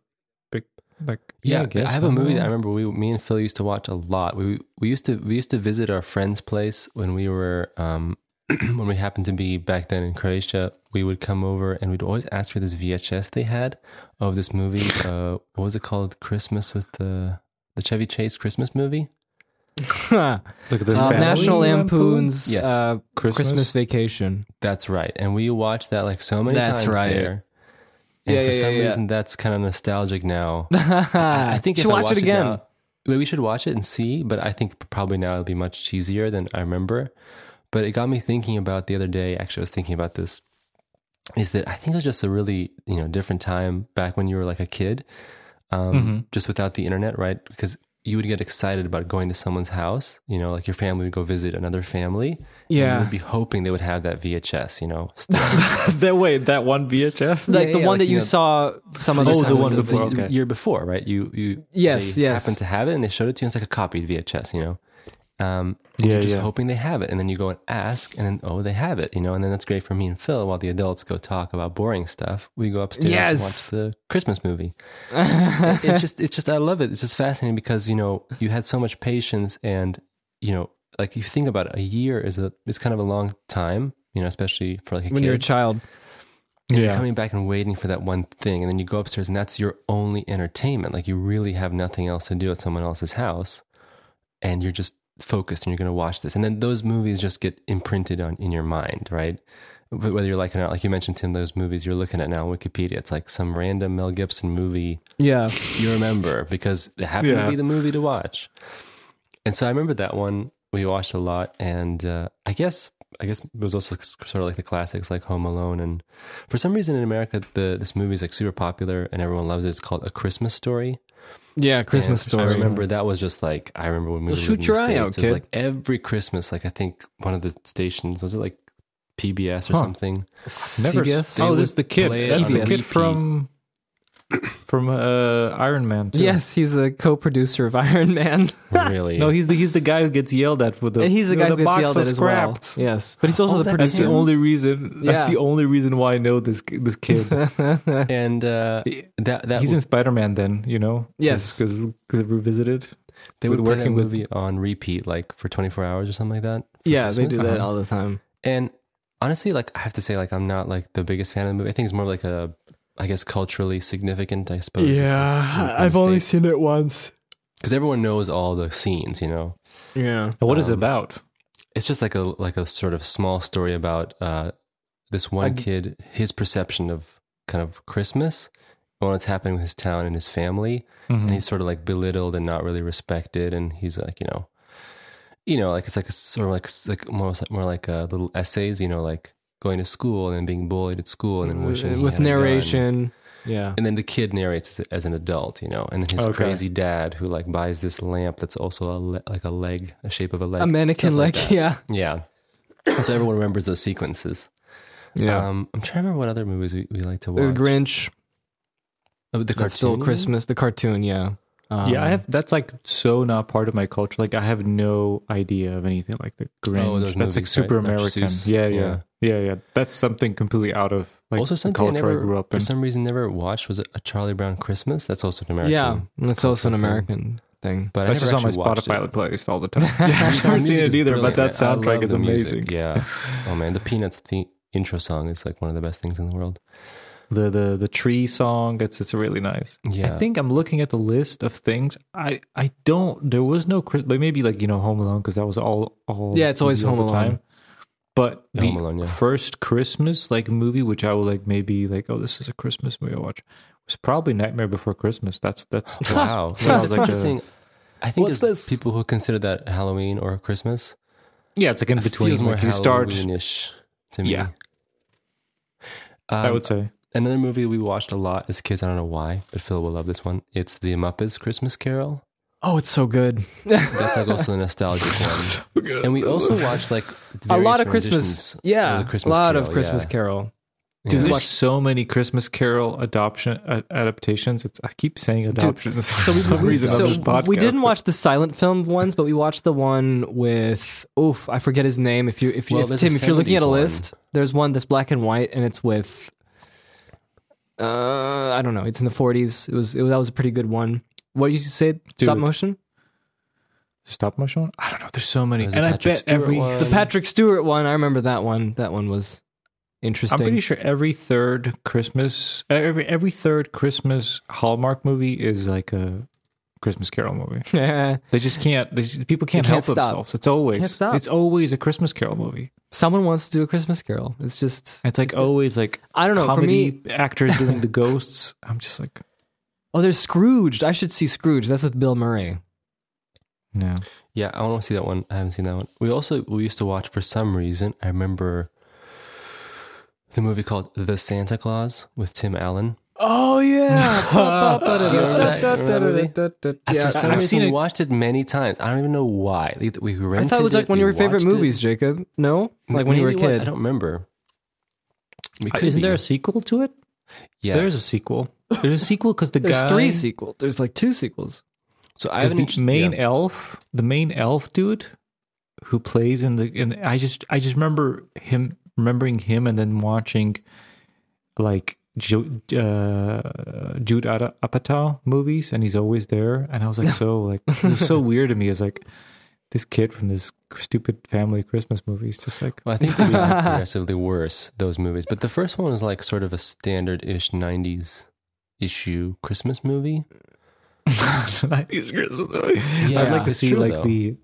[SPEAKER 2] big Like
[SPEAKER 3] Yeah,
[SPEAKER 2] I,
[SPEAKER 3] I,
[SPEAKER 2] guess,
[SPEAKER 3] have a movie that I
[SPEAKER 2] don't know.
[SPEAKER 3] remember we, me and Phil used to watch a lot. We we used to we used to visit our friend's place when we were um when we happened to be back then in Croatia. We would come over and we'd always ask for this VHS they had of this movie. Uh, what was it called? Christmas with the the Chevy Chase Christmas movie.
[SPEAKER 2] Look at the
[SPEAKER 1] Uh,
[SPEAKER 2] Family
[SPEAKER 1] National Lampoon's
[SPEAKER 3] Yes.
[SPEAKER 1] uh,
[SPEAKER 2] Christmas.
[SPEAKER 1] Christmas Vacation.
[SPEAKER 3] That's right. And we watched that like so many
[SPEAKER 1] That's
[SPEAKER 3] times
[SPEAKER 1] right.
[SPEAKER 3] there. And
[SPEAKER 1] Yeah,
[SPEAKER 3] for
[SPEAKER 1] yeah,
[SPEAKER 3] some
[SPEAKER 1] yeah, yeah.
[SPEAKER 3] reason, that's kind of nostalgic now. I
[SPEAKER 1] I
[SPEAKER 3] I think
[SPEAKER 1] you
[SPEAKER 3] if
[SPEAKER 1] should
[SPEAKER 3] I
[SPEAKER 1] watch it again.
[SPEAKER 3] now- well, we should watch it and see, but I think probably now it'll be much cheesier than I remember. But it got me thinking about the other day. Actually, I was thinking about this. Is that I think it was just a really you know different time back when you were like a kid, um,
[SPEAKER 1] Mm-hmm.
[SPEAKER 3] just without the internet, right? Because you would get excited about going to someone's house. You know, like your family would go visit another family. and You
[SPEAKER 1] yeah,
[SPEAKER 3] would be hoping they would have that VHS. You know, stuff.
[SPEAKER 2] that wait, that one VHS.
[SPEAKER 1] like the
[SPEAKER 3] Yeah, yeah,
[SPEAKER 1] one
[SPEAKER 3] like,
[SPEAKER 1] that you
[SPEAKER 3] you know-
[SPEAKER 1] saw some of
[SPEAKER 2] Oh,
[SPEAKER 1] the
[SPEAKER 2] the one
[SPEAKER 1] that-
[SPEAKER 2] before, okay.
[SPEAKER 3] year before, right? You you
[SPEAKER 1] Yes,
[SPEAKER 3] they
[SPEAKER 1] yes.
[SPEAKER 3] happened to have it and they showed it to you. And it's like a copied VHS, you know. Um, and
[SPEAKER 2] Yeah,
[SPEAKER 3] you're just
[SPEAKER 2] yeah.
[SPEAKER 3] hoping they have it, and then you go and ask, and then oh, they have it, you know. And then that's great for me and Phil. While the adults go talk about boring stuff, we go upstairs
[SPEAKER 1] Yes.
[SPEAKER 3] and watch the Christmas movie. it's just it's just I love it. It's just fascinating because you know you had so much patience, and you know like if you think about it, a year is a is kind of a long time, you know, especially for like a
[SPEAKER 1] when
[SPEAKER 3] kid
[SPEAKER 1] you're a child.
[SPEAKER 2] yeah,
[SPEAKER 3] you're coming back and waiting for that one thing and then you go upstairs and that's your only entertainment like you really have nothing else to do at someone else's house and you're just focused and you're going to watch this and then those movies just get imprinted on in your mind right Wh- whether you're liking it or not, like you mentioned tim those movies you're looking at now on wikipedia it's like some random mel gibson movie
[SPEAKER 1] Yeah,
[SPEAKER 3] you remember because it happened
[SPEAKER 2] Yeah.
[SPEAKER 3] to be the movie to watch. And so I remember that one we watched a lot, and uh, I guess I guess it was also sort of like the classics like Home Alone, and for some reason in America the this movie is like super popular and everyone loves it. It's called A Christmas Story.
[SPEAKER 1] yeah, Christmas
[SPEAKER 3] And
[SPEAKER 1] story.
[SPEAKER 3] I remember that was just like I remember when we
[SPEAKER 1] Well,
[SPEAKER 3] were
[SPEAKER 1] shoot
[SPEAKER 3] living in
[SPEAKER 1] your
[SPEAKER 3] the
[SPEAKER 1] eye
[SPEAKER 3] States,
[SPEAKER 1] out,
[SPEAKER 3] it was
[SPEAKER 1] kid.
[SPEAKER 3] like every Christmas, like I think one of the stations was it like PBS or
[SPEAKER 2] Huh.
[SPEAKER 3] something.
[SPEAKER 2] never.
[SPEAKER 1] CBS?
[SPEAKER 2] Oh,
[SPEAKER 3] They
[SPEAKER 2] this is
[SPEAKER 3] would
[SPEAKER 2] the kid.
[SPEAKER 3] play it
[SPEAKER 2] That's
[SPEAKER 1] on
[SPEAKER 2] the
[SPEAKER 1] the
[SPEAKER 2] kid
[SPEAKER 3] repeat.
[SPEAKER 2] from from uh, Iron Man. Too.
[SPEAKER 1] Yes, he's the co-producer of Iron Man,
[SPEAKER 3] Really?
[SPEAKER 2] No, he's the he's the guy who gets yelled at with the
[SPEAKER 1] and he's the
[SPEAKER 2] with
[SPEAKER 1] guy who gets
[SPEAKER 2] box
[SPEAKER 1] yelled
[SPEAKER 2] of
[SPEAKER 1] at as well.
[SPEAKER 2] scraps.
[SPEAKER 1] Yes, but he's also
[SPEAKER 3] Oh,
[SPEAKER 1] the
[SPEAKER 3] that's
[SPEAKER 2] That's the
[SPEAKER 1] producer.
[SPEAKER 3] him.
[SPEAKER 2] only reason.
[SPEAKER 1] Yeah.
[SPEAKER 2] That's the only reason why I know this this kid.
[SPEAKER 3] And uh, that that
[SPEAKER 2] He's in Spider Man. Then you know.
[SPEAKER 1] Yes.
[SPEAKER 2] because revisited.
[SPEAKER 3] They would
[SPEAKER 2] with
[SPEAKER 3] work
[SPEAKER 2] working
[SPEAKER 3] working
[SPEAKER 2] with-
[SPEAKER 3] movie on repeat, like for 24 hours or something like that. for
[SPEAKER 1] Yeah, they do
[SPEAKER 3] Christmas.
[SPEAKER 1] that all the time.
[SPEAKER 3] And honestly, like I have to say, like I'm not like the biggest fan of the movie. I think it's more like a, I guess, culturally significant. I suppose.
[SPEAKER 1] it once.
[SPEAKER 3] because everyone knows all the scenes. You know,
[SPEAKER 1] Yeah,
[SPEAKER 2] And What is it
[SPEAKER 3] Um,
[SPEAKER 2] about?
[SPEAKER 3] it's just like a like a sort of small story about uh, this one
[SPEAKER 1] Like-
[SPEAKER 3] kid, his perception of kind of Christmas, and what's happening with his town and his family,
[SPEAKER 2] Mm-hmm.
[SPEAKER 3] and he's sort of like belittled and not really respected and he's like you know you know like it's like a sort of like like more like more like uh, little essays you know like going to school and then being bullied at school and then wishing he
[SPEAKER 1] with
[SPEAKER 3] had a gun.
[SPEAKER 1] narration. Yeah,
[SPEAKER 3] and then the kid narrates it as an adult you know and then his
[SPEAKER 2] Okay.
[SPEAKER 3] crazy dad who like buys this lamp that's also a le- like a leg a shape of a leg
[SPEAKER 1] a mannequin
[SPEAKER 3] stuff
[SPEAKER 1] like,
[SPEAKER 3] that.
[SPEAKER 1] yeah,
[SPEAKER 3] yeah so everyone remembers those sequences
[SPEAKER 1] yeah.
[SPEAKER 3] um i'm trying to remember what other movies we, we like to
[SPEAKER 1] the
[SPEAKER 3] watch
[SPEAKER 1] Grinch,
[SPEAKER 3] Oh, the
[SPEAKER 1] that's still
[SPEAKER 3] cartoon?
[SPEAKER 1] Christmas. The cartoon, yeah. Um,
[SPEAKER 2] yeah, I have. That's like so not part of my culture. Like I have no idea of anything like the Grinch.
[SPEAKER 3] Oh, those
[SPEAKER 2] that's like
[SPEAKER 3] movies,
[SPEAKER 2] super
[SPEAKER 3] right? Dr.
[SPEAKER 2] American.
[SPEAKER 3] Seuss.
[SPEAKER 2] Yeah, yeah,
[SPEAKER 3] Yeah.
[SPEAKER 2] yeah, yeah, That's something completely out of like
[SPEAKER 3] also,
[SPEAKER 2] the
[SPEAKER 3] something I
[SPEAKER 2] culture I,
[SPEAKER 3] never,
[SPEAKER 2] grew up
[SPEAKER 3] for
[SPEAKER 2] in.
[SPEAKER 3] some reason, never watched was a Charlie Brown Christmas. That's also an American.
[SPEAKER 1] Yeah, that's also an
[SPEAKER 3] cultural thing.
[SPEAKER 1] American thing.
[SPEAKER 3] but I
[SPEAKER 2] That's
[SPEAKER 3] never
[SPEAKER 2] just on my
[SPEAKER 3] actually watched
[SPEAKER 2] Spotify
[SPEAKER 3] It.
[SPEAKER 2] playlist all the time.
[SPEAKER 1] Yeah,
[SPEAKER 2] I've never
[SPEAKER 3] The
[SPEAKER 2] seen
[SPEAKER 3] music
[SPEAKER 2] it
[SPEAKER 3] is
[SPEAKER 2] either, but
[SPEAKER 3] brilliant,
[SPEAKER 2] that
[SPEAKER 3] man. I
[SPEAKER 2] soundtrack
[SPEAKER 3] love
[SPEAKER 2] is
[SPEAKER 3] the music.
[SPEAKER 2] amazing.
[SPEAKER 3] Yeah. Oh man, the Peanuts the intro song is like one of the best things in the world.
[SPEAKER 2] The the the tree song. It's it's really nice. I
[SPEAKER 3] Yeah.
[SPEAKER 2] think I'm looking at the list of things. I I don't. There was no Chris, but maybe like you know Home Alone because that was all all.
[SPEAKER 1] Yeah, it's always
[SPEAKER 2] TV all
[SPEAKER 1] Home
[SPEAKER 2] the
[SPEAKER 1] Alone.
[SPEAKER 2] But
[SPEAKER 3] Yeah,
[SPEAKER 2] the
[SPEAKER 3] Home Alone, yeah.
[SPEAKER 2] first Christmas like movie, which I would like maybe like oh this is a Christmas movie I watch, was probably Nightmare Before Christmas. That's that's
[SPEAKER 3] Wow.
[SPEAKER 2] that's
[SPEAKER 3] Well, that's
[SPEAKER 2] like a-
[SPEAKER 3] interesting. I think
[SPEAKER 1] What's
[SPEAKER 3] it's
[SPEAKER 1] this?
[SPEAKER 3] people who consider that Halloween or Christmas.
[SPEAKER 2] yeah, it's like in
[SPEAKER 3] It
[SPEAKER 2] between.
[SPEAKER 3] feels more
[SPEAKER 2] Like you start.
[SPEAKER 3] Halloweenish to me.
[SPEAKER 2] Yeah.
[SPEAKER 3] Um,
[SPEAKER 2] I would say
[SPEAKER 3] another movie we watched a lot as kids. I don't know why, but Phil will love this one. It's The Muppets Christmas Carol.
[SPEAKER 1] Oh, it's so good.
[SPEAKER 3] That's like also the nostalgic one. And we also watch like
[SPEAKER 1] a
[SPEAKER 3] various
[SPEAKER 1] lot of Christmas.
[SPEAKER 3] renditions
[SPEAKER 1] Yeah,
[SPEAKER 3] of the
[SPEAKER 1] a
[SPEAKER 3] Christmas
[SPEAKER 1] lot
[SPEAKER 3] Carol,
[SPEAKER 1] of Christmas
[SPEAKER 3] yeah.
[SPEAKER 1] Carol.
[SPEAKER 2] Dude,
[SPEAKER 1] Yeah.
[SPEAKER 2] there's
[SPEAKER 1] Like-
[SPEAKER 2] so many Christmas Carol adoption uh, adaptations. It's I keep saying adoptions for
[SPEAKER 1] we-
[SPEAKER 2] some
[SPEAKER 1] we-
[SPEAKER 2] reason on
[SPEAKER 1] so
[SPEAKER 2] this podcast.
[SPEAKER 1] we didn't watch the silent film ones, but we watched the one with oof, I forget his name. If you if you
[SPEAKER 3] Well,
[SPEAKER 1] if-
[SPEAKER 3] there's a
[SPEAKER 1] Tim, if you're looking at a
[SPEAKER 3] 70s
[SPEAKER 1] list, there's one that's black and white and it's with uh I don't know. It's in the 40s. It was, it was that was a pretty good one. What did you say? Stop
[SPEAKER 2] Dude.
[SPEAKER 1] motion.
[SPEAKER 2] Stop motion. one? I don't know. There's so many,
[SPEAKER 3] There's a
[SPEAKER 2] and I
[SPEAKER 3] Patrick
[SPEAKER 2] bet
[SPEAKER 3] Stewart
[SPEAKER 2] every.
[SPEAKER 3] one.
[SPEAKER 1] The Patrick Stewart one. I remember that one. That one was
[SPEAKER 2] I'm
[SPEAKER 1] interesting.
[SPEAKER 2] pretty sure every third Christmas, every every third Christmas Hallmark movie is like a Christmas Carol movie.
[SPEAKER 1] Yeah.
[SPEAKER 2] They just can't. They just, people can't,
[SPEAKER 1] can't
[SPEAKER 2] help
[SPEAKER 1] stop.
[SPEAKER 2] themselves. It's always.
[SPEAKER 1] Can't stop.
[SPEAKER 2] It's always a Christmas Carol movie.
[SPEAKER 1] Someone wants to do a Christmas Carol. It's just
[SPEAKER 2] It's like always like
[SPEAKER 1] I don't know. For
[SPEAKER 2] comedy
[SPEAKER 1] me,
[SPEAKER 2] actors doing the ghosts. I'm just like,
[SPEAKER 1] oh, there's Scrooged. I should see Scrooge. That's with Bill Murray.
[SPEAKER 2] yeah.
[SPEAKER 3] Yeah, I want to see that one. I haven't seen that one. We also we used to watch for some reason. I remember the movie called The Santa Claus with Tim Allen.
[SPEAKER 1] Oh
[SPEAKER 3] I,
[SPEAKER 1] Yeah,
[SPEAKER 3] for some
[SPEAKER 2] I've
[SPEAKER 3] reason,
[SPEAKER 2] seen
[SPEAKER 3] we
[SPEAKER 2] it-
[SPEAKER 3] watched it many times. I don't even know why. Like, We rented
[SPEAKER 1] I thought it was like one of
[SPEAKER 3] we
[SPEAKER 1] your favorite
[SPEAKER 3] watched it.
[SPEAKER 1] movies, Jacob. No, like when you were a
[SPEAKER 3] Maybe it was.
[SPEAKER 1] kid. Uh,
[SPEAKER 3] I don't remember. We could
[SPEAKER 2] Isn't
[SPEAKER 3] be.
[SPEAKER 2] there a sequel to it?
[SPEAKER 3] Yes.
[SPEAKER 2] There's a sequel. There's a sequel because the
[SPEAKER 1] There's
[SPEAKER 2] guy,
[SPEAKER 1] three sequels. There's like two sequels.
[SPEAKER 3] so
[SPEAKER 2] 'cause
[SPEAKER 3] I have an
[SPEAKER 2] the
[SPEAKER 3] interest-
[SPEAKER 2] main
[SPEAKER 3] yeah.
[SPEAKER 2] elf, the main elf dude, who plays in the, in I just, I just remember him, remembering him, and then watching, like Ju- uh, Jude Ap- Apatow movies, and he's always there, and I was like, so like, it was so weird to me. It's like this kid from this stupid family Christmas movie is just like,
[SPEAKER 3] Well, I think they became progressively worse those movies, but the first one was like sort of a standard-ish '90s issue Christmas movie.
[SPEAKER 2] nineties Christmas movie.
[SPEAKER 3] Yeah,
[SPEAKER 2] I'd like to
[SPEAKER 3] it's
[SPEAKER 2] see
[SPEAKER 3] true,
[SPEAKER 2] like
[SPEAKER 3] though.
[SPEAKER 2] the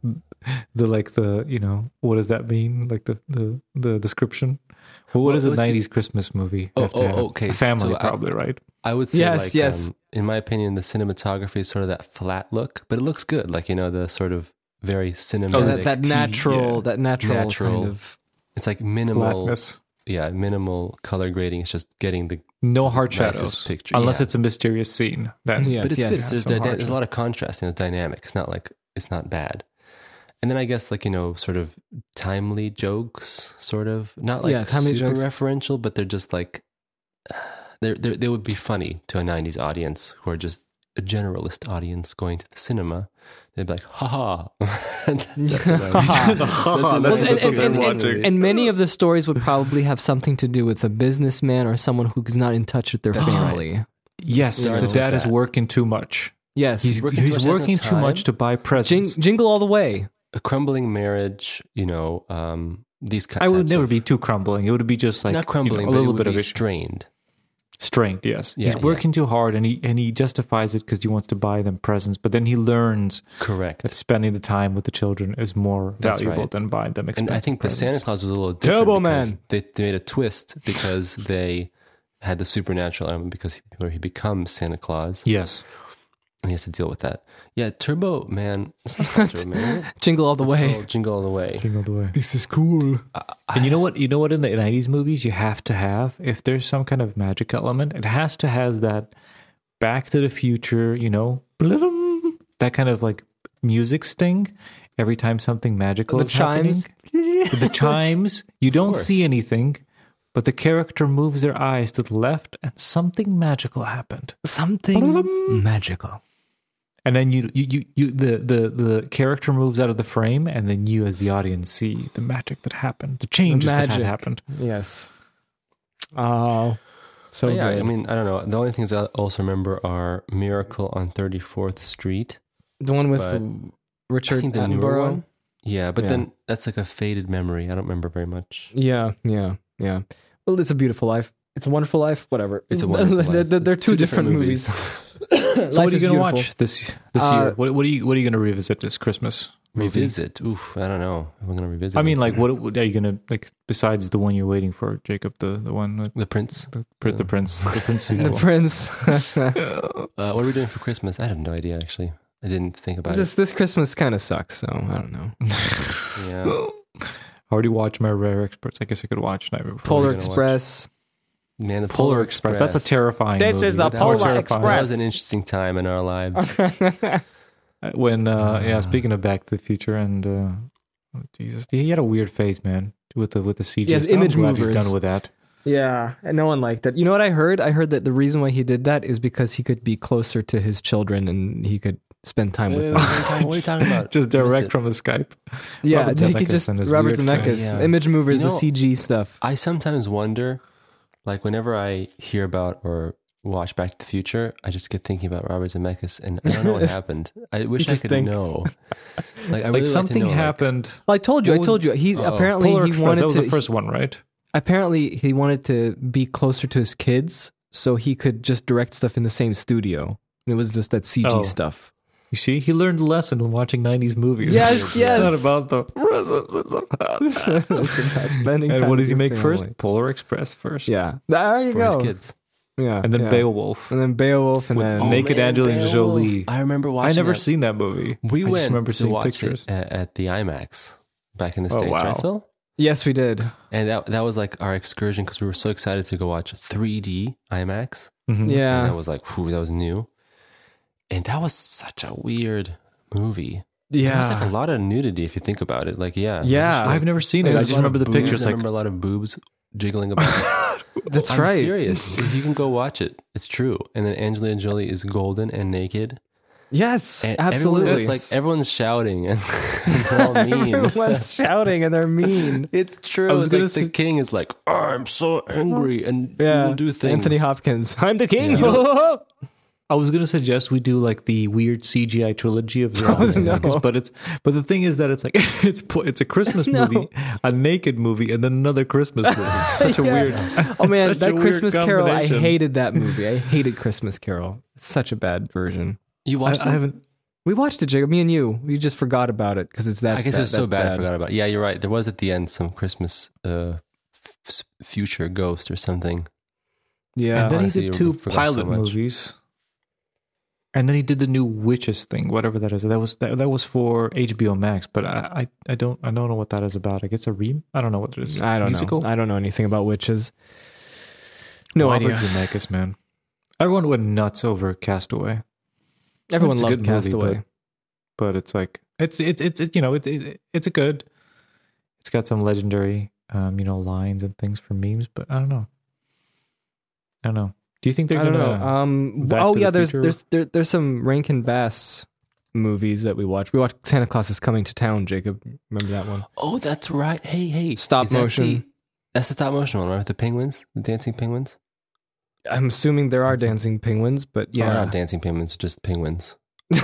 [SPEAKER 2] the like the you know what does that mean? Like the the, the description. Well, what
[SPEAKER 3] Well,
[SPEAKER 2] is a
[SPEAKER 3] it's-
[SPEAKER 2] nineties Christmas movie?
[SPEAKER 3] Oh,
[SPEAKER 2] have to
[SPEAKER 3] oh,
[SPEAKER 2] have?
[SPEAKER 3] okay,
[SPEAKER 2] A family
[SPEAKER 3] so I-
[SPEAKER 2] probably right.
[SPEAKER 3] I would say,
[SPEAKER 1] Yes,
[SPEAKER 3] like,
[SPEAKER 1] yes.
[SPEAKER 3] um, in my opinion, the cinematography is sort of that flat look, but it looks good. Like you know, the sort of very cinematic.
[SPEAKER 1] Oh, that, that
[SPEAKER 2] Tea,
[SPEAKER 1] natural,
[SPEAKER 2] yeah.
[SPEAKER 1] that natural,
[SPEAKER 3] Natural.
[SPEAKER 1] kind of.
[SPEAKER 3] it's like minimal.
[SPEAKER 2] Blackness.
[SPEAKER 3] Yeah, minimal color grading. It's just getting the.
[SPEAKER 2] No hard
[SPEAKER 3] Nicest
[SPEAKER 2] shadows.
[SPEAKER 3] picture,
[SPEAKER 2] unless
[SPEAKER 3] yeah.
[SPEAKER 2] it's a mysterious scene. Then
[SPEAKER 1] Yeah. Yes,
[SPEAKER 3] but it's
[SPEAKER 1] yes.
[SPEAKER 3] good.
[SPEAKER 1] Yeah,
[SPEAKER 3] There's,
[SPEAKER 2] some
[SPEAKER 3] dyna-
[SPEAKER 2] hard
[SPEAKER 3] there's a lot of contrast. You know, dynamic. It's not like it's not bad. And then I guess like you know, sort of timely jokes, sort of not like
[SPEAKER 1] Yeah, timely
[SPEAKER 3] super
[SPEAKER 1] jokes.
[SPEAKER 3] referential, but they're just like they're, they're they would be funny to a '90s audience who are just a generalist audience going to the cinema. They'd be like, "Ha ha!" And that's- that's what I-
[SPEAKER 1] Well,
[SPEAKER 3] That's-
[SPEAKER 1] and,
[SPEAKER 3] that's
[SPEAKER 1] and-
[SPEAKER 3] what
[SPEAKER 1] and-
[SPEAKER 3] they're
[SPEAKER 1] and-
[SPEAKER 3] watching.
[SPEAKER 1] and many of the stories would probably have something to do with a businessman or someone who's not in touch with their
[SPEAKER 3] That's right.
[SPEAKER 1] family.
[SPEAKER 2] yes,
[SPEAKER 3] Yeah,
[SPEAKER 2] the
[SPEAKER 3] it's
[SPEAKER 2] dad
[SPEAKER 3] like
[SPEAKER 2] is
[SPEAKER 3] that.
[SPEAKER 2] working too much.
[SPEAKER 1] Yes,
[SPEAKER 2] He's, he's
[SPEAKER 3] working
[SPEAKER 2] working,
[SPEAKER 3] too much, has no
[SPEAKER 2] too much
[SPEAKER 3] time.
[SPEAKER 2] to buy
[SPEAKER 1] Jing,
[SPEAKER 2] presents.
[SPEAKER 1] jingle all the way.
[SPEAKER 3] a crumbling marriage, you know, um, these kinds
[SPEAKER 2] I would
[SPEAKER 3] types
[SPEAKER 2] never
[SPEAKER 3] of,
[SPEAKER 2] be too crumbling. It would be just like
[SPEAKER 3] not crumbling,
[SPEAKER 2] you know, a
[SPEAKER 3] but
[SPEAKER 2] little
[SPEAKER 3] it would
[SPEAKER 2] bit
[SPEAKER 3] be
[SPEAKER 2] of issue.
[SPEAKER 3] strained.
[SPEAKER 2] strained yes
[SPEAKER 3] Yeah,
[SPEAKER 2] he's
[SPEAKER 3] yeah.
[SPEAKER 2] working too hard and he and he justifies it because he wants to buy them presents but then he learns
[SPEAKER 3] Correct.
[SPEAKER 2] that spending the time with the children is more
[SPEAKER 3] That's
[SPEAKER 2] valuable
[SPEAKER 3] right.
[SPEAKER 2] than buying them expensive
[SPEAKER 3] and I think the
[SPEAKER 2] presents.
[SPEAKER 3] Santa Claus was a little different.
[SPEAKER 1] Turbo
[SPEAKER 3] because
[SPEAKER 1] Man.
[SPEAKER 3] They, they made a twist because they had the supernatural element because he, where he becomes Santa Claus
[SPEAKER 2] yes
[SPEAKER 3] and he has to deal with that. Yeah, Turbo Man. It's not called Turbo Man.
[SPEAKER 1] Jingle all the
[SPEAKER 3] It's
[SPEAKER 1] way.
[SPEAKER 3] called Jingle all the way.
[SPEAKER 2] Jingle all the way.
[SPEAKER 1] This is cool.
[SPEAKER 2] and you know what you know what in the 90s movies you have to have if there's some kind of magic element it has to has that back to the future you know blidum, that kind of like music sting every time something magical
[SPEAKER 1] The
[SPEAKER 2] is happening.
[SPEAKER 1] chimes.
[SPEAKER 2] the chimes. You don't
[SPEAKER 3] course.
[SPEAKER 2] see anything, but the character moves their eyes to the left, and something magical happened.
[SPEAKER 1] Something magical.
[SPEAKER 2] And then you, you, you, you the, the, the character moves out of the frame, and then you, as the audience, see the magic that happened, the changes that had
[SPEAKER 1] magic.
[SPEAKER 2] happened.
[SPEAKER 1] Yes. Oh, so
[SPEAKER 3] But yeah,
[SPEAKER 1] good.
[SPEAKER 3] I mean, I don't know. The only things I also remember are Miracle on 34th Street.
[SPEAKER 1] the one with
[SPEAKER 3] but- I
[SPEAKER 1] Richard
[SPEAKER 3] think the newer
[SPEAKER 1] Attenborough.
[SPEAKER 3] one. Yeah, but
[SPEAKER 1] Yeah.
[SPEAKER 3] then that's like a faded memory. I don't remember very much.
[SPEAKER 1] Yeah, yeah, yeah. Well, it's a beautiful life. It's a wonderful life. Whatever.
[SPEAKER 3] It's a wonderful life.
[SPEAKER 1] they're, they're- they're two, different, movies.
[SPEAKER 2] So what are you gonna watch this this
[SPEAKER 1] Uh,
[SPEAKER 2] year? What, what are you what are you gonna revisit this Christmas? movie?
[SPEAKER 3] revisit. Oof, I don't know. If I'm gonna revisit.
[SPEAKER 2] I mean,
[SPEAKER 3] it.
[SPEAKER 2] like, what, what are you gonna like besides the one you're waiting for, Jacob? The the one with
[SPEAKER 3] the Prince.
[SPEAKER 2] the, prince the prince, the prince
[SPEAKER 1] The
[SPEAKER 2] sequel.
[SPEAKER 1] Prince.
[SPEAKER 3] Uh, what are we doing for Christmas? I have no idea. Actually, I didn't think about
[SPEAKER 1] this this Christmas kind of sucks. So I don't know.
[SPEAKER 3] it. Yeah,
[SPEAKER 2] I already watched my Rare Experts. I guess I could watch Night Before.
[SPEAKER 1] Polar
[SPEAKER 3] gonna watch?
[SPEAKER 1] Express.
[SPEAKER 3] man, the
[SPEAKER 2] Polar, Express. That's a terrifying.
[SPEAKER 1] This
[SPEAKER 2] movie.
[SPEAKER 1] is the
[SPEAKER 2] That's more
[SPEAKER 1] Polar
[SPEAKER 2] terrifying.
[SPEAKER 3] That
[SPEAKER 1] Express.
[SPEAKER 3] was an interesting time in our lives.
[SPEAKER 2] Uh, When uh, yeah, speaking of Back to the Future and uh, oh, Jesus, he had a weird phase, man, with the with the CG.
[SPEAKER 1] Yeah,
[SPEAKER 2] stuff. I'm
[SPEAKER 1] image
[SPEAKER 2] glad he's
[SPEAKER 1] movers.
[SPEAKER 2] done with that.
[SPEAKER 1] yeah, and no one liked that. You know what I heard? I heard that the reason why he did that is because he could be closer to his children and he could spend time with them.
[SPEAKER 3] what are you talking about?
[SPEAKER 2] Just
[SPEAKER 3] Missed
[SPEAKER 2] direct
[SPEAKER 3] it.
[SPEAKER 2] from the Skype.
[SPEAKER 1] Yeah,
[SPEAKER 2] Robert
[SPEAKER 1] he
[SPEAKER 2] Zemeckis
[SPEAKER 1] could just
[SPEAKER 2] and his
[SPEAKER 1] Robert
[SPEAKER 2] weird film.
[SPEAKER 1] Zemeckis,
[SPEAKER 3] Yeah.
[SPEAKER 1] image movers,
[SPEAKER 3] You know-
[SPEAKER 1] the CG stuff.
[SPEAKER 3] I sometimes wonder, like, whenever I hear about or watch Back to the Future, I just get thinking about Robert Zemeckis, and I don't know what happened. I wish I
[SPEAKER 1] Just
[SPEAKER 3] could
[SPEAKER 1] think.
[SPEAKER 3] know. Like, I really
[SPEAKER 2] like something
[SPEAKER 3] like to know, like,
[SPEAKER 2] happened.
[SPEAKER 1] Well, I told you.
[SPEAKER 2] What
[SPEAKER 1] I
[SPEAKER 2] was-
[SPEAKER 1] told you. He
[SPEAKER 3] Oh.
[SPEAKER 1] apparently
[SPEAKER 2] Polar
[SPEAKER 1] he
[SPEAKER 2] Express.
[SPEAKER 1] wanted
[SPEAKER 2] That was
[SPEAKER 1] to.
[SPEAKER 2] the first one, right?
[SPEAKER 1] apparently he wanted to be closer to his kids, so he could just direct stuff in the same studio. And it was just that CG
[SPEAKER 2] Oh.
[SPEAKER 1] stuff.
[SPEAKER 2] You see, he learned a lesson when watching '90s movies.
[SPEAKER 1] Yes,
[SPEAKER 2] it's
[SPEAKER 1] yes.
[SPEAKER 2] Not about the presents. It's about
[SPEAKER 1] spending
[SPEAKER 2] and
[SPEAKER 1] time with
[SPEAKER 2] what does he
[SPEAKER 1] your
[SPEAKER 2] make
[SPEAKER 1] family.
[SPEAKER 2] first? Polar Express first.
[SPEAKER 1] Yeah, there you
[SPEAKER 3] for
[SPEAKER 1] go.
[SPEAKER 3] his kids.
[SPEAKER 2] Oh,
[SPEAKER 1] Yeah,
[SPEAKER 2] and then
[SPEAKER 1] yeah.
[SPEAKER 2] Beowulf.
[SPEAKER 1] and then Beowulf, and
[SPEAKER 3] With-
[SPEAKER 1] then
[SPEAKER 3] oh,
[SPEAKER 2] Naked
[SPEAKER 3] man,
[SPEAKER 2] Angelina
[SPEAKER 3] Beowulf.
[SPEAKER 2] Jolie.
[SPEAKER 3] I remember watching.
[SPEAKER 2] I never
[SPEAKER 3] that.
[SPEAKER 2] seen that movie.
[SPEAKER 3] We
[SPEAKER 2] I
[SPEAKER 3] went
[SPEAKER 2] just remember
[SPEAKER 3] to
[SPEAKER 2] seeing
[SPEAKER 3] watch
[SPEAKER 2] pictures.
[SPEAKER 3] it at, at the IMAX back in the
[SPEAKER 2] Oh,
[SPEAKER 3] states,
[SPEAKER 2] wow.
[SPEAKER 3] right, Phil?
[SPEAKER 1] yes, we did.
[SPEAKER 2] Mm-hmm.
[SPEAKER 3] And that that was like our excursion because we were so excited to go watch 3D IMAX.
[SPEAKER 2] Mhm.
[SPEAKER 1] Yeah,
[SPEAKER 3] And that was like, whew, that was new. And that was such a weird movie. There was like a
[SPEAKER 1] yeah.
[SPEAKER 3] lot of nudity if you think about it. Like, yeah.
[SPEAKER 1] Yeah.
[SPEAKER 2] I've never seen it. I
[SPEAKER 3] There's a
[SPEAKER 2] just
[SPEAKER 3] lot of
[SPEAKER 2] remember the
[SPEAKER 3] boobs.
[SPEAKER 2] pictures.
[SPEAKER 3] I
[SPEAKER 2] Like,
[SPEAKER 3] remember a lot of boobs jiggling about.
[SPEAKER 1] That's
[SPEAKER 3] I'm
[SPEAKER 1] right.
[SPEAKER 3] serious. If you can go watch it, it's true. And then Angelina Jolie is golden and naked.
[SPEAKER 1] Yes,
[SPEAKER 3] And
[SPEAKER 1] absolutely.
[SPEAKER 3] Everyone's just, like everyone's shouting and they're all mean.
[SPEAKER 1] Everyone's shouting and they're mean.
[SPEAKER 3] It's true.
[SPEAKER 2] I was
[SPEAKER 3] It's
[SPEAKER 2] gonna
[SPEAKER 3] like the
[SPEAKER 2] say-
[SPEAKER 3] king is like, "Oh, I'm so angry and
[SPEAKER 1] Yeah,
[SPEAKER 3] will do things.
[SPEAKER 1] Anthony Hopkins. I'm the king.
[SPEAKER 2] Yeah. I was gonna suggest we do like the weird CGI trilogy of Zombies,
[SPEAKER 1] no.
[SPEAKER 2] but it's but the thing is that it's like it's pl- it's a Christmas
[SPEAKER 1] No.
[SPEAKER 2] movie, a naked movie, and then another Christmas movie. Such a
[SPEAKER 1] Yeah.
[SPEAKER 2] weird.
[SPEAKER 1] Oh man,
[SPEAKER 2] such a
[SPEAKER 1] that
[SPEAKER 2] weird
[SPEAKER 1] Christmas Carol. I
[SPEAKER 2] combination.
[SPEAKER 1] hated that movie. I hated Christmas Carol. Such a bad version.
[SPEAKER 3] You
[SPEAKER 2] I,
[SPEAKER 3] watched
[SPEAKER 2] I
[SPEAKER 3] it?
[SPEAKER 2] haven't.
[SPEAKER 1] We watched it, Jacob. Me and you. We just forgot about it because it's that.
[SPEAKER 3] I guess
[SPEAKER 1] that-
[SPEAKER 3] it was so
[SPEAKER 1] that
[SPEAKER 3] bad, I forgot about it. Yeah, you're right. There was at the end some Christmas uh, f- f- future ghost or something.
[SPEAKER 1] Yeah.
[SPEAKER 2] and then
[SPEAKER 3] honestly,
[SPEAKER 2] he did
[SPEAKER 3] you
[SPEAKER 2] two
[SPEAKER 3] forgot so
[SPEAKER 2] pilot
[SPEAKER 3] much.
[SPEAKER 2] movies, and then he did the new witches thing, whatever that is. That was that, that was for HBO Max, but I, I I don't I don't know what that is about. I guess a re. I don't know what it is.
[SPEAKER 1] I don't
[SPEAKER 2] Musical?
[SPEAKER 1] know. I don't know anything about witches. No
[SPEAKER 2] Robert
[SPEAKER 1] idea.
[SPEAKER 2] Zemeckis, man. Everyone went nuts over Castaway.
[SPEAKER 1] Everyone
[SPEAKER 2] It's a
[SPEAKER 1] loved
[SPEAKER 2] good movie,
[SPEAKER 1] Castaway.
[SPEAKER 2] but it's like it's it's it's it, you know it, it it's a good it's got some legendary um you know lines and things for memes but i don't know i don't know do you think they're
[SPEAKER 1] I don't know.
[SPEAKER 2] gonna
[SPEAKER 3] uh,
[SPEAKER 1] Um,
[SPEAKER 2] Back
[SPEAKER 1] oh
[SPEAKER 2] to
[SPEAKER 1] yeah,
[SPEAKER 2] the
[SPEAKER 1] there's
[SPEAKER 2] Future?
[SPEAKER 1] there's there, there's some Rankin Bass movies that we watch. We watched Santa Claus is Coming to Town. Jacob, remember that one?
[SPEAKER 3] Oh, that's right. Hey, hey.
[SPEAKER 1] Stop
[SPEAKER 3] Is that
[SPEAKER 1] motion.
[SPEAKER 3] the- that's the stop motion one, right? With the penguins, the dancing penguins.
[SPEAKER 1] I'm assuming there are dancing penguins, but
[SPEAKER 3] Oh,
[SPEAKER 1] yeah,
[SPEAKER 3] not dancing penguins, just penguins.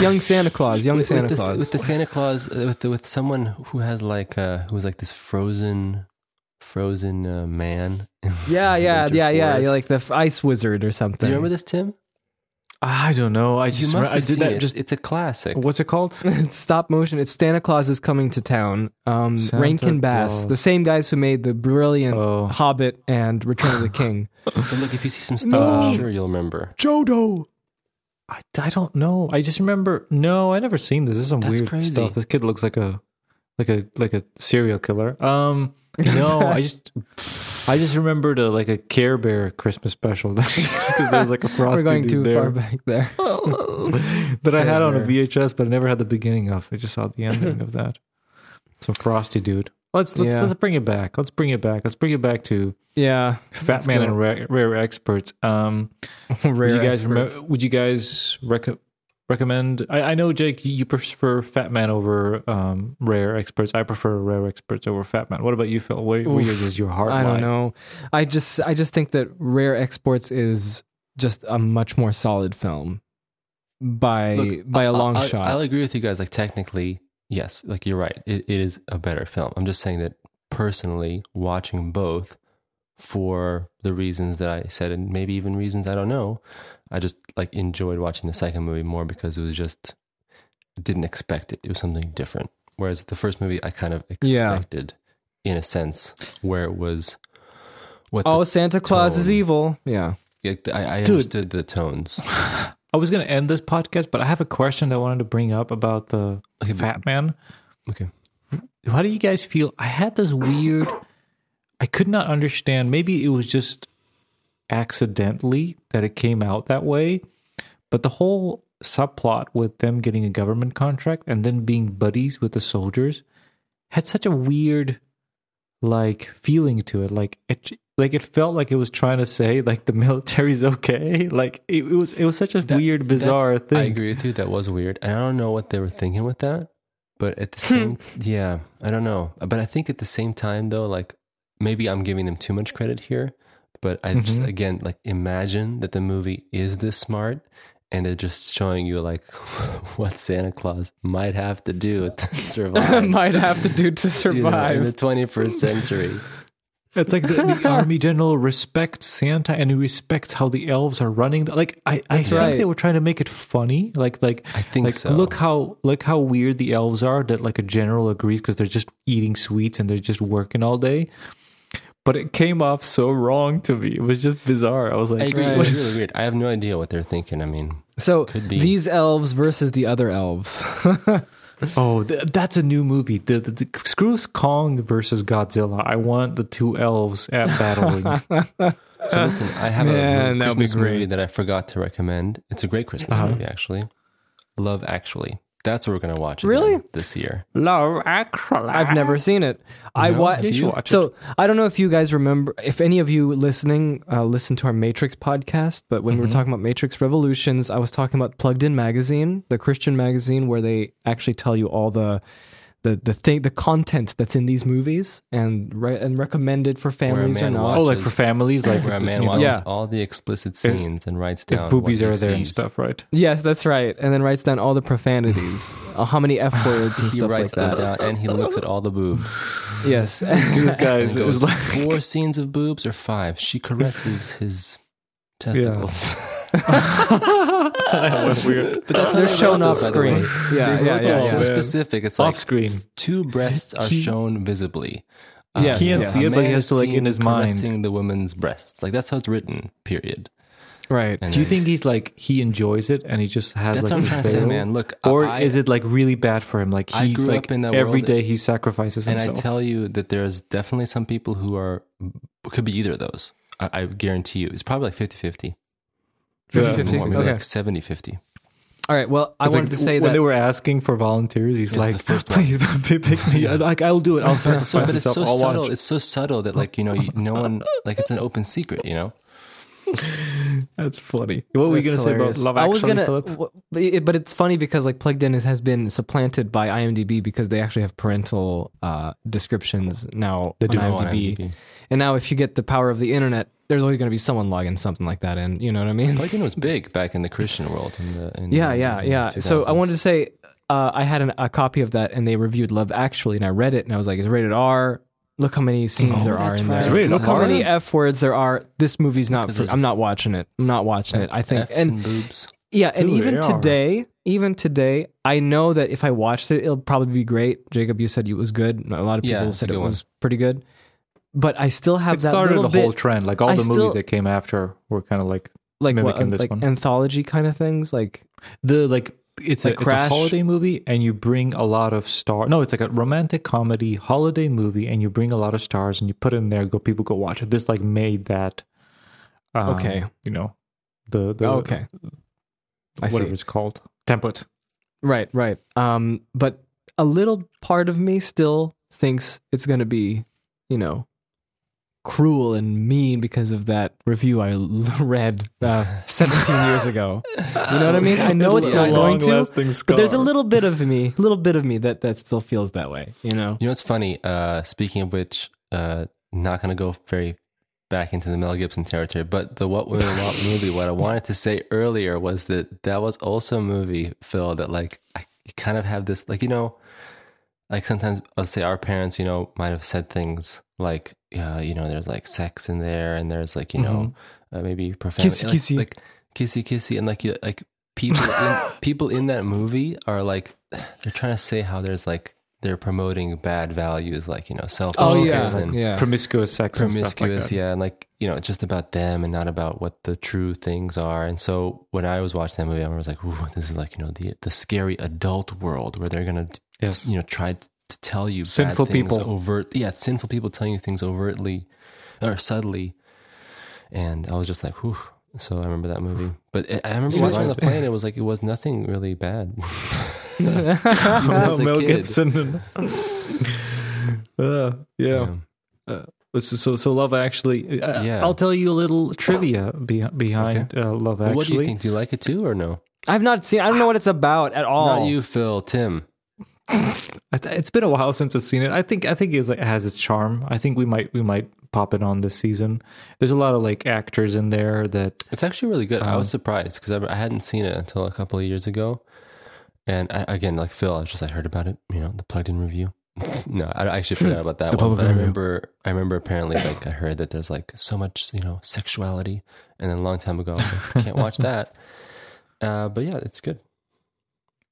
[SPEAKER 1] young Santa Claus, young
[SPEAKER 3] With- with
[SPEAKER 1] Santa
[SPEAKER 3] the-
[SPEAKER 1] Claus.
[SPEAKER 3] with the Santa Claus, uh, with the, with someone who has like uh, who's like this frozen, frozen uh, man. in
[SPEAKER 1] yeah,
[SPEAKER 3] the
[SPEAKER 1] yeah,
[SPEAKER 3] winter
[SPEAKER 1] yeah, yeah. You're
[SPEAKER 3] forest.
[SPEAKER 1] like the f- ice wizard or something.
[SPEAKER 3] do you remember this, Tim?
[SPEAKER 2] i don't know i
[SPEAKER 3] You
[SPEAKER 2] just
[SPEAKER 3] must
[SPEAKER 2] remember, i
[SPEAKER 3] have
[SPEAKER 2] did
[SPEAKER 3] seen
[SPEAKER 2] that
[SPEAKER 3] it.
[SPEAKER 2] just
[SPEAKER 3] it's a classic.
[SPEAKER 2] what's it called
[SPEAKER 1] It's stop motion. It's Santa Claus is coming to town. Um,
[SPEAKER 2] Santa
[SPEAKER 1] Rankin Bass,
[SPEAKER 2] Claus.
[SPEAKER 1] the same guys who made the brilliant
[SPEAKER 2] Oh.
[SPEAKER 1] Hobbit and Return of the King.
[SPEAKER 3] But look, if you see some stuff,
[SPEAKER 1] No.
[SPEAKER 3] I'm sure you'll remember.
[SPEAKER 1] Jodo.
[SPEAKER 2] I, I don't know i just remember no i never seen this this is some
[SPEAKER 3] That's
[SPEAKER 2] weird
[SPEAKER 3] crazy.
[SPEAKER 2] stuff this kid looks like a like a like a serial killer um no i just I just remembered a, like a Care Bear Christmas special. 'Cause there's like a frosty
[SPEAKER 1] We're going
[SPEAKER 2] dude
[SPEAKER 1] too
[SPEAKER 2] there.
[SPEAKER 1] far back there.
[SPEAKER 2] that I had on a VHS, but I never had the beginning of. I just saw the ending of that. Some frosty dude. Let's let's
[SPEAKER 1] Yeah.
[SPEAKER 2] let's bring it back. Let's bring it back. Let's bring it back to
[SPEAKER 1] Yeah,
[SPEAKER 2] Fat Man
[SPEAKER 1] go.
[SPEAKER 2] and Rare, Rare Experts. Um,
[SPEAKER 1] Rare
[SPEAKER 2] would you guys
[SPEAKER 1] experts.
[SPEAKER 2] remember? Would you guys rec- recommend? I, I know Jake, you prefer Fat Man over um, Rare Experts. I prefer Rare Experts over Fat Man. What about you, Phil? Where, where
[SPEAKER 1] Oof.
[SPEAKER 2] is your heart?
[SPEAKER 1] I don't
[SPEAKER 2] lie?
[SPEAKER 1] know. I just I just think that Rare Exports is just a much more solid film by
[SPEAKER 3] Look,
[SPEAKER 1] by a
[SPEAKER 3] I-
[SPEAKER 1] long
[SPEAKER 3] I-
[SPEAKER 1] shot.
[SPEAKER 3] I'll agree with you guys. Like technically, yes, like you're right. It, it is a better film. I'm just saying that personally, watching both for the reasons that I said, and maybe even reasons I don't know, I just like enjoyed watching the second movie more because it was just I didn't expect it. It was something different. Whereas the first movie, I kind of
[SPEAKER 1] Yeah.
[SPEAKER 3] expected, in a sense, where it was. What
[SPEAKER 1] oh, Santa Claus is
[SPEAKER 3] tone.
[SPEAKER 1] evil. Yeah.
[SPEAKER 3] the, I, I
[SPEAKER 2] Dude.
[SPEAKER 3] understood the tones.
[SPEAKER 2] I was going to end this podcast, but I have a question that I wanted to bring up about the
[SPEAKER 3] Okay, but-
[SPEAKER 2] Fat Man.
[SPEAKER 3] okay.
[SPEAKER 2] how do you guys feel? I had this weird, I could not understand. Maybe it was just accidentally that it came out that way, but the whole subplot with them getting a government contract and then being buddies with the soldiers had such a weird like feeling to it like it like it felt like it was trying to say like the military's okay like it, it was it was such a
[SPEAKER 3] That-
[SPEAKER 2] weird
[SPEAKER 3] that-
[SPEAKER 2] bizarre thing
[SPEAKER 3] I agree with you. That was weird. And I don't know what they were thinking with that. But at the
[SPEAKER 2] Hmm.
[SPEAKER 3] same yeah, I don't know. But I think at the same time though, like maybe I'm giving them too much credit here. But I just
[SPEAKER 2] Mhm.
[SPEAKER 3] again like imagine that the movie is this smart and they're just showing you like what Santa Claus might have to do to survive.
[SPEAKER 1] might have to do to
[SPEAKER 3] you know,
[SPEAKER 1] survive.
[SPEAKER 3] in the 21st century.
[SPEAKER 2] It's like the, the army general respects Santa and he respects how the elves are running. Like I, I think
[SPEAKER 1] right.
[SPEAKER 2] they were trying to make it funny. Like like
[SPEAKER 3] I think
[SPEAKER 2] like
[SPEAKER 3] so.
[SPEAKER 2] look how look how weird the elves are that like a general agrees because they're just eating sweets and they're just working all day. But it came off so wrong to me. It was just bizarre. I was
[SPEAKER 3] I
[SPEAKER 2] like,
[SPEAKER 3] agree.
[SPEAKER 2] what
[SPEAKER 3] It's
[SPEAKER 2] is-
[SPEAKER 3] really weird. I have no idea what they're thinking. I mean,
[SPEAKER 1] so
[SPEAKER 3] Could be.
[SPEAKER 1] these elves versus the other elves.
[SPEAKER 2] oh, th- that's a new movie. The, the, the screws Kong versus Godzilla. I want the two elves at battling.
[SPEAKER 3] so listen, I have
[SPEAKER 1] Man,
[SPEAKER 3] a
[SPEAKER 1] that would be
[SPEAKER 3] Christmas movie
[SPEAKER 1] great. Uh-huh.
[SPEAKER 3] that I forgot to recommend. It's a great Christmas movie, actually. Love Actually. That's what we're gonna watch. again
[SPEAKER 1] Really?
[SPEAKER 3] this year.
[SPEAKER 2] Love actually.
[SPEAKER 1] I've never seen it. I
[SPEAKER 3] No,
[SPEAKER 1] wa-
[SPEAKER 3] you should
[SPEAKER 2] watch
[SPEAKER 1] so I don't know if you guys remember, if any of you listening uh, listen to our Matrix podcast, but when
[SPEAKER 3] Mm-hmm.
[SPEAKER 1] we were talking about Matrix Revolutions, I was talking about Plugged In Magazine, the Christian magazine where they actually tell you all the the the thing, the content that's in these movies, and re- and recommended for families or
[SPEAKER 3] man
[SPEAKER 1] not.
[SPEAKER 2] Oh, like for
[SPEAKER 3] watches-
[SPEAKER 2] families, like
[SPEAKER 3] Where a
[SPEAKER 2] the-
[SPEAKER 3] man
[SPEAKER 2] you know,
[SPEAKER 3] watches
[SPEAKER 1] Yeah.
[SPEAKER 3] all the explicit scenes and writes down
[SPEAKER 2] if boobies
[SPEAKER 3] what
[SPEAKER 2] are
[SPEAKER 3] he
[SPEAKER 2] there and
[SPEAKER 3] sees.
[SPEAKER 2] stuff, right?
[SPEAKER 1] Yes, that's right. And then writes down all the profanities, uh, how many f words and
[SPEAKER 3] He
[SPEAKER 1] stuff like
[SPEAKER 3] writes
[SPEAKER 1] that.
[SPEAKER 3] them down and he looks at all the boobs.
[SPEAKER 1] Yes.
[SPEAKER 2] These
[SPEAKER 3] And
[SPEAKER 2] guys, it
[SPEAKER 3] goes,
[SPEAKER 2] was like,
[SPEAKER 3] four scenes of boobs or five. She caresses his testicles.
[SPEAKER 2] weird.
[SPEAKER 3] but that's how
[SPEAKER 1] They're
[SPEAKER 3] they
[SPEAKER 1] shown
[SPEAKER 3] wrote
[SPEAKER 1] off
[SPEAKER 3] this, by the
[SPEAKER 1] screen.
[SPEAKER 3] way.
[SPEAKER 1] Yeah, yeah,
[SPEAKER 3] They're
[SPEAKER 1] yeah,
[SPEAKER 3] so
[SPEAKER 1] yeah.
[SPEAKER 2] man.
[SPEAKER 3] specific. It's like
[SPEAKER 2] off screen.
[SPEAKER 3] two breasts are
[SPEAKER 2] He-
[SPEAKER 3] shown visibly.
[SPEAKER 1] Yes,
[SPEAKER 3] Uh,
[SPEAKER 1] He can't
[SPEAKER 3] so
[SPEAKER 1] see
[SPEAKER 3] a
[SPEAKER 2] it, but he
[SPEAKER 3] man
[SPEAKER 2] has
[SPEAKER 3] is
[SPEAKER 2] to, like, in
[SPEAKER 3] seen
[SPEAKER 2] his mind.
[SPEAKER 3] caressing the woman's breasts. Like that's how it's written. Period.
[SPEAKER 1] Right.
[SPEAKER 3] And
[SPEAKER 2] Do you
[SPEAKER 3] then-
[SPEAKER 2] think he's like he enjoys it and he just has like
[SPEAKER 3] That's what I'm
[SPEAKER 2] his
[SPEAKER 3] trying to say,
[SPEAKER 2] veil?
[SPEAKER 3] man. Look,
[SPEAKER 2] or
[SPEAKER 3] I-
[SPEAKER 2] is it like really bad for him? Like
[SPEAKER 3] I
[SPEAKER 2] he's
[SPEAKER 3] grew
[SPEAKER 2] like
[SPEAKER 3] up in a
[SPEAKER 2] every
[SPEAKER 3] world-
[SPEAKER 2] day he sacrifices
[SPEAKER 3] And
[SPEAKER 2] himself.
[SPEAKER 3] I tell you that there's definitely some people who are could be either of those. I, I guarantee you, it's probably like 50 50.
[SPEAKER 1] 50-50? Okay.
[SPEAKER 3] like 70 50.
[SPEAKER 1] All right. Well, I
[SPEAKER 2] It's
[SPEAKER 1] wanted
[SPEAKER 2] like
[SPEAKER 1] to say
[SPEAKER 2] when
[SPEAKER 1] that
[SPEAKER 2] they were asking for volunteers, he's
[SPEAKER 3] It's
[SPEAKER 2] like,
[SPEAKER 3] the first one.
[SPEAKER 2] "Please pick me. I- Like I'll do it. I'll
[SPEAKER 3] But it's so,
[SPEAKER 2] sacrifice
[SPEAKER 3] but it's
[SPEAKER 2] myself.
[SPEAKER 3] so
[SPEAKER 2] I'll
[SPEAKER 3] subtle.
[SPEAKER 2] watch."
[SPEAKER 3] It's so subtle that like you know you, no one like it's an open secret. You know,
[SPEAKER 2] That's funny. What were you gonna
[SPEAKER 1] That's hilarious.
[SPEAKER 2] say about Love
[SPEAKER 1] I was
[SPEAKER 2] Actually,
[SPEAKER 1] gonna,
[SPEAKER 2] Philip?
[SPEAKER 1] w- but it- but it's funny because like Plugged In is, has been supplanted by IMDb because they actually have parental uh, descriptions now
[SPEAKER 2] They do
[SPEAKER 1] on
[SPEAKER 3] Oh, on
[SPEAKER 1] IMDb.
[SPEAKER 3] IMDb.
[SPEAKER 1] And now, if you get the power of the internet, there's always going to be someone logging something like that in. You know what I mean?
[SPEAKER 3] Like, you know, it's big back in the Christian world. In the, in
[SPEAKER 1] yeah,
[SPEAKER 3] the-
[SPEAKER 1] yeah,
[SPEAKER 3] in the
[SPEAKER 1] yeah. So I
[SPEAKER 3] 2000s.
[SPEAKER 1] wanted to say uh, I had an, a copy of that, and they reviewed Love Actually, and I read it, and I was like, "It's rated R." Look how many scenes there are
[SPEAKER 3] that's
[SPEAKER 1] in
[SPEAKER 3] right.
[SPEAKER 1] there.
[SPEAKER 3] It's rated
[SPEAKER 1] Look how
[SPEAKER 2] R?
[SPEAKER 1] many f words there are. This movie's not. For,
[SPEAKER 3] there's-
[SPEAKER 1] I'm not watching it. I'm not watching it. I think.
[SPEAKER 3] Fs
[SPEAKER 1] and
[SPEAKER 3] and boobs.
[SPEAKER 1] Yeah, and
[SPEAKER 2] Dude,
[SPEAKER 1] even
[SPEAKER 2] AR.
[SPEAKER 1] today, even today, I know that if I watched it, it'll probably be great. Jacob, you said it was good. A lot of people
[SPEAKER 3] Yeah, it's a
[SPEAKER 1] said it
[SPEAKER 3] good
[SPEAKER 1] was pretty good, but I still have
[SPEAKER 2] It
[SPEAKER 1] that
[SPEAKER 2] started
[SPEAKER 1] little
[SPEAKER 2] a whole
[SPEAKER 1] bit,
[SPEAKER 2] trend. Like all
[SPEAKER 1] I
[SPEAKER 2] the
[SPEAKER 1] still-
[SPEAKER 2] movies that came after were kind of like
[SPEAKER 1] like what,
[SPEAKER 2] mimicking this
[SPEAKER 1] like
[SPEAKER 2] one.
[SPEAKER 1] anthology kind of things. Like
[SPEAKER 2] the like it's
[SPEAKER 1] Like
[SPEAKER 2] a, it's a
[SPEAKER 1] Crash?
[SPEAKER 2] holiday movie and you bring a lot of star no it's like a romantic comedy holiday movie and you bring a lot of stars and you put it in there go people go watch it this like made that um,
[SPEAKER 1] Okay.
[SPEAKER 2] you know the the
[SPEAKER 1] oh, okay, I
[SPEAKER 2] whatever
[SPEAKER 1] see.
[SPEAKER 2] it's called template
[SPEAKER 1] Right, right. Um, but a little part of me still thinks it's going to be, you know, cruel and mean because of that review I l- read uh, 17 years ago. You know what I mean? I know it's
[SPEAKER 3] It'll
[SPEAKER 1] not
[SPEAKER 3] be a
[SPEAKER 1] going to.
[SPEAKER 2] long-lasting
[SPEAKER 1] But there's a
[SPEAKER 2] scar.
[SPEAKER 1] little bit of me, little bit of me that that still feels that way, you know.
[SPEAKER 3] You know, it's funny. Uh, speaking of which, uh, not going to go very back into the Mel Gibson territory, but the What Women Want movie, what I wanted to say earlier was that that was also a movie, Phil, that like I kind of have this, like, you know, like sometimes let's say our parents, you know, might have said things like, uh, you know, there's like sex in there and there's like, you know, uh, maybe profanity.
[SPEAKER 1] Mm-hmm. Kissy,
[SPEAKER 3] like-
[SPEAKER 1] kissy.
[SPEAKER 3] Like, kissy, kissy. And like, you, like, people in, people in that movie are like they're trying to say how there's like they're promoting bad values like you know selfishness
[SPEAKER 1] Oh,
[SPEAKER 2] yeah.
[SPEAKER 3] and
[SPEAKER 1] Yeah.
[SPEAKER 2] promiscuous sex and stuff like
[SPEAKER 3] promiscuous
[SPEAKER 2] that.
[SPEAKER 3] yeah and like you know just about them and not about what the true things are and so when i was watching that movie i was like Ooh, this is like you know the the scary adult world where they're gonna
[SPEAKER 2] yes
[SPEAKER 3] you know try to tell you bad
[SPEAKER 2] Sinful
[SPEAKER 3] things
[SPEAKER 2] people.
[SPEAKER 3] overt yeah sinful people telling you things overtly or subtly and i was just like whew so i remember that movie but i, I remember
[SPEAKER 2] You
[SPEAKER 3] watching on the
[SPEAKER 2] watched
[SPEAKER 3] plane it was like it was nothing really bad
[SPEAKER 1] yeah.
[SPEAKER 3] Even as a
[SPEAKER 2] Mel
[SPEAKER 3] kid.
[SPEAKER 2] Gibson Uh, yeah. So, so so love actually uh,
[SPEAKER 3] Yeah.
[SPEAKER 2] i'll tell you a little trivia be- behind uh, love actually
[SPEAKER 3] What do you think? Do you like it too or no?
[SPEAKER 1] I've not seen I don't know what it's about at all.
[SPEAKER 2] Oh.
[SPEAKER 3] Not you, Phil. Tim.
[SPEAKER 2] I th- It's been a while since I've seen it. I think I think it's, it has its charm. I think we might we might popping on this season. There's a lot of like actors in there that
[SPEAKER 3] It's actually really good. I
[SPEAKER 2] Um,
[SPEAKER 3] was surprised because I, I hadn't seen it until a couple of years ago. And I, again, like Phil, I was just I heard about it. You know, the plugged in review. no, I I actually forgot about that
[SPEAKER 1] The
[SPEAKER 3] one.
[SPEAKER 1] public
[SPEAKER 3] But I
[SPEAKER 1] review.
[SPEAKER 3] remember, I remember apparently like I heard that there's like so much you know sexuality, and then a long time ago I was like, can't watch that. Uh, but yeah, it's good.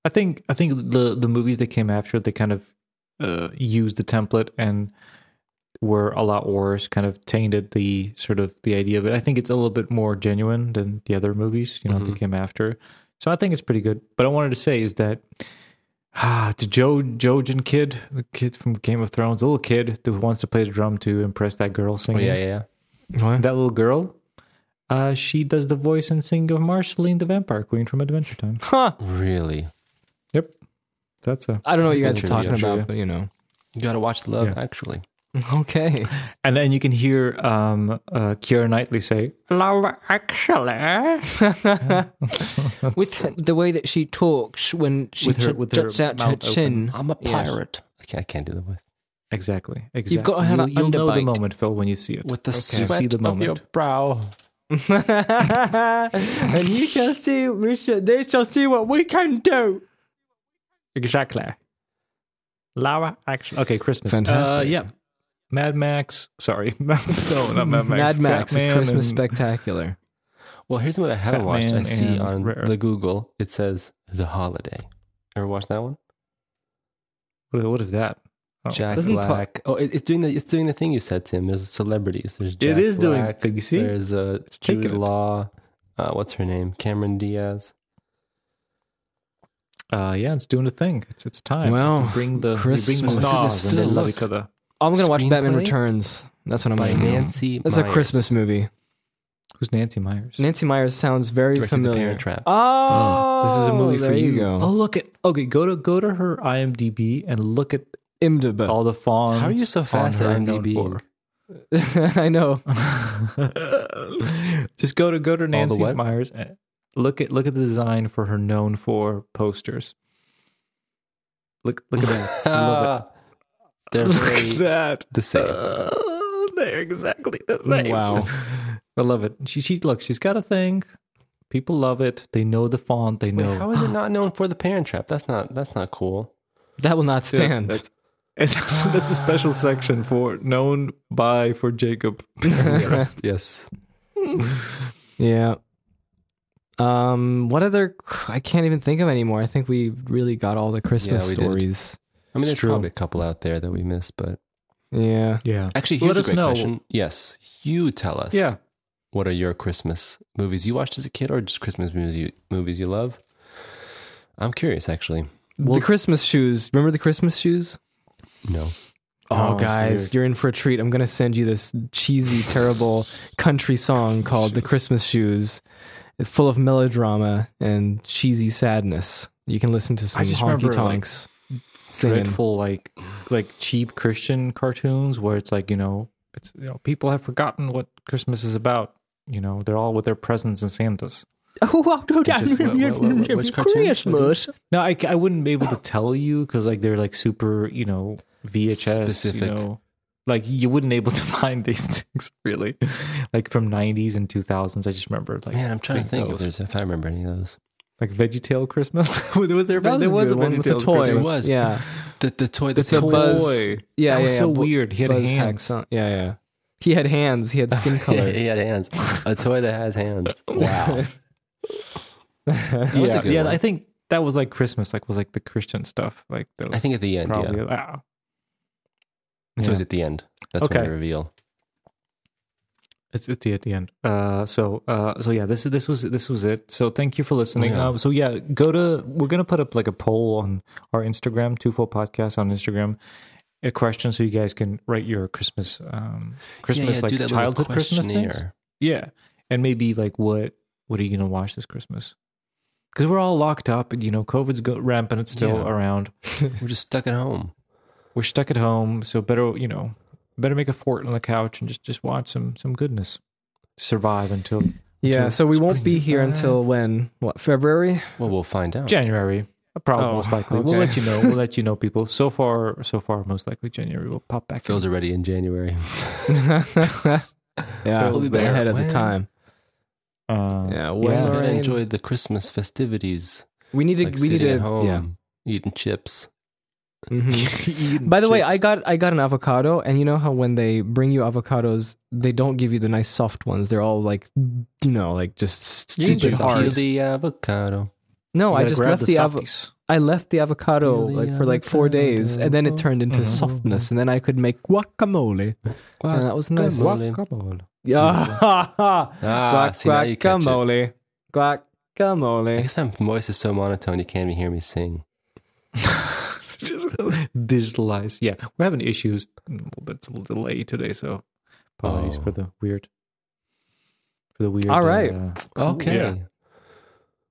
[SPEAKER 2] I think I think the the movies that came after it, they kind of uh, used the template and were a lot worse. Kind of tainted the sort of the idea of it. I think it's a little bit more genuine than the other movies you know
[SPEAKER 3] Mm-hmm.
[SPEAKER 2] that came after. So I think it's pretty good. But I wanted to say is that ah, the Joe Jojen kid, the kid from Game of Thrones, the little kid who wants to play the drum to impress that girl
[SPEAKER 3] Oh
[SPEAKER 2] singing.
[SPEAKER 3] yeah, yeah, yeah.
[SPEAKER 1] What?
[SPEAKER 2] That little girl. Uh, she does the voice and sing of Marceline the Vampire Queen from Adventure Time.
[SPEAKER 1] Huh.
[SPEAKER 3] Really,
[SPEAKER 2] Yep, that's a
[SPEAKER 1] I don't know what
[SPEAKER 3] It's
[SPEAKER 1] you
[SPEAKER 3] a
[SPEAKER 1] guys
[SPEAKER 3] good
[SPEAKER 1] are
[SPEAKER 3] trivia,
[SPEAKER 1] talking
[SPEAKER 2] trivia.
[SPEAKER 1] about, but you know.
[SPEAKER 3] you gotta watch Love
[SPEAKER 2] Yeah.
[SPEAKER 3] Actually.
[SPEAKER 1] Okay.
[SPEAKER 2] And then you can hear um, uh, Keira Knightley say, Love Actually.
[SPEAKER 1] with the way that she talks when she
[SPEAKER 2] With her-
[SPEAKER 1] ju-
[SPEAKER 2] with her
[SPEAKER 1] juts out her
[SPEAKER 2] mouth open.
[SPEAKER 1] chin.
[SPEAKER 3] I'm a
[SPEAKER 1] Yes.
[SPEAKER 3] pirate. I can't, I can't do the voice.
[SPEAKER 2] Exactly. Exactly.
[SPEAKER 1] gotta have
[SPEAKER 2] you'll,
[SPEAKER 1] an
[SPEAKER 2] you'll know the
[SPEAKER 1] underbite.
[SPEAKER 2] moment, Phil, when you see it.
[SPEAKER 3] With the
[SPEAKER 2] You
[SPEAKER 3] sweat
[SPEAKER 2] see the
[SPEAKER 3] of your
[SPEAKER 2] moment.
[SPEAKER 3] brow.
[SPEAKER 1] and you shall see, we shall, they shall see what we can do.
[SPEAKER 2] Exactly. Lara Actually. Okay, Christmas.
[SPEAKER 1] Fantastic.
[SPEAKER 2] Uh, yeah. Mad Max. Sorry. no, not Mad
[SPEAKER 1] Mm-hmm.
[SPEAKER 2] Max.
[SPEAKER 1] Mad Max,
[SPEAKER 2] Batman
[SPEAKER 1] a Christmas
[SPEAKER 2] and-
[SPEAKER 1] spectacular.
[SPEAKER 3] Well, here's what I haven't watched. I
[SPEAKER 2] Batman
[SPEAKER 3] see
[SPEAKER 2] and
[SPEAKER 3] on
[SPEAKER 2] Rare Earth.
[SPEAKER 3] the Google it says The Holiday. Ever watched that one?
[SPEAKER 2] What- what is that? Oh.
[SPEAKER 3] Jack
[SPEAKER 1] Doesn't Pop-
[SPEAKER 3] Black. oh, it, it's doing the it's doing the thing you said, Tim. There's celebrities. There's Jack
[SPEAKER 2] is doing the
[SPEAKER 3] Black.
[SPEAKER 2] thing, you see?
[SPEAKER 3] There's uh,
[SPEAKER 2] It's taking
[SPEAKER 3] Jude
[SPEAKER 2] it.
[SPEAKER 3] Law. Uh, what's her name? Cameron Diaz.
[SPEAKER 2] Uh, yeah, it's doing a thing. It's it's time.
[SPEAKER 1] Well,
[SPEAKER 2] You bring the, you bring the
[SPEAKER 1] Christmas.
[SPEAKER 2] stars and they
[SPEAKER 3] Still
[SPEAKER 2] love
[SPEAKER 3] look.
[SPEAKER 2] each other.
[SPEAKER 1] I'm gonna watch Batman
[SPEAKER 3] Screenplay?
[SPEAKER 1] Returns. That's what I'm
[SPEAKER 3] By
[SPEAKER 1] gonna do.
[SPEAKER 3] Nancy.
[SPEAKER 1] That's a
[SPEAKER 3] Meyers.
[SPEAKER 1] Christmas movie.
[SPEAKER 2] Who's Nancy Myers?
[SPEAKER 1] Nancy Myers sounds very
[SPEAKER 3] Directed The
[SPEAKER 1] familiar.
[SPEAKER 3] Parent Trap.
[SPEAKER 1] Oh,
[SPEAKER 2] this is a movie
[SPEAKER 1] there
[SPEAKER 2] for you.
[SPEAKER 1] go.
[SPEAKER 2] Oh, look at okay. Go to go to her IMDb and look at
[SPEAKER 1] IMDb.
[SPEAKER 2] all the fonts.
[SPEAKER 3] How are you so
[SPEAKER 2] on
[SPEAKER 3] fast at
[SPEAKER 2] her known
[SPEAKER 3] IMDb?
[SPEAKER 2] for.
[SPEAKER 1] I know.
[SPEAKER 2] Just go to go to Nancy
[SPEAKER 3] what?
[SPEAKER 2] Myers. And look at look at the design for her known for posters. Look look at that. Love
[SPEAKER 3] Ah, they're
[SPEAKER 2] it. Look at
[SPEAKER 3] very
[SPEAKER 2] that.
[SPEAKER 3] the same.
[SPEAKER 2] Uh, they're exactly the same.
[SPEAKER 1] Wow.
[SPEAKER 2] I love it. She she look. She's got a thing. People love it. They know the font. They
[SPEAKER 3] Wait,
[SPEAKER 2] know.
[SPEAKER 3] How is it not known for The Parent Trap? That's not that's not cool.
[SPEAKER 1] That will not
[SPEAKER 2] Yeah,
[SPEAKER 1] stand.
[SPEAKER 2] That's, it's- that's a special section for known by for Jacob.
[SPEAKER 3] yes. Yes.
[SPEAKER 1] Yeah. Um. What other? I can't even think of anymore. I think we really got all the Christmas
[SPEAKER 3] we did.
[SPEAKER 1] stories.
[SPEAKER 3] I mean,
[SPEAKER 2] It's
[SPEAKER 3] there's
[SPEAKER 2] true.
[SPEAKER 3] probably a couple out there that we missed, but
[SPEAKER 1] Yeah.
[SPEAKER 2] Yeah.
[SPEAKER 3] actually,
[SPEAKER 2] Let
[SPEAKER 3] here's a
[SPEAKER 2] us
[SPEAKER 3] great
[SPEAKER 2] know.
[SPEAKER 3] question. Yes, you tell us.
[SPEAKER 2] Yeah.
[SPEAKER 3] what are your Christmas movies you watched as a kid, or just Christmas movies you, movies you love? I'm curious, actually.
[SPEAKER 2] Well-
[SPEAKER 1] the Christmas shoes. Remember the Christmas shoes?
[SPEAKER 3] No,
[SPEAKER 2] Oh,
[SPEAKER 1] Oh,
[SPEAKER 2] it's
[SPEAKER 1] guys,
[SPEAKER 2] weird.
[SPEAKER 1] you're in for a treat. I'm gonna send you this cheesy, terrible country song called "The Christmas Shoes." It's full of melodrama and cheesy sadness. You can listen to some
[SPEAKER 2] just remember,
[SPEAKER 1] honky
[SPEAKER 2] like,
[SPEAKER 1] tonks singing.
[SPEAKER 2] Dreadful like like cheap Christian cartoons where it's like, you know, it's you know, people have forgotten what Christmas is about. You know, they're all with their presents and Santas.
[SPEAKER 1] Oh,
[SPEAKER 2] Just-
[SPEAKER 3] what- what- what- which cartoons?
[SPEAKER 1] Christmas.
[SPEAKER 2] No, I, c- I wouldn't be able to tell you because like they're like super, you know, VHS,
[SPEAKER 3] Specific.
[SPEAKER 2] you know, like you wouldn't able to find these things really, like from '90s and 2000s. I just remember like
[SPEAKER 3] man, I'm trying to
[SPEAKER 2] seeing
[SPEAKER 3] think if,
[SPEAKER 2] those.
[SPEAKER 3] there's, if I remember any of those.
[SPEAKER 2] like VeggieTale Christmas. was there?
[SPEAKER 1] That was
[SPEAKER 2] there
[SPEAKER 1] a
[SPEAKER 2] was
[SPEAKER 1] good
[SPEAKER 2] a
[SPEAKER 1] one with the
[SPEAKER 2] VeggieTale
[SPEAKER 1] toy.
[SPEAKER 3] There
[SPEAKER 2] Christmas.
[SPEAKER 3] was
[SPEAKER 1] Yeah.
[SPEAKER 3] the the toy. The,
[SPEAKER 1] It's a
[SPEAKER 3] toy.
[SPEAKER 1] buzz-
[SPEAKER 2] Toy.
[SPEAKER 1] Yeah,
[SPEAKER 2] that was
[SPEAKER 1] yeah,
[SPEAKER 2] so
[SPEAKER 1] yeah. Bu-
[SPEAKER 2] weird. He had
[SPEAKER 1] Buzz
[SPEAKER 2] hands.
[SPEAKER 1] Hacks on- Yeah, yeah. He had hands. He had skin
[SPEAKER 3] Yeah,
[SPEAKER 1] color.
[SPEAKER 3] he had hands. A toy that has hands. Wow. That was a
[SPEAKER 2] yeah,
[SPEAKER 3] good
[SPEAKER 2] yeah.
[SPEAKER 3] one.
[SPEAKER 2] I think that was like Christmas. Like was like the Christian stuff. Like those.
[SPEAKER 3] I think at the end,
[SPEAKER 2] probably.
[SPEAKER 3] yeah.
[SPEAKER 2] ah.
[SPEAKER 3] It's always at the end. That's when
[SPEAKER 2] Okay.
[SPEAKER 3] they reveal.
[SPEAKER 2] It's at the at the end. Uh, so uh, so yeah, this is this was this was it. So thank you for listening.
[SPEAKER 3] Yeah.
[SPEAKER 2] Um, so yeah, go to we're gonna put up like a poll on our Instagram, two full podcast on Instagram. A question so you guys can write your Christmas, um, Christmas
[SPEAKER 3] yeah, yeah,
[SPEAKER 2] like
[SPEAKER 3] do that little
[SPEAKER 2] childhood Christmas things.
[SPEAKER 3] questionnaire.
[SPEAKER 2] Yeah, and maybe like what what are you gonna watch this Christmas? Because we're all locked up, and you know, COVID's go- rampant. It's still
[SPEAKER 3] Yeah.
[SPEAKER 2] around.
[SPEAKER 3] We're just stuck at home.
[SPEAKER 2] We're stuck at home, so better you know, better make a fort on the couch and just just watch some some goodness. Survive until
[SPEAKER 1] Yeah,
[SPEAKER 2] Until
[SPEAKER 1] so we won't
[SPEAKER 2] spring's
[SPEAKER 1] be here
[SPEAKER 2] back.
[SPEAKER 1] until when? What, February?
[SPEAKER 3] Well, we'll find out.
[SPEAKER 2] January. Probably
[SPEAKER 1] Oh,
[SPEAKER 2] most likely. We'll let
[SPEAKER 1] okay.
[SPEAKER 2] you know. We'll let you know, people. So far, so far, most likely January will pop back.
[SPEAKER 3] Phil's already in January.
[SPEAKER 1] yeah,
[SPEAKER 2] We'll be
[SPEAKER 1] they're
[SPEAKER 2] back
[SPEAKER 1] ahead of the
[SPEAKER 3] when?
[SPEAKER 1] time.
[SPEAKER 2] in. Uh,
[SPEAKER 1] Yeah,
[SPEAKER 3] I
[SPEAKER 1] when
[SPEAKER 2] yeah.
[SPEAKER 1] are- Lorraine.
[SPEAKER 3] enjoyed the Christmas festivities.
[SPEAKER 1] We need to.
[SPEAKER 3] Like
[SPEAKER 1] we need
[SPEAKER 3] sitting
[SPEAKER 1] to.
[SPEAKER 3] at home,
[SPEAKER 1] Yeah.
[SPEAKER 3] eating chips.
[SPEAKER 1] Mhm.
[SPEAKER 2] Eating
[SPEAKER 1] By the way,
[SPEAKER 2] chips.
[SPEAKER 1] I got I got an avocado, and you know how when they bring you avocados, they don't give you the nice soft ones. They're all like, you know, like just
[SPEAKER 3] You
[SPEAKER 1] stupid
[SPEAKER 3] just peel
[SPEAKER 1] hard.
[SPEAKER 3] the uh, avocado.
[SPEAKER 1] No,
[SPEAKER 2] You
[SPEAKER 1] Oh, I
[SPEAKER 2] gotta
[SPEAKER 1] just
[SPEAKER 2] grab
[SPEAKER 1] left the avo-
[SPEAKER 2] softies.
[SPEAKER 1] I left the avocado
[SPEAKER 3] Peel the Mm-hmm.
[SPEAKER 1] like for like four days, and then it turned into
[SPEAKER 2] Mhm.
[SPEAKER 1] softness, and then I could make guacamole, and that was nice.
[SPEAKER 3] Guacamole.
[SPEAKER 1] Yeah,
[SPEAKER 3] Ah,
[SPEAKER 1] Guac-
[SPEAKER 3] see, now you catch it.
[SPEAKER 1] guacamole,
[SPEAKER 3] I
[SPEAKER 1] guacamole.
[SPEAKER 3] guess my voice is so monotone you can't even hear me sing.
[SPEAKER 2] Just digitalized. Yeah, we're having issues. A little bit it's a little delay today, so apologies
[SPEAKER 3] Oh.
[SPEAKER 2] for the weird. For the weird.
[SPEAKER 1] All right.
[SPEAKER 2] uh,
[SPEAKER 3] Okay.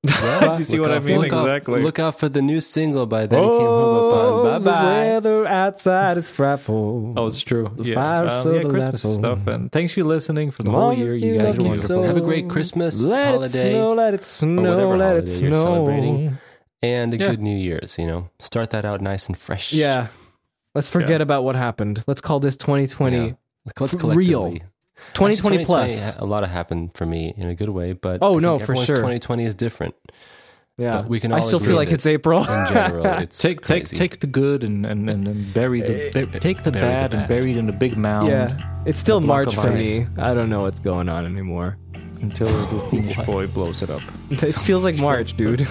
[SPEAKER 2] Yeah.
[SPEAKER 3] Well,
[SPEAKER 2] You see
[SPEAKER 3] look
[SPEAKER 2] what I
[SPEAKER 3] out-
[SPEAKER 2] mean?
[SPEAKER 3] Look out-
[SPEAKER 2] Exactly.
[SPEAKER 3] look out for the new single by Then It Came Home Upon.
[SPEAKER 1] Oh, the
[SPEAKER 3] Bye bye.
[SPEAKER 1] weather outside is frightful.
[SPEAKER 2] Oh, it's true.
[SPEAKER 1] The fire so
[SPEAKER 2] yeah, Christmas
[SPEAKER 1] delightful.
[SPEAKER 2] stuff. And thanks for listening for the
[SPEAKER 1] As
[SPEAKER 2] whole
[SPEAKER 1] long
[SPEAKER 2] year.
[SPEAKER 1] as
[SPEAKER 2] You
[SPEAKER 1] you
[SPEAKER 2] guys
[SPEAKER 1] love
[SPEAKER 2] are
[SPEAKER 1] me
[SPEAKER 2] wonderful.
[SPEAKER 1] so.
[SPEAKER 3] Have a great Christmas,
[SPEAKER 1] let it
[SPEAKER 3] holiday,
[SPEAKER 1] snow, let it snow,
[SPEAKER 3] whatever
[SPEAKER 1] let it
[SPEAKER 3] holiday you're
[SPEAKER 1] snow.
[SPEAKER 3] celebrating. and a
[SPEAKER 2] Yeah.
[SPEAKER 3] good New Year's. You know, start that out nice and fresh.
[SPEAKER 1] Yeah. Let's forget about what happened. Let's call this 2020
[SPEAKER 3] Yeah. Let's
[SPEAKER 1] For
[SPEAKER 3] collectively-
[SPEAKER 1] real.
[SPEAKER 3] Actually,
[SPEAKER 1] 2020 plus.
[SPEAKER 3] 2020, A lot happened for me in a good way, but
[SPEAKER 1] Oh,
[SPEAKER 3] I think
[SPEAKER 1] no, for
[SPEAKER 3] everyone's
[SPEAKER 1] sure.
[SPEAKER 3] 2020 is different
[SPEAKER 1] Yeah.
[SPEAKER 3] But we can
[SPEAKER 1] I
[SPEAKER 3] always
[SPEAKER 1] still feel
[SPEAKER 3] read
[SPEAKER 1] like
[SPEAKER 3] it
[SPEAKER 1] it's April.
[SPEAKER 3] in general. It's
[SPEAKER 2] Take take
[SPEAKER 3] crazy.
[SPEAKER 2] take the good and and, and, and bury the bu- take the
[SPEAKER 3] Eh. Bury the
[SPEAKER 2] bad and
[SPEAKER 3] bad.
[SPEAKER 2] bury it in a big mound
[SPEAKER 1] yeah. It's still
[SPEAKER 2] block
[SPEAKER 1] March
[SPEAKER 2] of
[SPEAKER 1] for
[SPEAKER 2] ice.
[SPEAKER 1] me. I don't know what's going on anymore.
[SPEAKER 2] until the Finnish boy blows it up.
[SPEAKER 1] It feels like March, dude.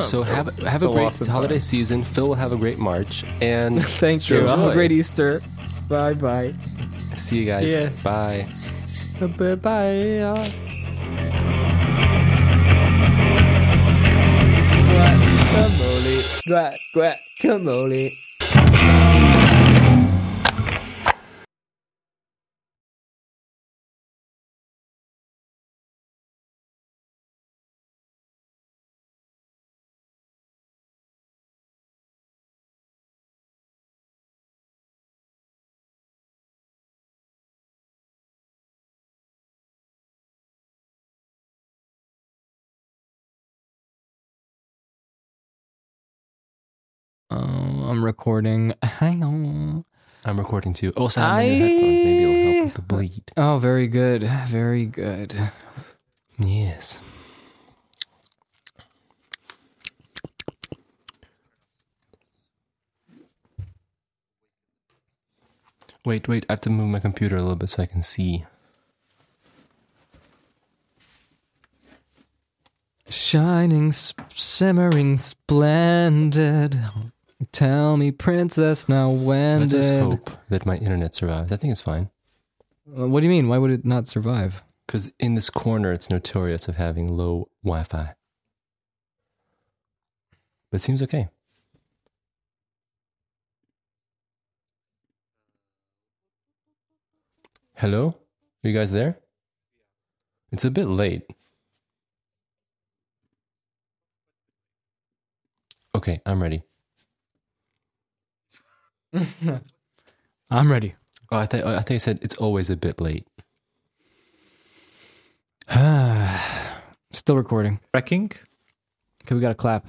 [SPEAKER 3] So have have a
[SPEAKER 2] so
[SPEAKER 3] great
[SPEAKER 2] lost in
[SPEAKER 3] holiday
[SPEAKER 2] time.
[SPEAKER 3] season. Phil will have a great March, and
[SPEAKER 1] Thank you. Have a
[SPEAKER 3] Enjoy.
[SPEAKER 1] great Easter. Bye bye.
[SPEAKER 3] see you guys.
[SPEAKER 2] Yeah.
[SPEAKER 3] Bye.
[SPEAKER 2] Bye.
[SPEAKER 1] Guacamole. Guac, guacamole. Um, I'm recording. Hang on.
[SPEAKER 3] I'm recording too. Oh, so I'm in your headphones. Maybe it'll help with the bleed.
[SPEAKER 1] Oh, very good. Very good.
[SPEAKER 3] Yes. Wait, wait. I have to move my computer a little bit so I can see.
[SPEAKER 1] Shining, sp- simmering, splendid. Tell me, princess, now when
[SPEAKER 3] Let's just
[SPEAKER 1] did?
[SPEAKER 3] hope that my internet survives. I think it's fine.
[SPEAKER 1] Uh, What do you mean? Why would it not survive?
[SPEAKER 3] Because in this corner, it's notorious of having low Wi Fi. But it seems okay. Hello? Are you guys there? It's a bit late. Okay, I'm ready.
[SPEAKER 1] I'm ready.
[SPEAKER 3] Oh, I, th- I think I said it's always a bit late.
[SPEAKER 1] Still recording.
[SPEAKER 2] Wrecking.
[SPEAKER 1] Okay, we got to clap.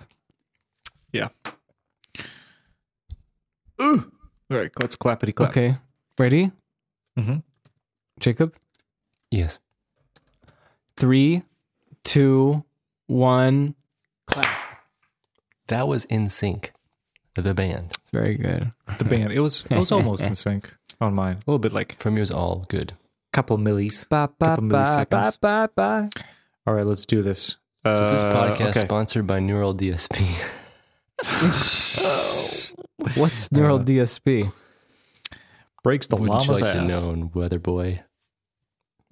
[SPEAKER 2] Yeah. All right, let's clappity clap.
[SPEAKER 1] Okay, ready,
[SPEAKER 2] Mhm.
[SPEAKER 1] Jacob?
[SPEAKER 3] Yes.
[SPEAKER 1] Three, two, one.
[SPEAKER 3] That was in sync. The band.
[SPEAKER 1] Very good.
[SPEAKER 2] The band. It was it was almost in sync on mine. A little bit like
[SPEAKER 3] From yours, all good.
[SPEAKER 2] couple millis.
[SPEAKER 1] Ba ba
[SPEAKER 2] Couple
[SPEAKER 1] ba ba
[SPEAKER 2] milliseconds.
[SPEAKER 1] ba ba.
[SPEAKER 2] All right, let's do this.
[SPEAKER 3] So this
[SPEAKER 2] Uh,
[SPEAKER 3] podcast
[SPEAKER 2] okay.
[SPEAKER 3] sponsored by Neural DSP.
[SPEAKER 1] What's
[SPEAKER 2] Uh,
[SPEAKER 1] neural DSP?
[SPEAKER 2] breaks the
[SPEAKER 3] Wouldn't
[SPEAKER 2] llama's
[SPEAKER 3] you like to
[SPEAKER 2] ass.
[SPEAKER 3] know, Weather Boy?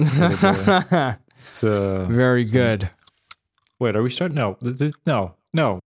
[SPEAKER 2] It's, uh,
[SPEAKER 1] Very good.
[SPEAKER 2] wait, are we starting? No, this is- no, no.